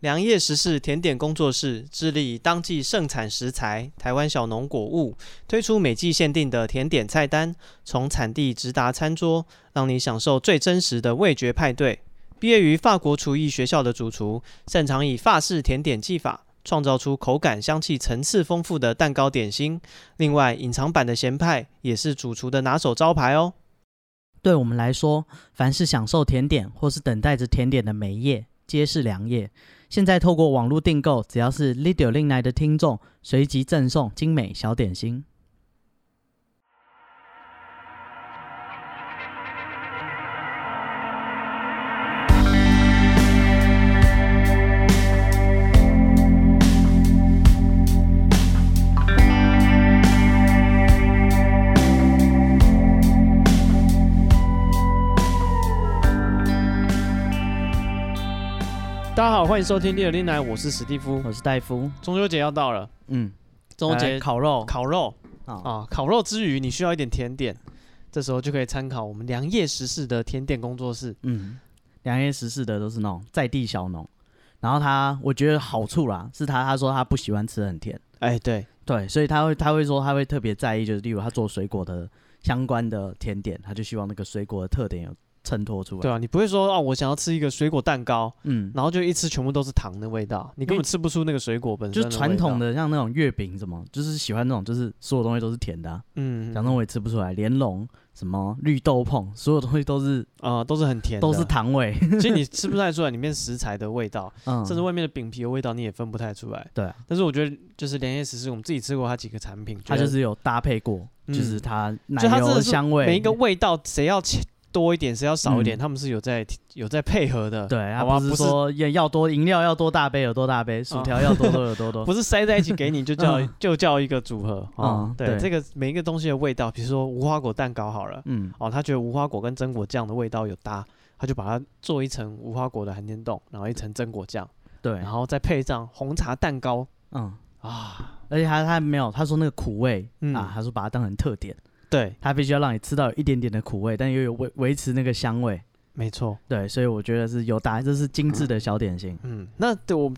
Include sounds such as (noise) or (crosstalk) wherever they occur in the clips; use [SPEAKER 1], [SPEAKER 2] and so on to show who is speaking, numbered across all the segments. [SPEAKER 1] 良业食事甜点工作室致力当季盛产食材、台湾小农果物，推出每季限定的甜点菜单，从产地直达餐桌，让你享受最真实的味觉派对。毕业于法国厨艺学校的主厨，擅长以法式甜点技法创造出口感、香气层次丰富的蛋糕点心。另外，隐藏版的咸派也是主厨的拿手招牌哦。
[SPEAKER 2] 对我们来说，凡是享受甜点或是等待着甜点的每一页，皆是良夜。现在透过网络订购，只要是 Lidio 令来的听众，随即赠送精美小点心。
[SPEAKER 1] 大家好，欢迎收听《猎人奶》，我是史蒂夫。
[SPEAKER 2] 我是戴夫，
[SPEAKER 1] 中秋节要到了，
[SPEAKER 2] 嗯，
[SPEAKER 1] 中秋
[SPEAKER 2] 来
[SPEAKER 1] 节
[SPEAKER 2] 烤肉
[SPEAKER 1] 烤肉
[SPEAKER 2] 啊，
[SPEAKER 1] 啊，烤肉之余你需要一点甜点，这时候就可以参考我们良夜食事的甜点工作室。
[SPEAKER 2] 嗯，良夜食事的都是那种在地小农。然后他，我觉得好处啦，是他他说他不喜欢吃很甜，
[SPEAKER 1] 哎，对，
[SPEAKER 2] 对，所以他会他会说他会特别在意，就是例如他做水果的相关的甜点，他就希望那个水果的特点有衬托出来。
[SPEAKER 1] 对啊，你不会说哦，我想要吃一个水果蛋糕，
[SPEAKER 2] 嗯，
[SPEAKER 1] 然后就一吃全部都是糖的味道，你根本吃不出那个水果本身。
[SPEAKER 2] 就是传统
[SPEAKER 1] 的味道，
[SPEAKER 2] 的像那种月饼什么，就是喜欢那种就是所有东西都是甜的、啊，
[SPEAKER 1] 嗯，
[SPEAKER 2] 反正我也吃不出来，莲蓉什么绿豆椪，所有东西都是
[SPEAKER 1] 啊，都是很甜的，
[SPEAKER 2] 都是
[SPEAKER 1] (laughs)
[SPEAKER 2] 糖味，
[SPEAKER 1] 其实你吃不太出来里面食材的味道，
[SPEAKER 2] 嗯，
[SPEAKER 1] 甚至外面的饼皮的味道你也分不太出来。
[SPEAKER 2] 对啊，
[SPEAKER 1] 但是我觉得就是良夜食事，我们自己吃过它几个产品，
[SPEAKER 2] 它
[SPEAKER 1] 觉
[SPEAKER 2] 就
[SPEAKER 1] 得
[SPEAKER 2] 是有搭配过，
[SPEAKER 1] 嗯
[SPEAKER 2] 就是它奶
[SPEAKER 1] 就它真
[SPEAKER 2] 油
[SPEAKER 1] 的
[SPEAKER 2] 的
[SPEAKER 1] 是
[SPEAKER 2] 香味，
[SPEAKER 1] 每一个味道谁要切多一点，谁要少一点，
[SPEAKER 2] 嗯
[SPEAKER 1] 他们是有在有在配合的。
[SPEAKER 2] 对，它
[SPEAKER 1] 好吧，
[SPEAKER 2] 不
[SPEAKER 1] 不
[SPEAKER 2] 是
[SPEAKER 1] 是哦
[SPEAKER 2] 说要要多饮料要多大杯有多大杯，薯条要多多有多
[SPEAKER 1] (laughs)
[SPEAKER 2] 多，
[SPEAKER 1] 不是塞在一起给你就叫、
[SPEAKER 2] 嗯
[SPEAKER 1] 就叫一个组合啊、
[SPEAKER 2] 嗯
[SPEAKER 1] 对，
[SPEAKER 2] 对
[SPEAKER 1] 这个每一个东西的味道，比如说无花果蛋糕好了，
[SPEAKER 2] 嗯
[SPEAKER 1] 哦，他觉得无花果跟榛果酱的味道有搭，他就把它做一层无花果的含天冻，然后一层榛果酱，
[SPEAKER 2] 对
[SPEAKER 1] 然，后再配上红茶蛋糕
[SPEAKER 2] 嗯，
[SPEAKER 1] 啊，
[SPEAKER 2] 而且它它没有，他说那个苦味
[SPEAKER 1] 嗯
[SPEAKER 2] 啊，他说把它当成特点，
[SPEAKER 1] 对，
[SPEAKER 2] 它必须要让你吃到有一点点的苦味，但又有维维持那个香味。
[SPEAKER 1] 没错，
[SPEAKER 2] 对，所以我觉得是有答案，这是精致的小点心。
[SPEAKER 1] 嗯，那对我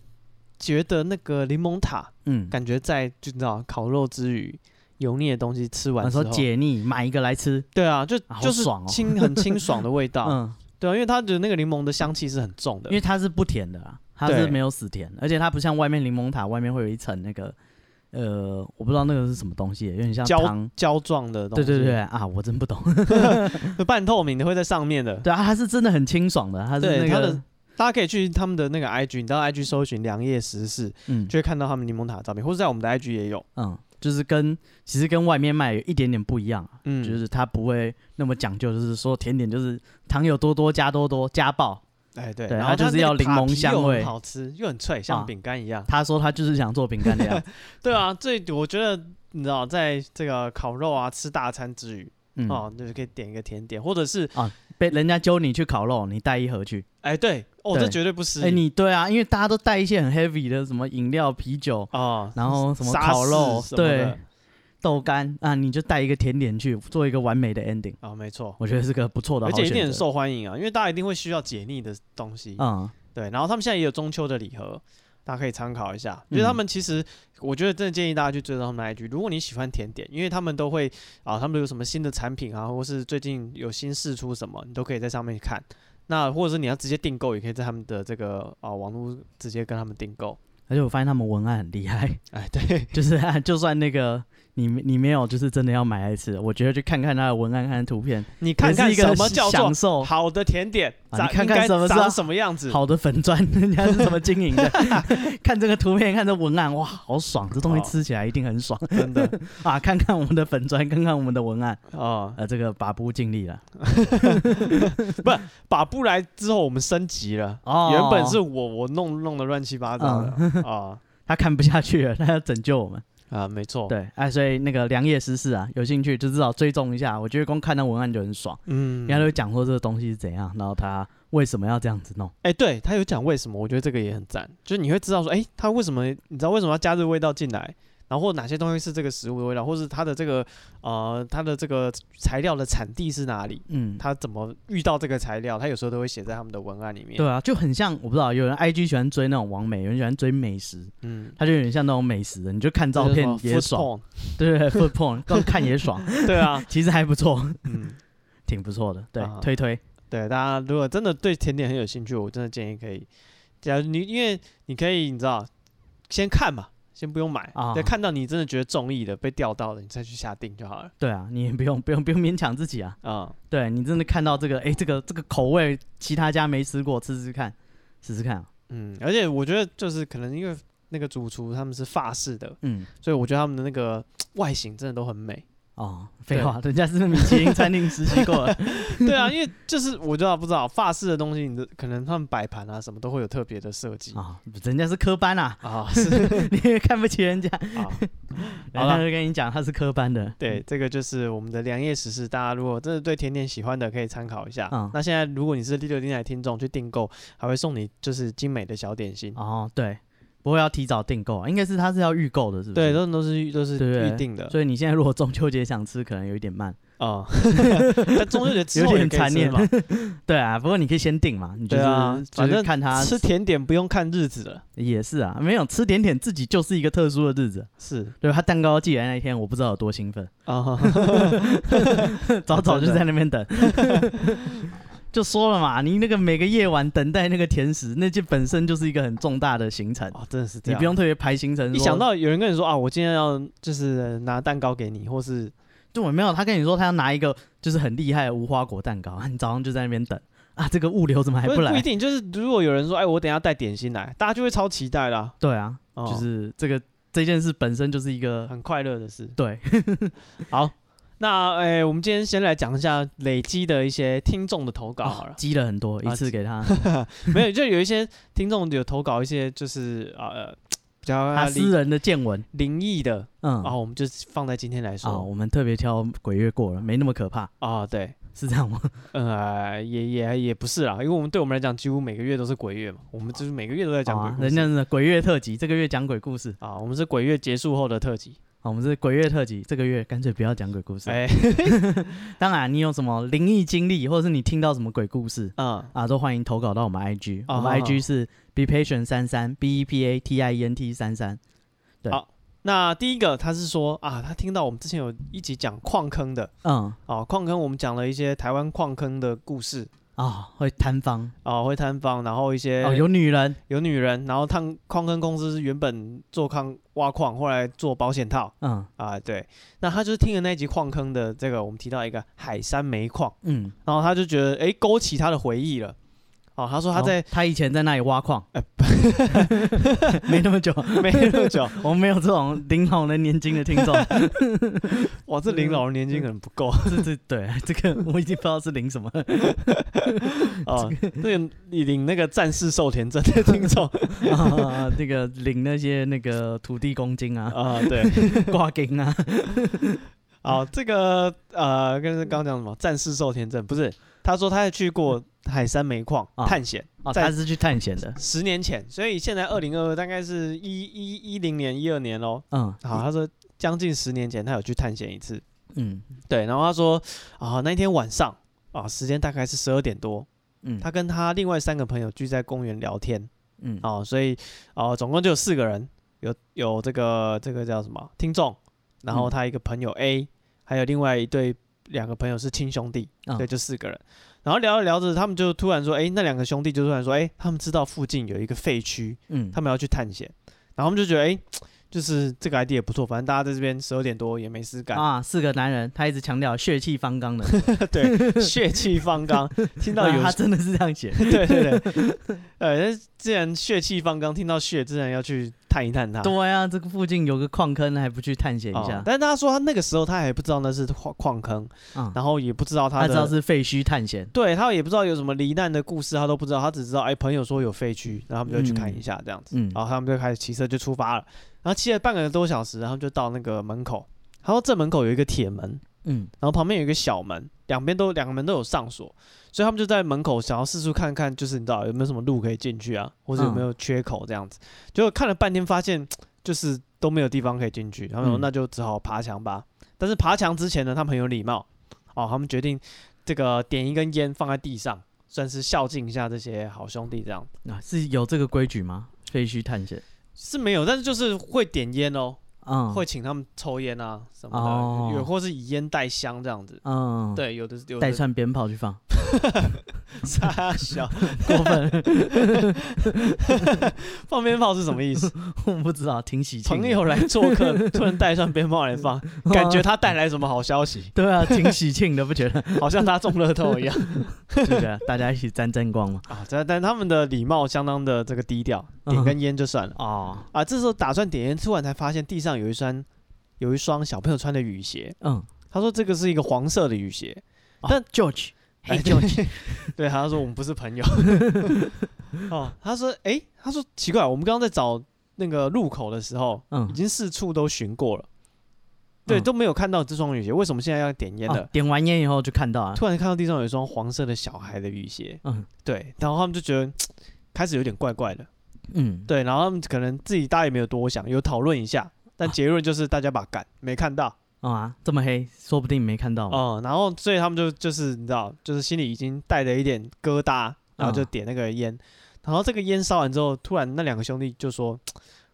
[SPEAKER 1] 觉得那个柠檬塔，
[SPEAKER 2] 嗯，
[SPEAKER 1] 感觉在就你知道烤肉之余。油腻的东西吃完
[SPEAKER 2] 我
[SPEAKER 1] 之后，
[SPEAKER 2] 说解腻，买一个来吃。
[SPEAKER 1] 对啊，就
[SPEAKER 2] 啊好
[SPEAKER 1] 就是
[SPEAKER 2] 爽哦
[SPEAKER 1] 清很清爽的味道，
[SPEAKER 2] (laughs) 嗯，
[SPEAKER 1] 对啊，因为它的那个柠檬的香气是很重的
[SPEAKER 2] 因，为它是不甜的啦，它
[SPEAKER 1] 对
[SPEAKER 2] 是没有死甜，而且它不像外面柠檬塔外面会有一层那个，呃，我不知道那个是什么东西，有点像
[SPEAKER 1] 胶
[SPEAKER 2] 糖。
[SPEAKER 1] 胶状的东
[SPEAKER 2] 对
[SPEAKER 1] 西，
[SPEAKER 2] 对对啊，我真不懂。 (laughs)
[SPEAKER 1] 对， (laughs) 半透明的会在上面的。
[SPEAKER 2] 对啊，它是真的很清爽的，它
[SPEAKER 1] 对
[SPEAKER 2] 是那
[SPEAKER 1] 它
[SPEAKER 2] 个
[SPEAKER 1] 的大家可以去他们的那个 IG，你到 IG 搜寻“良夜食事”，
[SPEAKER 2] 嗯
[SPEAKER 1] 就会看到他们柠檬塔的照片，或者在我们的 IG 也有。
[SPEAKER 2] 嗯，就是跟其实跟外面卖有一点点不一样啊，
[SPEAKER 1] 嗯，
[SPEAKER 2] 就是它不会那么讲究，就是说甜点就是糖有多多加多多加爆，
[SPEAKER 1] 哎对，
[SPEAKER 2] 对
[SPEAKER 1] 然
[SPEAKER 2] 它
[SPEAKER 1] 后
[SPEAKER 2] 就是
[SPEAKER 1] 那个
[SPEAKER 2] 要柠
[SPEAKER 1] 塔
[SPEAKER 2] 檬
[SPEAKER 1] 皮
[SPEAKER 2] 香
[SPEAKER 1] 又很
[SPEAKER 2] 味
[SPEAKER 1] 好吃又很脆，像
[SPEAKER 2] 啊
[SPEAKER 1] 饼干一样。
[SPEAKER 2] 他说他就是想做饼干的样
[SPEAKER 1] (laughs)
[SPEAKER 2] 子。
[SPEAKER 1] 对啊，这我觉得你知道，在这个烤肉啊吃大餐之余，
[SPEAKER 2] 嗯，
[SPEAKER 1] 哦，就是可以点一个甜点，或者是
[SPEAKER 2] 被人家揪你去烤肉，你带一盒去。
[SPEAKER 1] 哎对，哦这
[SPEAKER 2] 对
[SPEAKER 1] 绝对不失
[SPEAKER 2] 哎、
[SPEAKER 1] 礼
[SPEAKER 2] 你对啊，因为大家都带一些很 heavy 的，什么饮料、啤酒，
[SPEAKER 1] 哦，
[SPEAKER 2] 然后什么
[SPEAKER 1] 沙
[SPEAKER 2] 烤肉
[SPEAKER 1] 士什么的
[SPEAKER 2] 对豆干啊，你就带一个甜点去，做一个完美的 ending。
[SPEAKER 1] 啊，没错，
[SPEAKER 2] 我觉得是个不错的
[SPEAKER 1] 而
[SPEAKER 2] 好
[SPEAKER 1] 且一
[SPEAKER 2] 选择。
[SPEAKER 1] 定很受欢迎啊，因为大家一定会需要解腻的东西。
[SPEAKER 2] 嗯，
[SPEAKER 1] 对，然后他们现在也有中秋的礼盒，大家可以参考一下。
[SPEAKER 2] 嗯
[SPEAKER 1] 就是他们其实，我觉得真的建议大家去追踪他们的 IG。如果你喜欢甜点，因为他们都会啊，他们有什么新的产品啊，或是最近有新试出什么，你都可以在上面看。那或者是你要直接订购，也可以在他们的这个啊网络直接跟他们订购。
[SPEAKER 2] 而且我发现他们文案很厉害， (laughs)
[SPEAKER 1] 哎，对，
[SPEAKER 2] 就是、啊、就算那个你你没有就是真的要买来吃，我觉得去看看他的文案和图片，
[SPEAKER 1] (laughs) 你看看
[SPEAKER 2] 也是一
[SPEAKER 1] 什
[SPEAKER 2] 个
[SPEAKER 1] 么叫做
[SPEAKER 2] 享受。
[SPEAKER 1] 好的甜点，
[SPEAKER 2] 啊
[SPEAKER 1] 长
[SPEAKER 2] 你看
[SPEAKER 1] 应
[SPEAKER 2] 看
[SPEAKER 1] 该
[SPEAKER 2] 什么是
[SPEAKER 1] 长
[SPEAKER 2] 啊
[SPEAKER 1] 什么样子。
[SPEAKER 2] 好的粉砖， (laughs) 人家是怎么
[SPEAKER 1] (laughs)
[SPEAKER 2] 经营的？看这个图片，看这文案，哇，好爽！这东西
[SPEAKER 1] 好
[SPEAKER 2] 吃起来一定很爽。
[SPEAKER 1] 真的
[SPEAKER 2] (laughs) 啊，看看我们的粉砖，看看我们的文案，
[SPEAKER 1] 啊，
[SPEAKER 2] 呃，这个把不尽力了。
[SPEAKER 1] 把布来之后我们升级了。
[SPEAKER 2] 哦
[SPEAKER 1] 原本是我我弄弄的乱七八糟的啊
[SPEAKER 2] 他看不下去了，他要拯救我们。
[SPEAKER 1] 啊，没错，，
[SPEAKER 2] 对，哎、所以那个良夜诗事啊，有兴趣就至少追踪一下。我觉得光看到文案就很爽，
[SPEAKER 1] 嗯
[SPEAKER 2] 人，家都会讲说这个东西是怎样，然后他为什么要这样子弄。
[SPEAKER 1] 哎，对他有讲为什么，我觉得这个也很赞，就是你会知道说，哎，他为什么，你知道为什么要加这个味道进来？然后或哪些东西是这个食物的味道，或是它的这个呃它的这个材料的产地是哪里，
[SPEAKER 2] 嗯，
[SPEAKER 1] 它怎么遇到这个材料，它有时候都会写在他们的文案里面。
[SPEAKER 2] 对，啊，就很像我不知道，有人 IG 喜欢追那种网美，有人喜欢追美食，
[SPEAKER 1] 嗯，
[SPEAKER 2] 他就有点像那种美食的，你就看照
[SPEAKER 1] 这是
[SPEAKER 2] 片
[SPEAKER 1] 什么
[SPEAKER 2] 也
[SPEAKER 1] food
[SPEAKER 2] 爽，
[SPEAKER 1] porn
[SPEAKER 2] 对对对，food porn，光 (laughs) 看也爽，
[SPEAKER 1] 对啊，
[SPEAKER 2] 其实还不错，
[SPEAKER 1] 嗯，
[SPEAKER 2] 挺不错的，对，
[SPEAKER 1] 啊
[SPEAKER 2] 推推，
[SPEAKER 1] 对，大家如果真的对甜点很有兴趣，我真的建议可以，假如你因为你可以你知道先看嘛，先不用买
[SPEAKER 2] 啊
[SPEAKER 1] 对，看到你真的觉得中意的被钓到了，你再去下定就好了。
[SPEAKER 2] 对啊，你也不用不用不用勉强自己啊，
[SPEAKER 1] 啊、
[SPEAKER 2] 对你真的看到这个，哎，这个这个口味，其他家没吃过，吃吃看，试试看啊，
[SPEAKER 1] 嗯，而且我觉得就是可能因为那个主厨他们是法式的，
[SPEAKER 2] 嗯，
[SPEAKER 1] 所以我觉得他们的那个外形真的都很
[SPEAKER 2] (laughs)
[SPEAKER 1] 美。
[SPEAKER 2] 哦，废话，人家是米其林餐厅实习
[SPEAKER 1] (laughs)
[SPEAKER 2] 过的，
[SPEAKER 1] 对啊，因为就是我知道不知道法式的东西，你的可能他们摆盘啊什么都会有特别的设计
[SPEAKER 2] 啊，人家是科班啊， (laughs)
[SPEAKER 1] 啊，是
[SPEAKER 2] 你也看不起人家， (laughs)
[SPEAKER 1] 啊，好
[SPEAKER 2] 人
[SPEAKER 1] 啦
[SPEAKER 2] 家就跟你讲他是科班的，
[SPEAKER 1] 对，这个就是我们的良夜食事。大家如果真的对甜点喜欢的，可以参考一下。
[SPEAKER 2] 嗯
[SPEAKER 1] 那现在如果你是第六电台听众，去订购还会送你就是精美的小点心。
[SPEAKER 2] 哦，对，不过要提早订购啊，应该是他是要预购的，是不
[SPEAKER 1] 对，
[SPEAKER 2] 是？
[SPEAKER 1] 都都是预都是
[SPEAKER 2] 对对
[SPEAKER 1] 预定的
[SPEAKER 2] (laughs) 所以你现在如果中秋节想吃，可能有一点慢。 (laughs)
[SPEAKER 1] 啊。但中秋节之
[SPEAKER 2] 有
[SPEAKER 1] 后也
[SPEAKER 2] 点
[SPEAKER 1] 可以
[SPEAKER 2] 残
[SPEAKER 1] 吃
[SPEAKER 2] 念
[SPEAKER 1] 嘛，
[SPEAKER 2] 对啊，不过你可以先订嘛，你就是、
[SPEAKER 1] 对啊
[SPEAKER 2] 反
[SPEAKER 1] 反
[SPEAKER 2] 正
[SPEAKER 1] 正
[SPEAKER 2] 看他
[SPEAKER 1] 吃甜点不用看日子
[SPEAKER 2] (laughs)
[SPEAKER 1] 了。
[SPEAKER 2] 也是啊，没有吃点点自己就是一个特殊的日子。
[SPEAKER 1] 是
[SPEAKER 2] 对他蛋糕寄来那一天，我不知道有多兴奋， (laughs)
[SPEAKER 1] 啊，
[SPEAKER 2] 早早就
[SPEAKER 1] 真的
[SPEAKER 2] 在那边等。 (laughs) 就说了嘛，你那个每个夜晚等待那个甜食，那就本身就是一个很重大的行程，
[SPEAKER 1] 哦，真的是这
[SPEAKER 2] 你
[SPEAKER 1] 样。
[SPEAKER 2] 不用特别排行程说。
[SPEAKER 1] 一想到有人跟你说啊，我今天要就是拿蛋糕给你，或是
[SPEAKER 2] 就我没有，他跟你说他要拿一个就是很厉害的无花果蛋糕，你早上就在那边等啊，这个物流怎么还
[SPEAKER 1] 不是
[SPEAKER 2] 来？
[SPEAKER 1] 不一定，就是如果有人说哎，我等一下带点心来，大家就会超期待啦，
[SPEAKER 2] 对啊，
[SPEAKER 1] 哦
[SPEAKER 2] 就是这个这件事本身就是一个
[SPEAKER 1] 很快乐的事。
[SPEAKER 2] 对， (laughs)
[SPEAKER 1] 好，那诶、我们今天先来讲一下累积的一些听众的投稿好了
[SPEAKER 2] 哦。积了很多，
[SPEAKER 1] 啊
[SPEAKER 2] 一次
[SPEAKER 1] (laughs)
[SPEAKER 2] 给他，
[SPEAKER 1] 没有，就有一些听众有投稿一些就是啊呃比较
[SPEAKER 2] 他私
[SPEAKER 1] 灵
[SPEAKER 2] 人的见闻，
[SPEAKER 1] 灵异的
[SPEAKER 2] 嗯，
[SPEAKER 1] 啊，我们就放在今天来
[SPEAKER 2] 啊，
[SPEAKER 1] 说
[SPEAKER 2] 我们特别挑鬼月过了，没那么可怕，
[SPEAKER 1] 啊。对，
[SPEAKER 2] 是这样吗？
[SPEAKER 1] 呃，也也也不是啦，因为我们对我们来讲，几乎每个月都是鬼月嘛，我们就是每个月都在讲
[SPEAKER 2] 好
[SPEAKER 1] 鬼
[SPEAKER 2] 啊，
[SPEAKER 1] 故
[SPEAKER 2] 人
[SPEAKER 1] 事
[SPEAKER 2] 家是鬼月特辑，这个月讲鬼故事，
[SPEAKER 1] 啊。我们是鬼月结束后的特辑，
[SPEAKER 2] 好，我们是鬼月特辑，这个月干脆不要讲鬼故事。
[SPEAKER 1] 哎，
[SPEAKER 2] 当然，你有什么灵异经历，或者是你听到什么鬼故事，
[SPEAKER 1] 嗯，
[SPEAKER 2] 啊，都欢迎投稿到我们 IG，、
[SPEAKER 1] 哦
[SPEAKER 2] 我们
[SPEAKER 1] 好
[SPEAKER 2] IG 是 be patient 三三 b e p a t i e n t 三三。对
[SPEAKER 1] 好那第一个他是说啊，他听到我们之前有一集讲矿坑的
[SPEAKER 2] 嗯，
[SPEAKER 1] 啊，矿坑我们讲了一些台湾矿坑的故事，
[SPEAKER 2] 啊、会摊方
[SPEAKER 1] 哦，会摊贩，然后一些
[SPEAKER 2] 哦，有女人，
[SPEAKER 1] 有女人，然后探矿坑公司是原本做矿挖矿，后来做保险套
[SPEAKER 2] 嗯
[SPEAKER 1] 啊，对。那他就是听了那一集矿坑的这个，我们提到一个海山煤矿，
[SPEAKER 2] 嗯，
[SPEAKER 1] 然后他就觉得诶勾起他的回忆了。哦，他说他在
[SPEAKER 2] (laughs) 哦、他以前在那里挖矿，
[SPEAKER 1] 哎
[SPEAKER 2] (laughs) 没那么久，
[SPEAKER 1] 没多久，
[SPEAKER 2] 我们没有这种领老人年金的听
[SPEAKER 1] (laughs)
[SPEAKER 2] 众，
[SPEAKER 1] 哇，这领老人
[SPEAKER 2] 嗯
[SPEAKER 1] 年纪可能不
[SPEAKER 2] (laughs)
[SPEAKER 1] 够
[SPEAKER 2] 这这对这个我已经不知道是领什么，
[SPEAKER 1] 啊。这个领那个战士寿田证的听
[SPEAKER 2] (laughs)
[SPEAKER 1] 众
[SPEAKER 2] (laughs) 啊，那个领那些那个土地公金
[SPEAKER 1] (laughs)
[SPEAKER 2] 啊、
[SPEAKER 1] 啊，对，
[SPEAKER 2] 挂金啊，
[SPEAKER 1] 好，这个呃，跟刚刚讲什么战士寿田证不是？他说他还去过海山煤矿
[SPEAKER 2] 啊
[SPEAKER 1] 探险，
[SPEAKER 2] 哦，
[SPEAKER 1] 在
[SPEAKER 2] 他是去探险的，
[SPEAKER 1] 十年前，所以现在二零二二大概是一一一零年、一二年喽。
[SPEAKER 2] 嗯，
[SPEAKER 1] 好，，他说将近十年前他有去探险一次，
[SPEAKER 2] 嗯
[SPEAKER 1] 对，然后他说啊那一天晚上啊时间大概是十二点多，
[SPEAKER 2] 嗯，
[SPEAKER 1] 他跟他另外三个朋友聚在公园聊天
[SPEAKER 2] 嗯
[SPEAKER 1] 啊，所以啊总共就有四个人，有有这个这个叫什么听众，然后
[SPEAKER 2] 嗯
[SPEAKER 1] 他一个朋友 A，还有另外一对两个朋友是亲兄弟，
[SPEAKER 2] 嗯
[SPEAKER 1] 对，就四个人。然后聊着聊着，他们就突然说：“哎，那两个兄弟就突然说，哎，他们知道附近有一个废墟，
[SPEAKER 2] 嗯，
[SPEAKER 1] 他们要去探险，然后他们就觉得，哎、就是这个 ID 也不错，反正大家在这边十二点多也没事干，
[SPEAKER 2] 啊，四个男人，他一直强调血气
[SPEAKER 1] (laughs)
[SPEAKER 2] 方刚的， (laughs)
[SPEAKER 1] 对，血气方刚，听到有，，
[SPEAKER 2] 他真的是这样写
[SPEAKER 1] (laughs) 对 (laughs) 对对，呃，但是既然血气方刚，听到血，自然要去探一探它。
[SPEAKER 2] 对啊，这个附近有个矿坑，还不去探险一
[SPEAKER 1] 哦
[SPEAKER 2] 下？
[SPEAKER 1] 但是他说他那个时候他还不知道那是矿矿坑，
[SPEAKER 2] 啊，
[SPEAKER 1] 然后也不知道他
[SPEAKER 2] 他
[SPEAKER 1] 的，
[SPEAKER 2] 知道是废墟探险，
[SPEAKER 1] 对他也不知道有什么罹难的故事，他都不知道，他只知道哎、朋友说有废墟，然后他们就去看一下这样子。
[SPEAKER 2] 嗯，
[SPEAKER 1] 然后他们就开始骑车就出发了，然后骑了半个多小时，然后就到那个门口。他说这门口有一个铁门，
[SPEAKER 2] 嗯，
[SPEAKER 1] 然后旁边有一个小门，两边都两个门都有上锁，所以他们就在门口想要四处看看，就是你知道有没有什么路可以进去啊，或者有没有缺口这样子。结果看了半天，发现就是都没有地方可以进去，他们说
[SPEAKER 2] 嗯
[SPEAKER 1] 那就只好爬墙吧。但是爬墙之前呢，他们很有礼貌哦，他们决定这个点一根烟放在地上，算是孝敬一下这些好兄弟这样。
[SPEAKER 2] 啊，是有这个规矩吗？废墟探险，
[SPEAKER 1] 是没有，但是就是会点烟哦，
[SPEAKER 2] 嗯，
[SPEAKER 1] 会请他们抽烟啊什么的，
[SPEAKER 2] 哦
[SPEAKER 1] 有或是以烟代香这样子。
[SPEAKER 2] 嗯，，
[SPEAKER 1] 对，有的有
[SPEAKER 2] 带
[SPEAKER 1] 的 (laughs)
[SPEAKER 2] 串鞭炮去放， (laughs)
[SPEAKER 1] 傻小
[SPEAKER 2] 过分， (laughs)
[SPEAKER 1] 放鞭炮是什么意思？
[SPEAKER 2] 我不知道，挺喜庆的，
[SPEAKER 1] 朋友来做客，突然带上鞭炮来放，感觉他带来什么好消息，(laughs)
[SPEAKER 2] (laughs) 对啊，挺喜庆的，不觉得？ (laughs)
[SPEAKER 1] 好像他中乐透一样
[SPEAKER 2] 是的，大家一起沾沾光嘛。
[SPEAKER 1] 啊！但但他们的礼貌相当的这个低调，点根烟就算了
[SPEAKER 2] 哦，
[SPEAKER 1] 啊。这时候打算点烟，突然才发现地上有一双有一双小朋友穿的雨鞋，
[SPEAKER 2] 嗯，
[SPEAKER 1] 他说这个是一个黄色的雨鞋，
[SPEAKER 2] 但 George，
[SPEAKER 1] 哎
[SPEAKER 2] 嘿 George，
[SPEAKER 1] (laughs) 对，他说我们不是朋友。 (laughs) 哦，他说，诶，他说奇怪，我们刚刚在找那个入口的时候，
[SPEAKER 2] 嗯
[SPEAKER 1] 已，经四处都寻过了，对，
[SPEAKER 2] 嗯
[SPEAKER 1] 都没有看到这双雨鞋，为什么现在要点烟
[SPEAKER 2] 哦
[SPEAKER 1] 呢？
[SPEAKER 2] 点完烟以后就看到了，啊
[SPEAKER 1] 突然看到地上有一双黄色的小孩的雨鞋，
[SPEAKER 2] 嗯
[SPEAKER 1] 对，然后他们就觉得开始有点怪怪的，
[SPEAKER 2] 嗯，
[SPEAKER 1] 对，然后他们可能自己大家也没有多想，有讨论一下，
[SPEAKER 2] 啊
[SPEAKER 1] 但结论就是大家把赶没看到，
[SPEAKER 2] 哦啊，这么黑，说不定没看到嘛。
[SPEAKER 1] 哦、然后所以他们就就是你知道，就是心里已经带着一点疙瘩，然后就
[SPEAKER 2] 嗯
[SPEAKER 1] 点那个烟，然后这个烟烧完之后，突然那两个兄弟就说，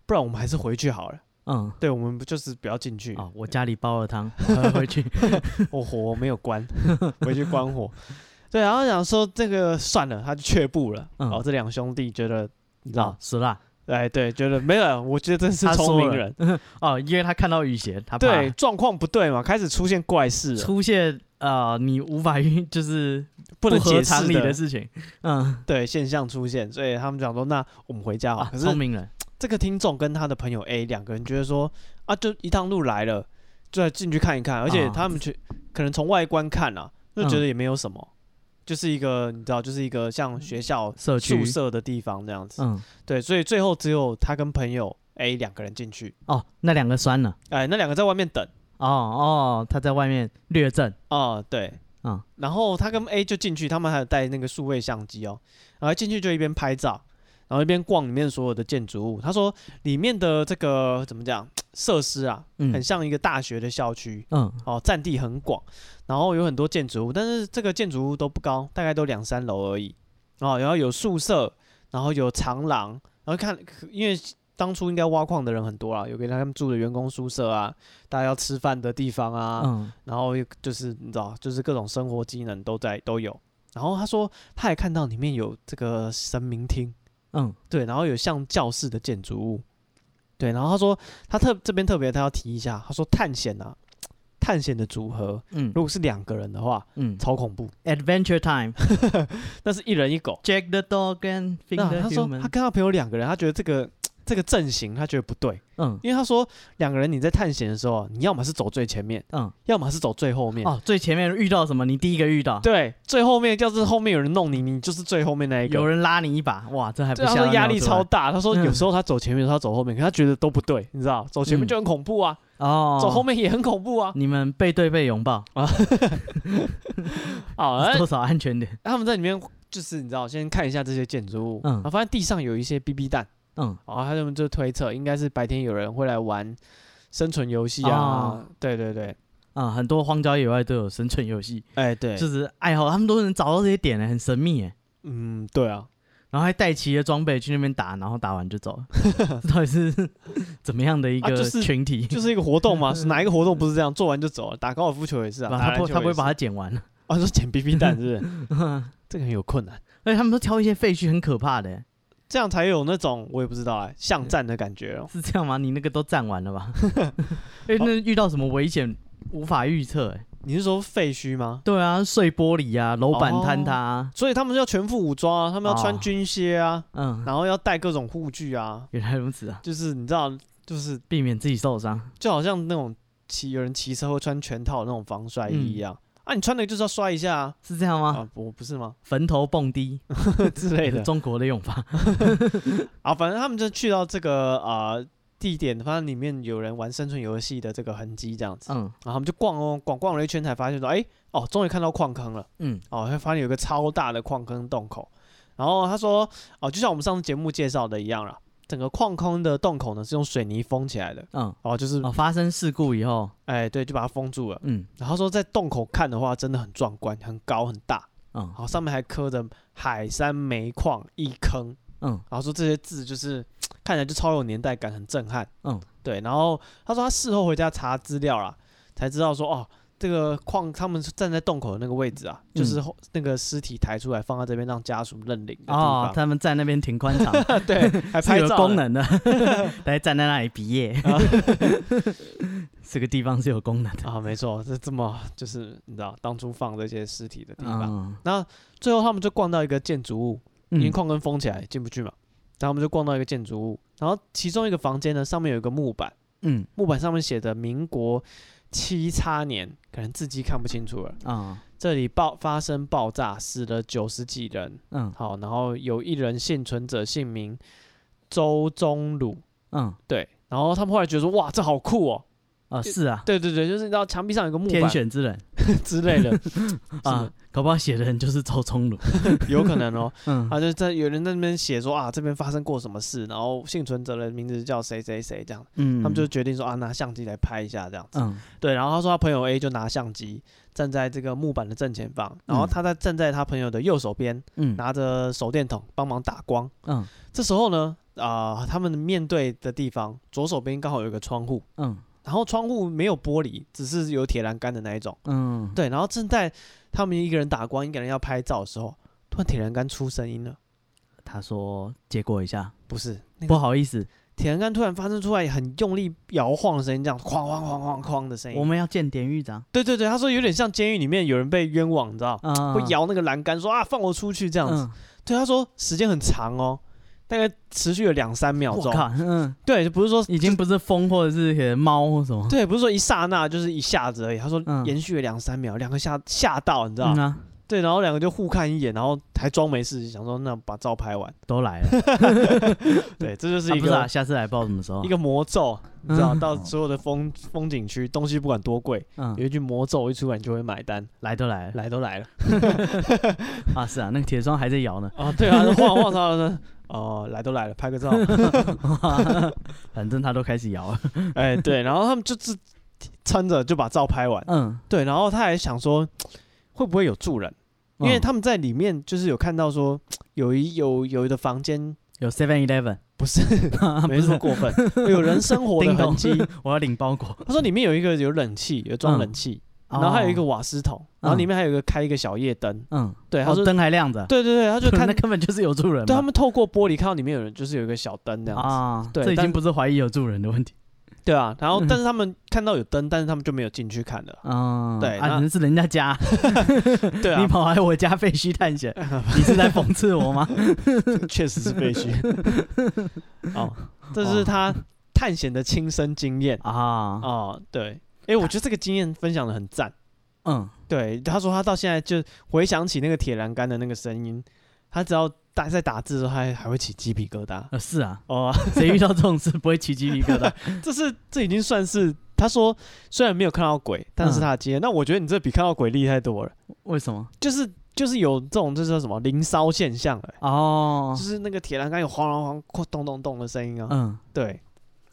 [SPEAKER 1] 不然我们还是回去好了，
[SPEAKER 2] 嗯，
[SPEAKER 1] 对我们不就是不要进去，
[SPEAKER 2] 哦，我家里煲了汤， (laughs) 喝
[SPEAKER 1] (laughs)
[SPEAKER 2] 回去。
[SPEAKER 1] 我哦火没有
[SPEAKER 2] (laughs)
[SPEAKER 1] 关，回去关火。对，然后想说这个算了，他就却步了。
[SPEAKER 2] 嗯
[SPEAKER 1] 哦，这两兄弟觉得，你知道
[SPEAKER 2] 哦，，死了。
[SPEAKER 1] 哎，对，觉得没有，我觉得真是
[SPEAKER 2] 他
[SPEAKER 1] 聪
[SPEAKER 2] 说
[SPEAKER 1] 明
[SPEAKER 2] 了
[SPEAKER 1] 人。
[SPEAKER 2] 哦，因为他看到雨鞋，他怕
[SPEAKER 1] 对，状况不对嘛，开始出现怪事了，
[SPEAKER 2] 出现呃，你无法预就是
[SPEAKER 1] 不能
[SPEAKER 2] 合
[SPEAKER 1] 解
[SPEAKER 2] 常
[SPEAKER 1] 释
[SPEAKER 2] 理的事情。嗯，
[SPEAKER 1] 对现象出现，所以他们讲说，那我们回家好。哦
[SPEAKER 2] 啊，
[SPEAKER 1] 可
[SPEAKER 2] 聪
[SPEAKER 1] 是
[SPEAKER 2] 明人。
[SPEAKER 1] 这个听众跟他的朋友 A 两个人觉得说，啊，就一趟路来了，就来进去看一看，而且
[SPEAKER 2] 啊
[SPEAKER 1] 他们去可能从外观看啊，就觉
[SPEAKER 2] 嗯
[SPEAKER 1] 得也没有什么，就是一个你知道，就是一个像学校
[SPEAKER 2] 社
[SPEAKER 1] 宿
[SPEAKER 2] 区
[SPEAKER 1] 舍的地方这样子。
[SPEAKER 2] 嗯，
[SPEAKER 1] 对，所以最后只有他跟朋友 A 两个人进去，
[SPEAKER 2] 哦，那两个酸了。
[SPEAKER 1] 哎，那两个在外面等
[SPEAKER 2] 哦哦，他在外面略证。
[SPEAKER 1] 啊、对，
[SPEAKER 2] 嗯
[SPEAKER 1] 然后他跟 A 就进去，他们还有带那个数位相机哦，然后进去就一边拍照，然后一边逛里面所有的建筑物。他说里面的这个怎么讲设施啊，
[SPEAKER 2] 嗯
[SPEAKER 1] 很像一个大学的校区。
[SPEAKER 2] 嗯
[SPEAKER 1] 哦，占地很广，然后有很多建筑物，但是这个建筑物都不高，大概都两三楼而已。哦，然后有宿舍，然后有长廊，然后看，因为当初应该挖矿的人很多啦，有给他们住的员工宿舍啊，大家要吃饭的地方啊，
[SPEAKER 2] 嗯，
[SPEAKER 1] 然后又就是你知道，就是各种生活机能都在都有。然后他说，他还看到里面有这个神明厅，
[SPEAKER 2] 嗯，
[SPEAKER 1] 对，然后有像教室的建筑物，对，然后他说他特这边特别他要提一下，他说探险啊，探险的组合
[SPEAKER 2] 嗯
[SPEAKER 1] 如果是两个人的话，
[SPEAKER 2] 嗯
[SPEAKER 1] 超恐怖，
[SPEAKER 2] ，Adventure Time。
[SPEAKER 1] 那是一人一狗。
[SPEAKER 2] Jack the dog and
[SPEAKER 1] (laughs) 那
[SPEAKER 2] finger
[SPEAKER 1] 啊他说
[SPEAKER 2] human。
[SPEAKER 1] 他跟他朋友两个人，他觉得这个这个阵型他觉得不对，
[SPEAKER 2] 嗯
[SPEAKER 1] 因为他说两个人你在探险的时候啊，你要么是走最前面，
[SPEAKER 2] 嗯，
[SPEAKER 1] 要么是走最后面。
[SPEAKER 2] 哦，最前面遇到什么？你第一个遇到，
[SPEAKER 1] 对，最后面要是后面有人弄你，你就是最后面那一个。
[SPEAKER 2] 有人拉你一把，哇，这还不
[SPEAKER 1] 对，他说
[SPEAKER 2] 像
[SPEAKER 1] 压力超
[SPEAKER 2] 大
[SPEAKER 1] 大。他说
[SPEAKER 2] 嗯
[SPEAKER 1] 有时候他走前面，有时候他走后面，可他觉得都不对，你知道，走前面
[SPEAKER 2] 嗯
[SPEAKER 1] 就很恐怖啊，
[SPEAKER 2] 哦。
[SPEAKER 1] 走后面也很恐怖啊。
[SPEAKER 2] 你们背对背拥抱，哦
[SPEAKER 1] 啊，哎
[SPEAKER 2] 多少安全点？
[SPEAKER 1] 他们在里面就是你知道，先看一下这些建筑物，
[SPEAKER 2] 嗯
[SPEAKER 1] 然后发现地上有一些 BB 弹，
[SPEAKER 2] 嗯
[SPEAKER 1] 然哦后他们就推测应该是白天有人会来玩生存游戏啊
[SPEAKER 2] 哦，
[SPEAKER 1] 对对对，
[SPEAKER 2] 啊，很多荒郊野外都有生存游戏，
[SPEAKER 1] 哎对，
[SPEAKER 2] 就是爱好，他们都能找到这些点呢，很神秘哎。
[SPEAKER 1] 嗯对啊，
[SPEAKER 2] 然后还带齐了装备去那边打，然后打完就
[SPEAKER 1] (laughs)
[SPEAKER 2] 走了，这到底是 (laughs) 怎么样的一
[SPEAKER 1] 啊就
[SPEAKER 2] 个
[SPEAKER 1] 是
[SPEAKER 2] 群体？
[SPEAKER 1] 就是一个活动嘛，是哪一个活动不是这样？做完就走了，打高尔夫球也是啊，
[SPEAKER 2] 吧
[SPEAKER 1] 打
[SPEAKER 2] 他
[SPEAKER 1] 篮
[SPEAKER 2] 不
[SPEAKER 1] 球
[SPEAKER 2] 他不
[SPEAKER 1] 也
[SPEAKER 2] 会
[SPEAKER 1] 是
[SPEAKER 2] 把它嗯捡完，
[SPEAKER 1] 啊，说捡 BB 弹是不
[SPEAKER 2] (laughs)
[SPEAKER 1] 是？这个很有困难。
[SPEAKER 2] 而且哎他们都挑一些废墟，很可
[SPEAKER 1] (laughs)
[SPEAKER 2] 怕的欸，
[SPEAKER 1] 这样才有那种我也不知道哎、巷战的感觉哦、
[SPEAKER 2] 是这样吗？你那个都站完
[SPEAKER 1] (laughs)
[SPEAKER 2] 了吧？哎、那遇到什么危险无法预测、哎，
[SPEAKER 1] 你是说废墟吗？
[SPEAKER 2] 对啊，碎玻璃啊，楼板坍塌、啊
[SPEAKER 1] 所以他们要全副武装啊，他们要穿
[SPEAKER 2] 哦
[SPEAKER 1] 军靴啊，
[SPEAKER 2] 嗯，
[SPEAKER 1] 然后要带各种护具啊，
[SPEAKER 2] 原来如此啊，
[SPEAKER 1] 就是你知道，就是
[SPEAKER 2] 避免自己受伤。
[SPEAKER 1] 就好像那种骑有人骑车会穿全套那种防摔衣一样、啊，你穿的就是要摔一下啊，
[SPEAKER 2] 是这样吗？
[SPEAKER 1] 啊不不是吗
[SPEAKER 2] 坟头蹦迪
[SPEAKER 1] (laughs) 之类的
[SPEAKER 2] 中国的用法，
[SPEAKER 1] (laughs) 啊，反正他们就去到这个啊、呃地点，发现里面有人玩生存游戏的这个痕迹这样子，
[SPEAKER 2] 嗯
[SPEAKER 1] 然后他们就逛哦逛逛了一圈，才发现说，哎、哦，终于看到矿坑了。
[SPEAKER 2] 嗯
[SPEAKER 1] 哦，他发现有个超大的矿坑洞口。然后他说，哦，就像我们上次节目介绍的一样啦，整个矿坑的洞口呢是用水泥封起来的，
[SPEAKER 2] 嗯，
[SPEAKER 1] 哦，就是
[SPEAKER 2] 哦，发生事故以后，
[SPEAKER 1] 哎对，就把它封住了。
[SPEAKER 2] 嗯
[SPEAKER 1] 然后说在洞口看的话，真的很壮观，很高很大，
[SPEAKER 2] 嗯
[SPEAKER 1] 好，上面还刻着海山煤矿一坑，
[SPEAKER 2] 嗯
[SPEAKER 1] 然后说这些字就是看起来就超有年代感，很震撼。
[SPEAKER 2] 嗯，
[SPEAKER 1] 对。然后他说他事后回家查资料啦，才知道说哦，这个矿他们是站在洞口的那个位置
[SPEAKER 2] 嗯
[SPEAKER 1] 啊，就是后那个尸体抬出来放在这边让家属认领的地
[SPEAKER 2] 哦
[SPEAKER 1] (laughs) 方。，
[SPEAKER 2] 他们在那边停宽场
[SPEAKER 1] 对， (laughs) 还
[SPEAKER 2] (laughs) 是
[SPEAKER 1] 拍
[SPEAKER 2] 有
[SPEAKER 1] 照哦
[SPEAKER 2] 功
[SPEAKER 1] 呢。 (laughs)
[SPEAKER 2] 能的，大家站在那里毕业， (laughs) 这个地方是有功能的。
[SPEAKER 1] 啊，没错，是这么就是你知道当初放这些尸体的地方。
[SPEAKER 2] 嗯，
[SPEAKER 1] 那最后他们就逛到一个建筑物，因为
[SPEAKER 2] 嗯
[SPEAKER 1] 矿坑封起来进不去嘛，然后他们就逛到一个建筑物，然后其中一个房间呢上面有一个木板。
[SPEAKER 2] 嗯
[SPEAKER 1] 木板上面写的民国七叉年，可能字迹看不清楚了。
[SPEAKER 2] 啊
[SPEAKER 1] 这里爆发生爆炸，死了九十几人。
[SPEAKER 2] 嗯
[SPEAKER 1] 好，然后有一人幸存者姓名周宗鲁，
[SPEAKER 2] 嗯
[SPEAKER 1] 对。然后他们后来觉得说，哇，这好酷哦！
[SPEAKER 2] 啊，是啊，
[SPEAKER 1] 对对对，就是你知道墙壁上有个木
[SPEAKER 2] 天
[SPEAKER 1] 板
[SPEAKER 2] 选之人
[SPEAKER 1] (laughs) 之类的，
[SPEAKER 2] (laughs) 啊，搞不好写的人就是周宗
[SPEAKER 1] (laughs)
[SPEAKER 2] 鲁。
[SPEAKER 1] 有可能哦。
[SPEAKER 2] 嗯
[SPEAKER 1] 啊，就是在有人在那边写说啊，这边发生过什么事，然后幸存者的名字叫谁谁谁这样，
[SPEAKER 2] 嗯，
[SPEAKER 1] 他们就决定说啊，拿相机来拍一下这样子。
[SPEAKER 2] 嗯
[SPEAKER 1] 对，然后他说他朋友 A 就拿相机站在这个木板的正前方，然后他在站在他朋友的右手边，
[SPEAKER 2] 嗯
[SPEAKER 1] 拿着手电筒帮忙打光。
[SPEAKER 2] 嗯
[SPEAKER 1] 这时候呢，啊、他们面对的地方左手边刚好有一个窗户，
[SPEAKER 2] 嗯
[SPEAKER 1] 然后窗户没有玻璃，只是有铁栏杆的那一种。
[SPEAKER 2] 嗯，
[SPEAKER 1] 对，然后正在他们一个人打光，一个人要拍照的时候，突然铁栏杆出声音了，
[SPEAKER 2] 他说结果一下，
[SPEAKER 1] 不是那
[SPEAKER 2] 不
[SPEAKER 1] 个
[SPEAKER 2] 好意思，
[SPEAKER 1] 铁栏杆突然发生出来很用力摇晃的声音，这样哐哐哐哐哐的声
[SPEAKER 2] 我
[SPEAKER 1] 音。
[SPEAKER 2] 们要见典狱长
[SPEAKER 1] 对对对，他说有点像监狱里面有人被冤枉，你知道。
[SPEAKER 2] 啊，
[SPEAKER 1] 会摇那个栏杆说啊放我出去这
[SPEAKER 2] 这
[SPEAKER 1] 样子。对，他说时间很长哦，大概持续了两三秒
[SPEAKER 2] 我
[SPEAKER 1] 钟。
[SPEAKER 2] 靠，嗯，
[SPEAKER 1] 对，不是说
[SPEAKER 2] 已经不是风或者是可能猫或什么，
[SPEAKER 1] 对，不是说一刹那就是一下子而已。他说
[SPEAKER 2] 嗯
[SPEAKER 1] 延续了两三秒，两个吓吓到你知道、
[SPEAKER 2] 嗯啊，
[SPEAKER 1] 对，然后两个就互看一眼，然后还装没事，想说那把照拍完。
[SPEAKER 2] 都来了，
[SPEAKER 1] 对，这就是
[SPEAKER 2] 啊
[SPEAKER 1] 一
[SPEAKER 2] (laughs) 不是
[SPEAKER 1] 个、
[SPEAKER 2] 啊，下次来报什么时候
[SPEAKER 1] 一？个魔咒，你知道，
[SPEAKER 2] 嗯
[SPEAKER 1] 到所有的风风景区东西不管多贵，
[SPEAKER 2] 嗯，
[SPEAKER 1] 有一句魔咒一出来你就会买单，
[SPEAKER 2] 来都来 (laughs) 了
[SPEAKER 1] 来都来了。
[SPEAKER 2] 啊，是啊，那个铁窗还在摇 (laughs) 呢，
[SPEAKER 1] 啊，对啊，那晃晃他呢。哦，来都来了，拍个照。
[SPEAKER 2] 反正他都开始摇了，
[SPEAKER 1] 哎，对，然后他们就是撑着就把照拍完，
[SPEAKER 2] 嗯，
[SPEAKER 1] 对，然后他还想说会不会有住人，因为
[SPEAKER 2] 嗯
[SPEAKER 1] 他们在里面就是有看到说有一有有的房间
[SPEAKER 2] 有 Seven Eleven， (laughs)
[SPEAKER 1] 不是
[SPEAKER 2] 不
[SPEAKER 1] 没这么
[SPEAKER 2] 是
[SPEAKER 1] 过分，有人生活的
[SPEAKER 2] (laughs) 叮
[SPEAKER 1] 痕
[SPEAKER 2] 咚
[SPEAKER 1] 迹。，
[SPEAKER 2] 我要领包裹， (laughs)
[SPEAKER 1] 他说里面有一个有冷气，有装
[SPEAKER 2] 嗯
[SPEAKER 1] 冷气，然后还有一个瓦斯桶，然后里面还有一个开一个小夜灯。
[SPEAKER 2] 嗯，
[SPEAKER 1] 对，他
[SPEAKER 2] 哦
[SPEAKER 1] 说，
[SPEAKER 2] 灯还亮着，
[SPEAKER 1] 对对对，他就看
[SPEAKER 2] (laughs) 那，根本就是有住人嘛，
[SPEAKER 1] 对他们透过玻璃看到里面有人，就是有一个小灯这样子。
[SPEAKER 2] 啊，
[SPEAKER 1] 对
[SPEAKER 2] 这已
[SPEAKER 1] 但
[SPEAKER 2] 经不是怀疑有住人的问题，
[SPEAKER 1] 对啊，然后
[SPEAKER 2] 嗯
[SPEAKER 1] 但是他们看到有灯，但是他们就没有进去看
[SPEAKER 2] (laughs)
[SPEAKER 1] 了。
[SPEAKER 2] 嗯，
[SPEAKER 1] 对那
[SPEAKER 2] 啊，那是人家家，
[SPEAKER 1] 对啊
[SPEAKER 2] 你，跑来我家废墟探险， (laughs) 你是在讽刺
[SPEAKER 1] (laughs)
[SPEAKER 2] 我吗？
[SPEAKER 1] 确实是废墟。哦，这是他探险的亲身经验
[SPEAKER 2] 啊，
[SPEAKER 1] 哦，对，哎、我觉得这个经验分享的很赞。
[SPEAKER 2] 嗯，
[SPEAKER 1] 对，他说他到现在就回想起那个铁栏杆的那个声音，他只要打在打字的时候，还还会起鸡皮疙瘩。
[SPEAKER 2] 呃，是啊，
[SPEAKER 1] 哦， (laughs)
[SPEAKER 2] 谁遇到这种事不会起鸡皮疙瘩？
[SPEAKER 1] 这是这已经算是他说虽然没有看到鬼，但是
[SPEAKER 2] 嗯
[SPEAKER 1] 他的经验。那我觉得你这比看到鬼厉害多了，
[SPEAKER 2] 为什么？
[SPEAKER 1] 就是就是有这种这叫什么灵骚现象了、
[SPEAKER 2] 哦
[SPEAKER 1] 就，是那个铁栏杆有晃晃晃、哐咚咚咚的声音啊。
[SPEAKER 2] 嗯，
[SPEAKER 1] 对，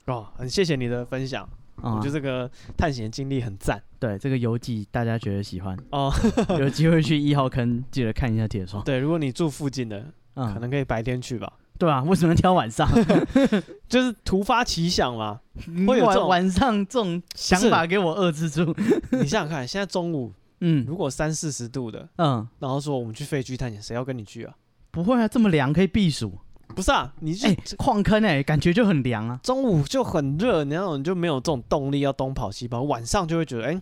[SPEAKER 1] 哦，很谢谢你的分享，
[SPEAKER 2] 我
[SPEAKER 1] 我觉得这个探险经历很赞
[SPEAKER 2] 对这个游记大家觉得喜欢，
[SPEAKER 1] 哦。
[SPEAKER 2] (laughs) 有机会去一号坑记得看一下铁窗。
[SPEAKER 1] 对，如果你住附近的，可
[SPEAKER 2] 哦嗯，
[SPEAKER 1] 能可以白天去吧。
[SPEAKER 2] 对啊，为什么挑晚上？
[SPEAKER 1] 就是突发奇想
[SPEAKER 2] (laughs)
[SPEAKER 1] 嘛， (laughs) 会有这
[SPEAKER 2] 晚
[SPEAKER 1] 种
[SPEAKER 2] 晚上这种想法给我遏制住。
[SPEAKER 1] 你想想看，现在中午
[SPEAKER 2] 嗯
[SPEAKER 1] 如果三四十度的，
[SPEAKER 2] 嗯，
[SPEAKER 1] 然后说我们去废墟探险，谁要跟你去啊？
[SPEAKER 2] 不会啊，这么凉可以避暑。
[SPEAKER 1] 不是啊，你就
[SPEAKER 2] 哎，矿坑哎，感觉就很凉啊。
[SPEAKER 1] 中午就很热，然后你就没有这种动力要东跑西跑，晚上就会觉得，哎、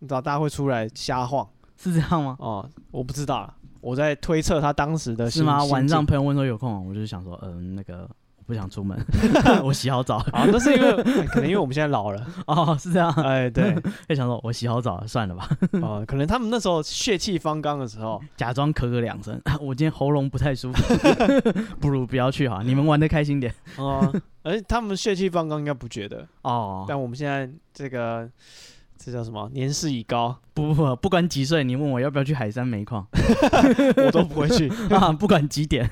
[SPEAKER 1] 你知道大家会出来瞎晃
[SPEAKER 2] 是这样吗？
[SPEAKER 1] 哦、我不知道啊，我在推测他当时的
[SPEAKER 2] 是
[SPEAKER 1] 心
[SPEAKER 2] 吗？
[SPEAKER 1] 心
[SPEAKER 2] 晚
[SPEAKER 1] 境
[SPEAKER 2] 上朋友问说有空啊，我就想说，嗯，那个我不想出 (laughs) 门，我洗好澡。
[SPEAKER 1] (laughs) 啊，那是因为、哎可能因为我们现在老了，
[SPEAKER 2] 哦，是这样，
[SPEAKER 1] 哎，
[SPEAKER 2] (laughs)
[SPEAKER 1] 对，
[SPEAKER 2] 就想说我洗好澡了，算了吧，
[SPEAKER 1] 哦、可能他们那时候血气方刚的时
[SPEAKER 2] (laughs)
[SPEAKER 1] 候，
[SPEAKER 2] 假装咳咳两声。 (laughs) 我今天喉咙不太舒服， (laughs) 不如不要去好，你们玩的开心点。
[SPEAKER 1] 哦、而且他们血气方刚应该不觉得，
[SPEAKER 2] 哦，
[SPEAKER 1] 但我们现在这个这叫什么？年事已高，
[SPEAKER 2] 不不不，不管几岁，你问我要不要去海山煤矿 (laughs)
[SPEAKER 1] 我都不会去。
[SPEAKER 2] (laughs) 啊，不管几点，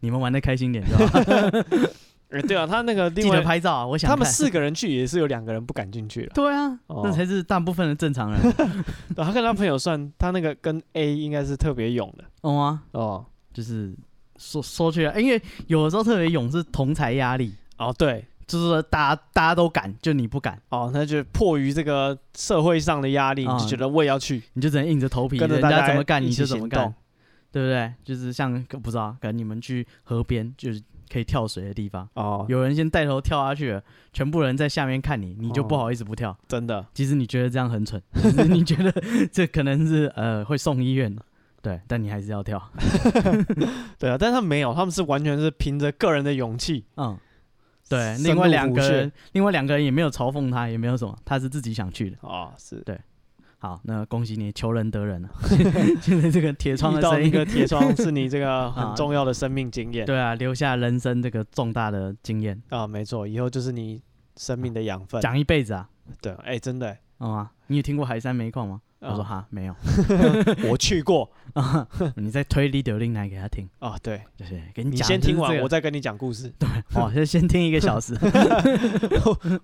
[SPEAKER 2] 你们玩的开心点就好。
[SPEAKER 1] 呃对啊，他那个
[SPEAKER 2] 记
[SPEAKER 1] 另
[SPEAKER 2] 得
[SPEAKER 1] 外
[SPEAKER 2] 拍照啊！我想
[SPEAKER 1] 他们
[SPEAKER 2] 看
[SPEAKER 1] 四个人去也是有两个人不敢进去了。
[SPEAKER 2] 对啊，
[SPEAKER 1] 哦
[SPEAKER 2] 那才是大部分的正常人。
[SPEAKER 1] 对他跟他朋友算，他那个跟 A 应该是特别勇的
[SPEAKER 2] 懂吗？
[SPEAKER 1] 哦
[SPEAKER 2] 啊就是说说去了，啊因为有的时候特别勇是同才压力，
[SPEAKER 1] 哦对
[SPEAKER 2] 就是说大家大家都敢，就你不敢，
[SPEAKER 1] 哦，他就迫于这个社会上的压力，
[SPEAKER 2] 啊
[SPEAKER 1] 就觉得我也要去，
[SPEAKER 2] 你就只能硬着头皮，
[SPEAKER 1] 跟着
[SPEAKER 2] 人
[SPEAKER 1] 大
[SPEAKER 2] 家
[SPEAKER 1] 家
[SPEAKER 2] 怎么干
[SPEAKER 1] 一
[SPEAKER 2] 你
[SPEAKER 1] 起
[SPEAKER 2] 就怎么干
[SPEAKER 1] 行，
[SPEAKER 2] 对不对？就是像不知道，可能你们去河边就是可以跳水的地方，
[SPEAKER 1] 哦，
[SPEAKER 2] 有人先带头跳下去了，全部人在下面看你，你就不
[SPEAKER 1] 哦
[SPEAKER 2] 好意思不跳。
[SPEAKER 1] 真的
[SPEAKER 2] 其实你觉得这样很蠢，就是你觉
[SPEAKER 1] (laughs)
[SPEAKER 2] 得这可能是呃会送医院的，对，但你还是要跳。
[SPEAKER 1] 对啊，但是他们没有，他们是完全是凭着个人的勇气。
[SPEAKER 2] 嗯，对，
[SPEAKER 1] 深
[SPEAKER 2] 另外
[SPEAKER 1] 入
[SPEAKER 2] 两
[SPEAKER 1] 虎
[SPEAKER 2] 个
[SPEAKER 1] 穴
[SPEAKER 2] 人，另外两个人也没有嘲讽他，也没有什么，他是自己想去的。
[SPEAKER 1] 哦，是
[SPEAKER 2] 好，那恭喜你，求人得
[SPEAKER 1] (laughs)
[SPEAKER 2] 人了。啊 (laughs) 现在这个铁窗
[SPEAKER 1] 遇
[SPEAKER 2] 的
[SPEAKER 1] 到
[SPEAKER 2] 声
[SPEAKER 1] 那
[SPEAKER 2] 音，
[SPEAKER 1] 个铁窗是你这个
[SPEAKER 2] (laughs) 啊
[SPEAKER 1] 很重要的生命经验
[SPEAKER 2] 对啊，留下人生这个重大的经验，
[SPEAKER 1] 啊，没错，以后就是你生命的养分。
[SPEAKER 2] 讲一辈子啊，
[SPEAKER 1] 对，哎，真的，
[SPEAKER 2] 嗯啊，你有听过海山煤矿吗？
[SPEAKER 1] 啊
[SPEAKER 2] 我说哈，没有。 (laughs)
[SPEAKER 1] 我去过
[SPEAKER 2] 啊，你再推李德令来给他听，
[SPEAKER 1] 啊，对
[SPEAKER 2] 就是给
[SPEAKER 1] 你
[SPEAKER 2] 讲。
[SPEAKER 1] 先听
[SPEAKER 2] 就是
[SPEAKER 1] 完，
[SPEAKER 2] 这
[SPEAKER 1] 我
[SPEAKER 2] 个
[SPEAKER 1] 再跟你讲
[SPEAKER 2] (laughs)
[SPEAKER 1] 故事。
[SPEAKER 2] 哦，就先听一个
[SPEAKER 1] (laughs)
[SPEAKER 2] 小时。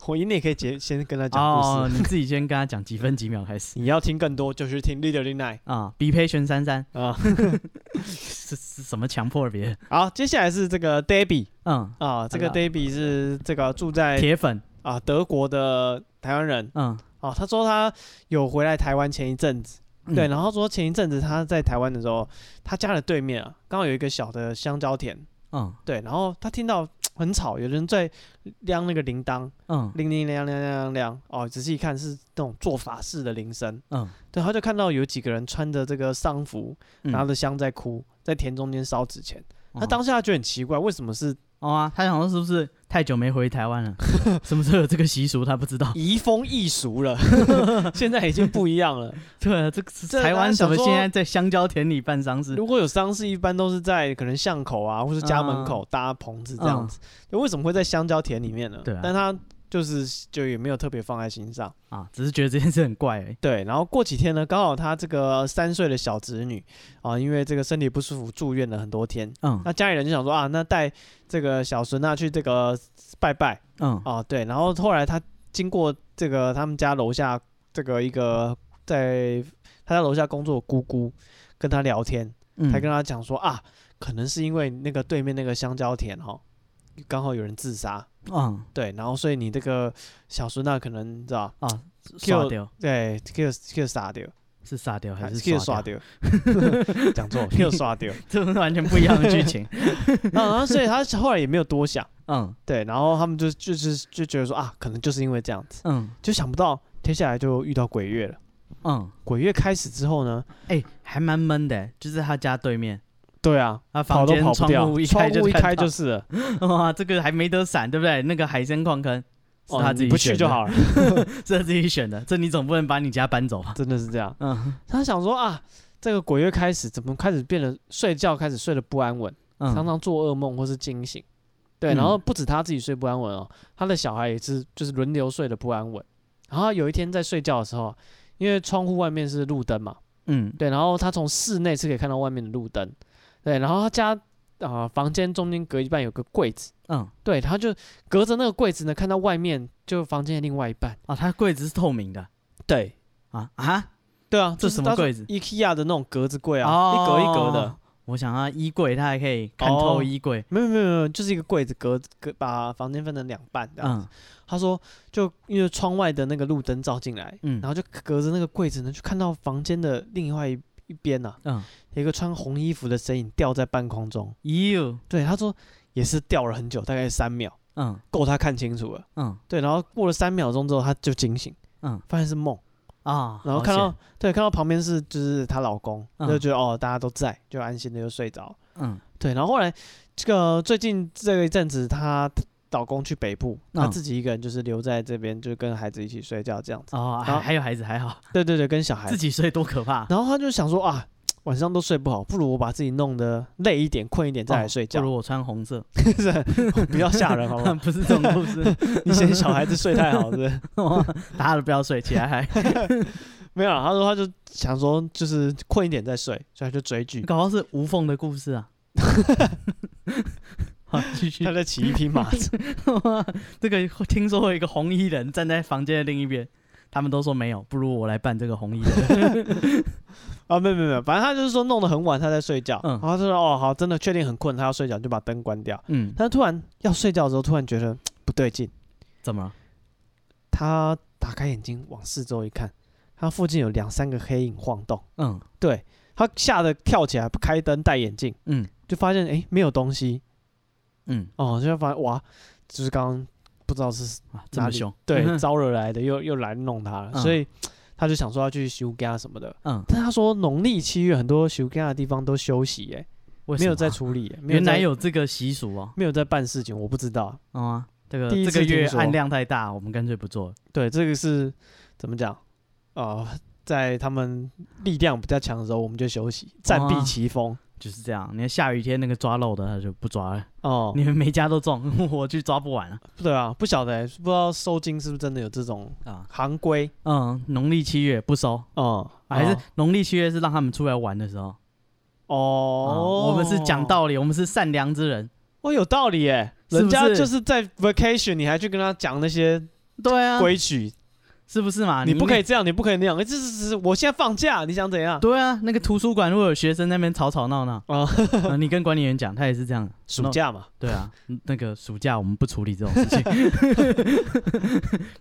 [SPEAKER 1] 我一定也可以结先跟他讲故
[SPEAKER 2] 哦
[SPEAKER 1] 事。，
[SPEAKER 2] 你自己先跟他讲几分几秒开
[SPEAKER 1] (laughs)
[SPEAKER 2] 始
[SPEAKER 1] 你要听更多，就去听 Leader l i n i
[SPEAKER 2] 啊。比配玄珊珊
[SPEAKER 1] 啊。
[SPEAKER 2] (laughs) 是是什么强迫别人？
[SPEAKER 1] 好，接下来是这个 Debbie (laughs)
[SPEAKER 2] 嗯，
[SPEAKER 1] 啊，这个
[SPEAKER 2] 好
[SPEAKER 1] Debbie 是这个住在
[SPEAKER 2] 铁粉，
[SPEAKER 1] 啊德国的台湾人
[SPEAKER 2] 嗯，
[SPEAKER 1] 哦、他说他有回来台湾前一阵子，
[SPEAKER 2] 嗯
[SPEAKER 1] 对，然后说前一阵子他在台湾的时候，他家的对面啊，刚好有一个小的香蕉田，
[SPEAKER 2] 嗯
[SPEAKER 1] 对，然后他听到很吵，有人在亮那个铃铛，
[SPEAKER 2] 嗯
[SPEAKER 1] 铃铃亮亮亮亮亮，哦，仔细一看是那种做法事的铃声，
[SPEAKER 2] 嗯，
[SPEAKER 1] 对，他就看到有几个人穿着这个丧服，
[SPEAKER 2] 嗯
[SPEAKER 1] 拿着香在哭，在田中间烧纸钱。
[SPEAKER 2] 哦
[SPEAKER 1] 他当下就很奇怪，为什么是
[SPEAKER 2] 哦啊，他想说是不是太久没回台
[SPEAKER 1] (laughs)
[SPEAKER 2] 湾了，什么时候有这个习俗他不知道？
[SPEAKER 1] 移风易俗了， (laughs) 现在已经不一样了。
[SPEAKER 2] (laughs) 对啊，这个是
[SPEAKER 1] 这
[SPEAKER 2] 台湾
[SPEAKER 1] 他
[SPEAKER 2] 怎
[SPEAKER 1] 想
[SPEAKER 2] 么
[SPEAKER 1] 说
[SPEAKER 2] 现在在香蕉田里办丧事？
[SPEAKER 1] 如果有丧事，一般都是在可能巷口啊，或是家门口
[SPEAKER 2] 嗯
[SPEAKER 1] 搭棚子这样子。那为什么会在香蕉田里面呢？
[SPEAKER 2] 对啊
[SPEAKER 1] 但他就是就也没有特别放在心上。
[SPEAKER 2] 啊，只是觉得这件事很怪而已。
[SPEAKER 1] 对，然后过几天呢，刚好他这个三岁的小侄女啊，因为这个身体不舒服住院了很多天。
[SPEAKER 2] 嗯
[SPEAKER 1] 那家里人就想说啊，那带这个小孙娜去这个拜拜
[SPEAKER 2] 嗯
[SPEAKER 1] 啊，对。然后后来他经过这个他们家楼下这个一个在他在楼下工作的姑姑跟他聊天，
[SPEAKER 2] 嗯，
[SPEAKER 1] 才跟他讲说啊，可能是因为那个对面那个香蕉田哈，刚好有人自杀，
[SPEAKER 2] 嗯
[SPEAKER 1] 对，然后所以你这个小孙娜可能你哎知道，
[SPEAKER 2] 啊刷
[SPEAKER 1] 就
[SPEAKER 2] 掉
[SPEAKER 1] 对，Q Q 杀掉，
[SPEAKER 2] 是杀掉还是
[SPEAKER 1] Q
[SPEAKER 2] 刷
[SPEAKER 1] 刷
[SPEAKER 2] 掉？
[SPEAKER 1] 掉，
[SPEAKER 2] (laughs)
[SPEAKER 1] 讲错，Q 刷掉，
[SPEAKER 2] 这是完全不一样的剧
[SPEAKER 1] (laughs)
[SPEAKER 2] 情。
[SPEAKER 1] 然后所以他后来也没有多想，
[SPEAKER 2] 嗯
[SPEAKER 1] 对，然后他们就就是就觉得说啊，可能就是因为这样子，
[SPEAKER 2] 嗯
[SPEAKER 1] 就想不到接下来就遇到鬼月了。
[SPEAKER 2] 嗯，
[SPEAKER 1] 鬼月开始之后呢，
[SPEAKER 2] 哎，还蛮闷的，就是他家对面，
[SPEAKER 1] 对啊，
[SPEAKER 2] 他
[SPEAKER 1] 跑
[SPEAKER 2] 房
[SPEAKER 1] 都
[SPEAKER 2] 间
[SPEAKER 1] 跑不
[SPEAKER 2] 窗
[SPEAKER 1] 掉，
[SPEAKER 2] 户一
[SPEAKER 1] 窗
[SPEAKER 2] 开就
[SPEAKER 1] 户一
[SPEAKER 2] 看
[SPEAKER 1] 开
[SPEAKER 2] 到
[SPEAKER 1] 就是了，
[SPEAKER 2] (laughs) 哇，这个还没得闪，对不对？那个海参矿坑是
[SPEAKER 1] 哦
[SPEAKER 2] 他
[SPEAKER 1] 你
[SPEAKER 2] 自己
[SPEAKER 1] 不去
[SPEAKER 2] 选
[SPEAKER 1] 就
[SPEAKER 2] 的，
[SPEAKER 1] 好了，
[SPEAKER 2] 是他自己选的。这你总不能把你家搬走吧？
[SPEAKER 1] 真的是这样。
[SPEAKER 2] 嗯
[SPEAKER 1] 他想说啊，这个鬼月开始怎么开始变得睡觉开始睡得不安稳，
[SPEAKER 2] 嗯，
[SPEAKER 1] 常常做噩梦或是惊醒。对，
[SPEAKER 2] 嗯
[SPEAKER 1] 然后不止他自己睡不安稳哦，他的小孩也是就是轮流睡得不安稳。然后有一天在睡觉的时候啊，因为窗户外面是路灯嘛，
[SPEAKER 2] 嗯
[SPEAKER 1] 对，然后他从室内是可以看到外面的路灯，对，然后他家啊、房间中间隔一半有个柜子，
[SPEAKER 2] 嗯
[SPEAKER 1] 对，他就隔着那个柜子呢看到外面就房间的另外一半，
[SPEAKER 2] 啊，它柜子是透明的
[SPEAKER 1] 对，
[SPEAKER 2] 啊啊，
[SPEAKER 1] 对啊，
[SPEAKER 2] 这
[SPEAKER 1] 就是
[SPEAKER 2] 什么
[SPEAKER 1] 他说
[SPEAKER 2] 柜子
[SPEAKER 1] ？IKEA 的那种格子柜啊，
[SPEAKER 2] 哦
[SPEAKER 1] 一格一格的。。
[SPEAKER 2] 我想啊，衣柜它还可以看透
[SPEAKER 1] 哦
[SPEAKER 2] 衣柜，
[SPEAKER 1] 没有没有没有，就是一个柜子隔隔把房间分成两半这样子。
[SPEAKER 2] 嗯
[SPEAKER 1] 他说，就因为窗外的那个路灯照进来，
[SPEAKER 2] 嗯
[SPEAKER 1] 然后就隔着那个柜子呢，就看到房间的另外一一边呐、啊，
[SPEAKER 2] 嗯，
[SPEAKER 1] 有一个穿红衣服的身影吊在半空中。
[SPEAKER 2] 咦，
[SPEAKER 1] 对，他说也是吊了很久，大概三秒，
[SPEAKER 2] 嗯
[SPEAKER 1] 够他看清楚了。
[SPEAKER 2] 嗯
[SPEAKER 1] 对，然后过了三秒钟之后，他就惊醒，
[SPEAKER 2] 嗯
[SPEAKER 1] 发现是梦，
[SPEAKER 2] 啊，
[SPEAKER 1] 然后
[SPEAKER 2] 好
[SPEAKER 1] 看到
[SPEAKER 2] 险
[SPEAKER 1] 对，看到旁边是就是她老公，
[SPEAKER 2] 嗯
[SPEAKER 1] 就觉得哦，大家都在，就安心的就睡着。
[SPEAKER 2] 嗯
[SPEAKER 1] 对，然后后来这个最近这一阵子，她老公去北部，她
[SPEAKER 2] 嗯
[SPEAKER 1] 自己一个人就是留在这边，就跟孩子一起睡觉这样子。
[SPEAKER 2] 哦，
[SPEAKER 1] 然
[SPEAKER 2] 还
[SPEAKER 1] 后
[SPEAKER 2] 还有孩子还好，
[SPEAKER 1] 对对对，跟小孩
[SPEAKER 2] 自。己睡多
[SPEAKER 1] (laughs)
[SPEAKER 2] 可怕，
[SPEAKER 1] 然后她就想说啊，晚上都睡不好，不如我把自己弄得累一点、困一点再来
[SPEAKER 2] 哦
[SPEAKER 1] 睡
[SPEAKER 2] 不
[SPEAKER 1] 觉，
[SPEAKER 2] 如我穿红色，？
[SPEAKER 1] (laughs) 是比较吓人好不好
[SPEAKER 2] (laughs) 不是这种
[SPEAKER 1] (laughs)
[SPEAKER 2] 故事，
[SPEAKER 1] 你嫌小孩子睡太好是不是？ (laughs)
[SPEAKER 2] 打了不要睡，起来还
[SPEAKER 1] 没有啊，她说她就想说就是困一点再睡，所以她就追剧。 (laughs)
[SPEAKER 2] 搞到是无缝的故事啊。好，继续
[SPEAKER 1] 他。在骑一匹马车，
[SPEAKER 2] (laughs) 这个听说有一个红衣人站在房间的另一边，他们都说没有，不如我来扮这个红
[SPEAKER 1] (laughs)
[SPEAKER 2] 衣人。
[SPEAKER 1] (laughs) 啊，没有没有没有，反正他就是说弄得很晚，他在睡觉。
[SPEAKER 2] 嗯
[SPEAKER 1] 然后他说哦好，真的确定很困，他要睡觉，就把灯关掉。
[SPEAKER 2] 嗯，
[SPEAKER 1] 他突然要睡觉的时候，突然觉得不对劲，
[SPEAKER 2] 怎么了？
[SPEAKER 1] 他打开眼睛往四周一看，他附近有两三个黑影晃动，
[SPEAKER 2] 嗯
[SPEAKER 1] 对他吓得跳起来，开灯戴眼镜，
[SPEAKER 2] 嗯
[SPEAKER 1] 就发现诶没有东西
[SPEAKER 2] 嗯，
[SPEAKER 1] 哦，就发现哇，就是刚刚不知道是
[SPEAKER 2] 啊，这
[SPEAKER 1] 哪
[SPEAKER 2] 么
[SPEAKER 1] 里
[SPEAKER 2] 凶？
[SPEAKER 1] 对招惹来的，又又来弄他了，
[SPEAKER 2] 嗯
[SPEAKER 1] 所以他就想说要去休假什么的。
[SPEAKER 2] 嗯，
[SPEAKER 1] 但他说农历七月很多休假的地方都休息、耶，
[SPEAKER 2] 为什
[SPEAKER 1] 没有
[SPEAKER 2] 么
[SPEAKER 1] 在
[SPEAKER 2] 啊
[SPEAKER 1] 处理、耶没有
[SPEAKER 2] 原来
[SPEAKER 1] 在
[SPEAKER 2] 有这个习俗哦。
[SPEAKER 1] 没有在办事情，我不知道。
[SPEAKER 2] 嗯啊，这个
[SPEAKER 1] 第一
[SPEAKER 2] 这个
[SPEAKER 1] 次听
[SPEAKER 2] 月
[SPEAKER 1] 说
[SPEAKER 2] 按量太大，我们干脆不做了。
[SPEAKER 1] 对，这个是怎么讲啊、呃在他们力量比较强的时候，我们就休息，暂
[SPEAKER 2] 哦啊
[SPEAKER 1] 避其锋。
[SPEAKER 2] 就是这样，你看下雨天那个抓漏的他就不抓了， (laughs)
[SPEAKER 1] 哦、
[SPEAKER 2] 你们每家都中， (laughs) 我去抓不完啊。
[SPEAKER 1] 对啊，不晓得、欸，不知道收金是不是真的有这种
[SPEAKER 2] 啊，
[SPEAKER 1] 行规
[SPEAKER 2] 嗯，农历七月不收，
[SPEAKER 1] 哦、
[SPEAKER 2] 啊还是农历七月是让他们出来玩的时候。
[SPEAKER 1] 哦、
[SPEAKER 2] 啊我们是讲，道理，我们是善良之人。
[SPEAKER 1] 哦，有道理耶、
[SPEAKER 2] 是
[SPEAKER 1] 人
[SPEAKER 2] 不是
[SPEAKER 1] 家就是在 vacation，你还去跟他讲那些
[SPEAKER 2] 对啊，
[SPEAKER 1] 规矩，
[SPEAKER 2] 是不是嘛？
[SPEAKER 1] 你不可
[SPEAKER 2] 以。
[SPEAKER 1] 以这样，你不可以那样，欸这是这是我现在放假，你想怎样？
[SPEAKER 2] 对啊，那个图书馆如果有学生在那边吵吵闹闹，
[SPEAKER 1] 啊，
[SPEAKER 2] (laughs) 啊你跟管理员讲，他也是这样。
[SPEAKER 1] 暑假嘛，
[SPEAKER 2] 对 (laughs) 啊，那个暑假我们不处理这种事 (laughs) 情，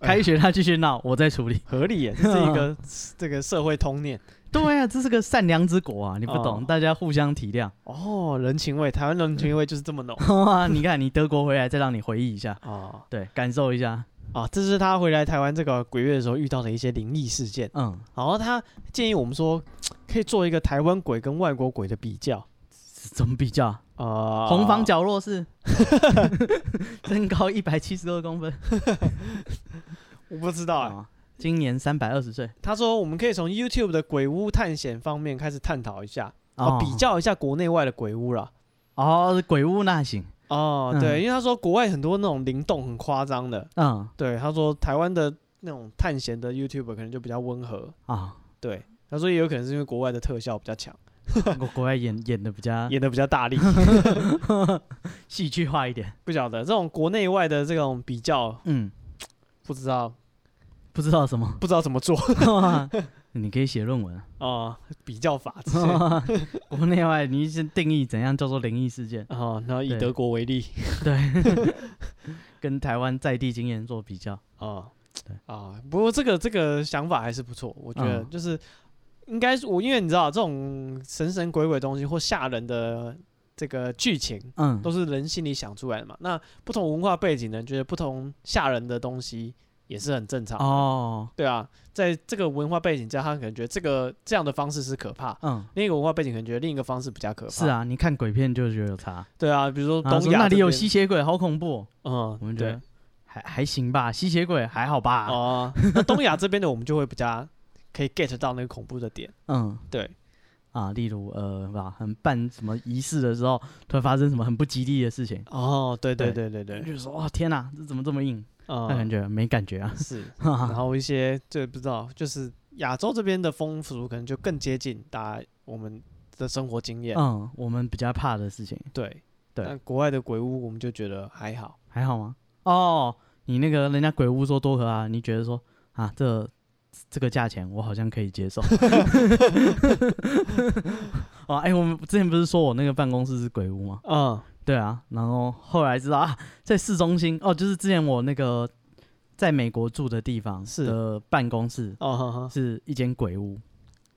[SPEAKER 2] 开学他继续闹，我再处理。
[SPEAKER 1] 合理耶、这是一个 (laughs) 这个社会通念
[SPEAKER 2] (laughs) 对啊，这是个善良之国啊，你不懂，
[SPEAKER 1] 哦
[SPEAKER 2] 大家互相体 (laughs) 谅。
[SPEAKER 1] 哦，人情味，台湾人情味就是这
[SPEAKER 2] (laughs)
[SPEAKER 1] 么浓
[SPEAKER 2] 你看，你德国回来再让你回忆一下，
[SPEAKER 1] 啊
[SPEAKER 2] 对，感受一下。
[SPEAKER 1] 啊！这是他回来台湾这个鬼月的时候遇到的一些灵异事件，
[SPEAKER 2] 嗯，
[SPEAKER 1] 然后他建议我们说，可以做一个台湾鬼跟外国鬼的比较
[SPEAKER 2] 怎么比较？
[SPEAKER 1] 啊，
[SPEAKER 2] 红房角落是 (laughs) 身高一百七十二公分，
[SPEAKER 1] 我不知道哎、
[SPEAKER 2] 啊今年三百二十岁，
[SPEAKER 1] 他说我们可以从 YouTube 的鬼屋探险方面开始探讨一下，
[SPEAKER 2] 哦
[SPEAKER 1] 啊，比较一下国内外的鬼屋啦。
[SPEAKER 2] 哦，鬼屋那行，
[SPEAKER 1] 哦，
[SPEAKER 2] 嗯
[SPEAKER 1] 对，因为他说国外很多那种灵动很夸张的，
[SPEAKER 2] 嗯
[SPEAKER 1] 对，他说台湾的那种探险的 YouTube 可能就比较温和，
[SPEAKER 2] 啊，
[SPEAKER 1] (laughs) 对，他说也有可能是因为国外的特效比较强，
[SPEAKER 2] 国国外演演的比较
[SPEAKER 1] 演的比较大力， (laughs)
[SPEAKER 2] 戏剧化一点，
[SPEAKER 1] 不晓得这种国内外的这种比较，
[SPEAKER 2] 嗯，
[SPEAKER 1] 不知道
[SPEAKER 2] 不知道什么，
[SPEAKER 1] 不知道怎么 (laughs) 做
[SPEAKER 2] (laughs) 你可以写论文啊，
[SPEAKER 1] 啊、比较法之类 (laughs) 的
[SPEAKER 2] 国内外你先定义怎样叫做灵异事件，
[SPEAKER 1] 哦，然后以
[SPEAKER 2] 对
[SPEAKER 1] 德国为例
[SPEAKER 2] 跟台湾在地经验做比较，
[SPEAKER 1] 啊
[SPEAKER 2] 对
[SPEAKER 1] 啊，不过这个这个想法还是不错，我觉得
[SPEAKER 2] 嗯
[SPEAKER 1] 就是。应该是我，因为你知道这种神神鬼鬼的东西或吓人的这个剧情，
[SPEAKER 2] 嗯
[SPEAKER 1] 都是人心里想出来的嘛。那不同文化背景呢，觉得不同吓人的东西也是很正常。
[SPEAKER 2] 哦，
[SPEAKER 1] 对啊，在这个文化背景下，他可能觉得这个这样的方式是可怕；
[SPEAKER 2] 嗯。
[SPEAKER 1] 另一个文化背景可能觉得另一个方式比较可怕。
[SPEAKER 2] 是，啊，你看鬼片就觉得有差。
[SPEAKER 1] 对啊，比如说
[SPEAKER 2] 然后
[SPEAKER 1] 东
[SPEAKER 2] 说
[SPEAKER 1] 亚
[SPEAKER 2] 那
[SPEAKER 1] 这
[SPEAKER 2] 里有
[SPEAKER 1] 边
[SPEAKER 2] 吸，血鬼，好恐怖哦。
[SPEAKER 1] 嗯，
[SPEAKER 2] 我们觉
[SPEAKER 1] 对
[SPEAKER 2] 得啊还还行吧，吸血鬼还好吧。
[SPEAKER 1] 哦、那东亚这边的我们就会比较可以 get 到那个恐怖的点。
[SPEAKER 2] 嗯，
[SPEAKER 1] 对，
[SPEAKER 2] 啊，例如呃，吧，很办什么仪式的时候，突然发生什么很不吉利的事情，
[SPEAKER 1] 哦，对对
[SPEAKER 2] 对
[SPEAKER 1] 对对对，
[SPEAKER 2] 就是说哇天哪，这怎么这么硬？那感
[SPEAKER 1] 嗯，
[SPEAKER 2] 觉没
[SPEAKER 1] (laughs)
[SPEAKER 2] 感觉啊。
[SPEAKER 1] 是。然后一些这不知道，就是亚洲这边的风俗可能就更接近大家我们的生活经验。
[SPEAKER 2] (laughs) 嗯，我们比较怕的事情
[SPEAKER 1] 对
[SPEAKER 2] 对
[SPEAKER 1] 但国外的鬼屋我们就觉得还好，
[SPEAKER 2] 还好吗？哦，你那个人家鬼屋说多可怕，你觉得说啊这这个价钱我好像可以接受。 (laughs) 哦，哎、我们之前不是说我那个办公室是鬼屋吗？
[SPEAKER 1] 嗯
[SPEAKER 2] 对啊，然后后来知道啊，在市中心哦，就是之前我那个在美国住的地方
[SPEAKER 1] 是
[SPEAKER 2] 的办公室
[SPEAKER 1] 哦呵呵
[SPEAKER 2] 是一间鬼屋，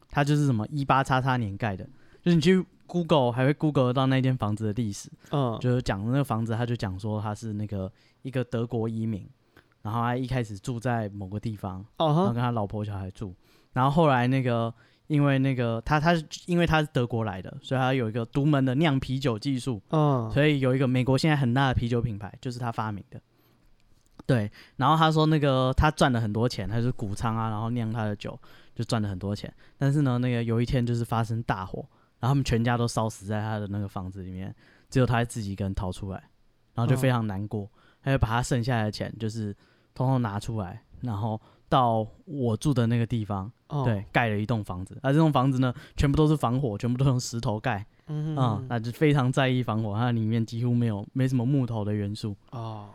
[SPEAKER 2] 它就是什么一八叉叉年盖的，就是你去 Google 还会 Google 得到那间房子的历史，
[SPEAKER 1] 嗯
[SPEAKER 2] 就是讲那个房子，他就讲说他是那个一个德国移民，然后他一开始住在某个地方，
[SPEAKER 1] 哦
[SPEAKER 2] 然后
[SPEAKER 1] 呵
[SPEAKER 2] 跟他老婆小孩住，然后后来那个因为那个他他是因为他是德国来的，所以他有一个独门的酿啤酒技术。
[SPEAKER 1] 嗯
[SPEAKER 2] 所以有一个美国现在很大的啤酒品牌，就是他发明的。对，然后他说那个他赚了很多钱，他就是谷仓啊，然后酿他的酒，就赚了很多钱。但是呢，那个有一天就是发生大火，然后他们全家都烧死在他的那个房子里面，只有他自己一个人逃出来，然后就非常难过，他就把他剩下的钱就是通通拿出来，然后到我住的那个地方，
[SPEAKER 1] 哦
[SPEAKER 2] 啊对，盖了一栋房子。而、这栋房子呢，全部都是防火，全部都用石头盖，
[SPEAKER 1] 嗯
[SPEAKER 2] 啊、那就非常在意防火，它里面几乎没有没什么木头的元素，
[SPEAKER 1] 哦，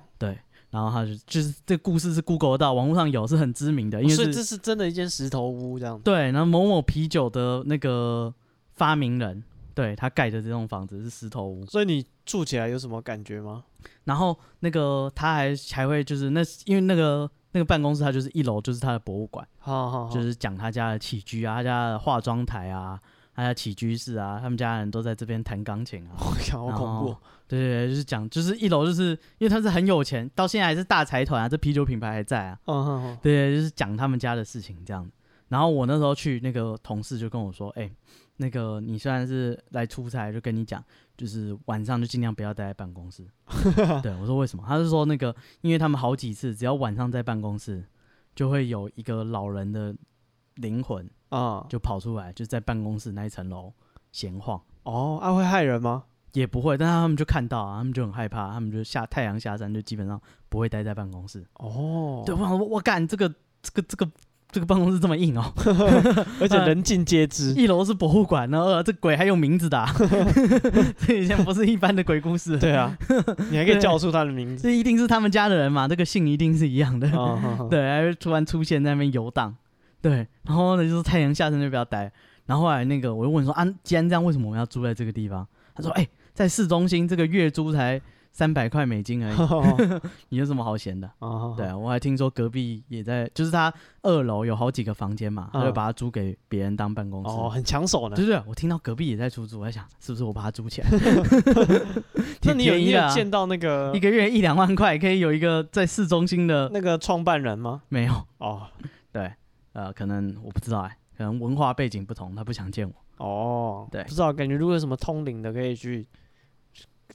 [SPEAKER 2] 然后它就就是这故事是 Google 得到，网络上有是很知名的，因为
[SPEAKER 1] 所以
[SPEAKER 2] 哦是
[SPEAKER 1] 这是真的一间石头屋这样子。
[SPEAKER 2] 对，然后某某啤酒的那个发明人，对他盖的这栋房子是石头屋，
[SPEAKER 1] 所以你住起来有什么感觉吗？
[SPEAKER 2] 然后那个他还还会就是那因为那个那个办公室，它就是一楼就是他的博物馆，
[SPEAKER 1] 好好好，
[SPEAKER 2] 就是讲他家的起居啊，他家的化妆台啊，他家起居室啊，他们家人都在这边弹钢琴啊。
[SPEAKER 1] 我靠，好恐怖哦
[SPEAKER 2] 然后！对对对，就是讲，就是一楼就是因为他是很有钱，到现在还是大财团啊，这啤酒品牌还在啊。
[SPEAKER 1] 嗯哼哼，
[SPEAKER 2] 对对，就是讲他们家的事情这样。然后我那时候去，那个同事就跟我说：“哎、那个你虽然是来出差，就跟你讲，就是晚上就尽量不要待在办公室。”
[SPEAKER 1] (laughs)
[SPEAKER 2] 对，我说为什么？他是说那个，因为他们好几次只要晚上在办公室，就会有一个老人的灵魂
[SPEAKER 1] 啊，
[SPEAKER 2] 就跑出来，就在办公室那一层楼闲晃。
[SPEAKER 1] 哦，啊会害人吗？
[SPEAKER 2] 也不会，但是他们就看到啊，他们就很害怕，他们就下太阳下山就基本上不会待在办公室。
[SPEAKER 1] 哦，
[SPEAKER 2] 对，我想说，我干这个这个这个这个办公室这么
[SPEAKER 1] (laughs)
[SPEAKER 2] 硬哦，
[SPEAKER 1] (laughs) 而且人尽皆
[SPEAKER 2] (laughs)
[SPEAKER 1] 知。
[SPEAKER 2] 一楼是博物馆，然后呃二楼这鬼还有名字的、
[SPEAKER 1] (laughs)
[SPEAKER 2] 啊，这以前不是一般的鬼故事，
[SPEAKER 1] 对啊，你还可以叫出他的名
[SPEAKER 2] (laughs)
[SPEAKER 1] 字。
[SPEAKER 2] 这一定是他们家的人嘛，这个姓一定是一样的。
[SPEAKER 1] 啊，哼哼，
[SPEAKER 2] 对，然后就突然出现在那边游荡，对，然后呢就是太阳下山就不要待。然后后来那个我就问说啊，既然这样，为什么我们要住在这个地方？他说，哎、在市中心这个月租才三百块美金而
[SPEAKER 1] (laughs)
[SPEAKER 2] 已，你有什么好嫌的？
[SPEAKER 1] 啊，
[SPEAKER 2] 对，啊，我还听说隔壁也在，就是他二楼有好几个房间嘛，他就
[SPEAKER 1] 嗯
[SPEAKER 2] 把它租给别人当办公室。
[SPEAKER 1] 哦，很抢手呢
[SPEAKER 2] 对。对，我听到隔壁也在出租，我在想是不是我把它租
[SPEAKER 1] (laughs)
[SPEAKER 2] 起来？
[SPEAKER 1] 那你有
[SPEAKER 2] 挺便
[SPEAKER 1] 你
[SPEAKER 2] 宜的
[SPEAKER 1] 有
[SPEAKER 2] 啊
[SPEAKER 1] 见到那个
[SPEAKER 2] 一个月一两万块可以有一个在市中心的
[SPEAKER 1] 那个创办人吗？
[SPEAKER 2] 没有？
[SPEAKER 1] 哦
[SPEAKER 2] 对，呃，可能我不知道哎、可能文化背景不同，他不想见我。
[SPEAKER 1] 哦，
[SPEAKER 2] 对
[SPEAKER 1] 不知道，感觉如果有什么通灵的，可以去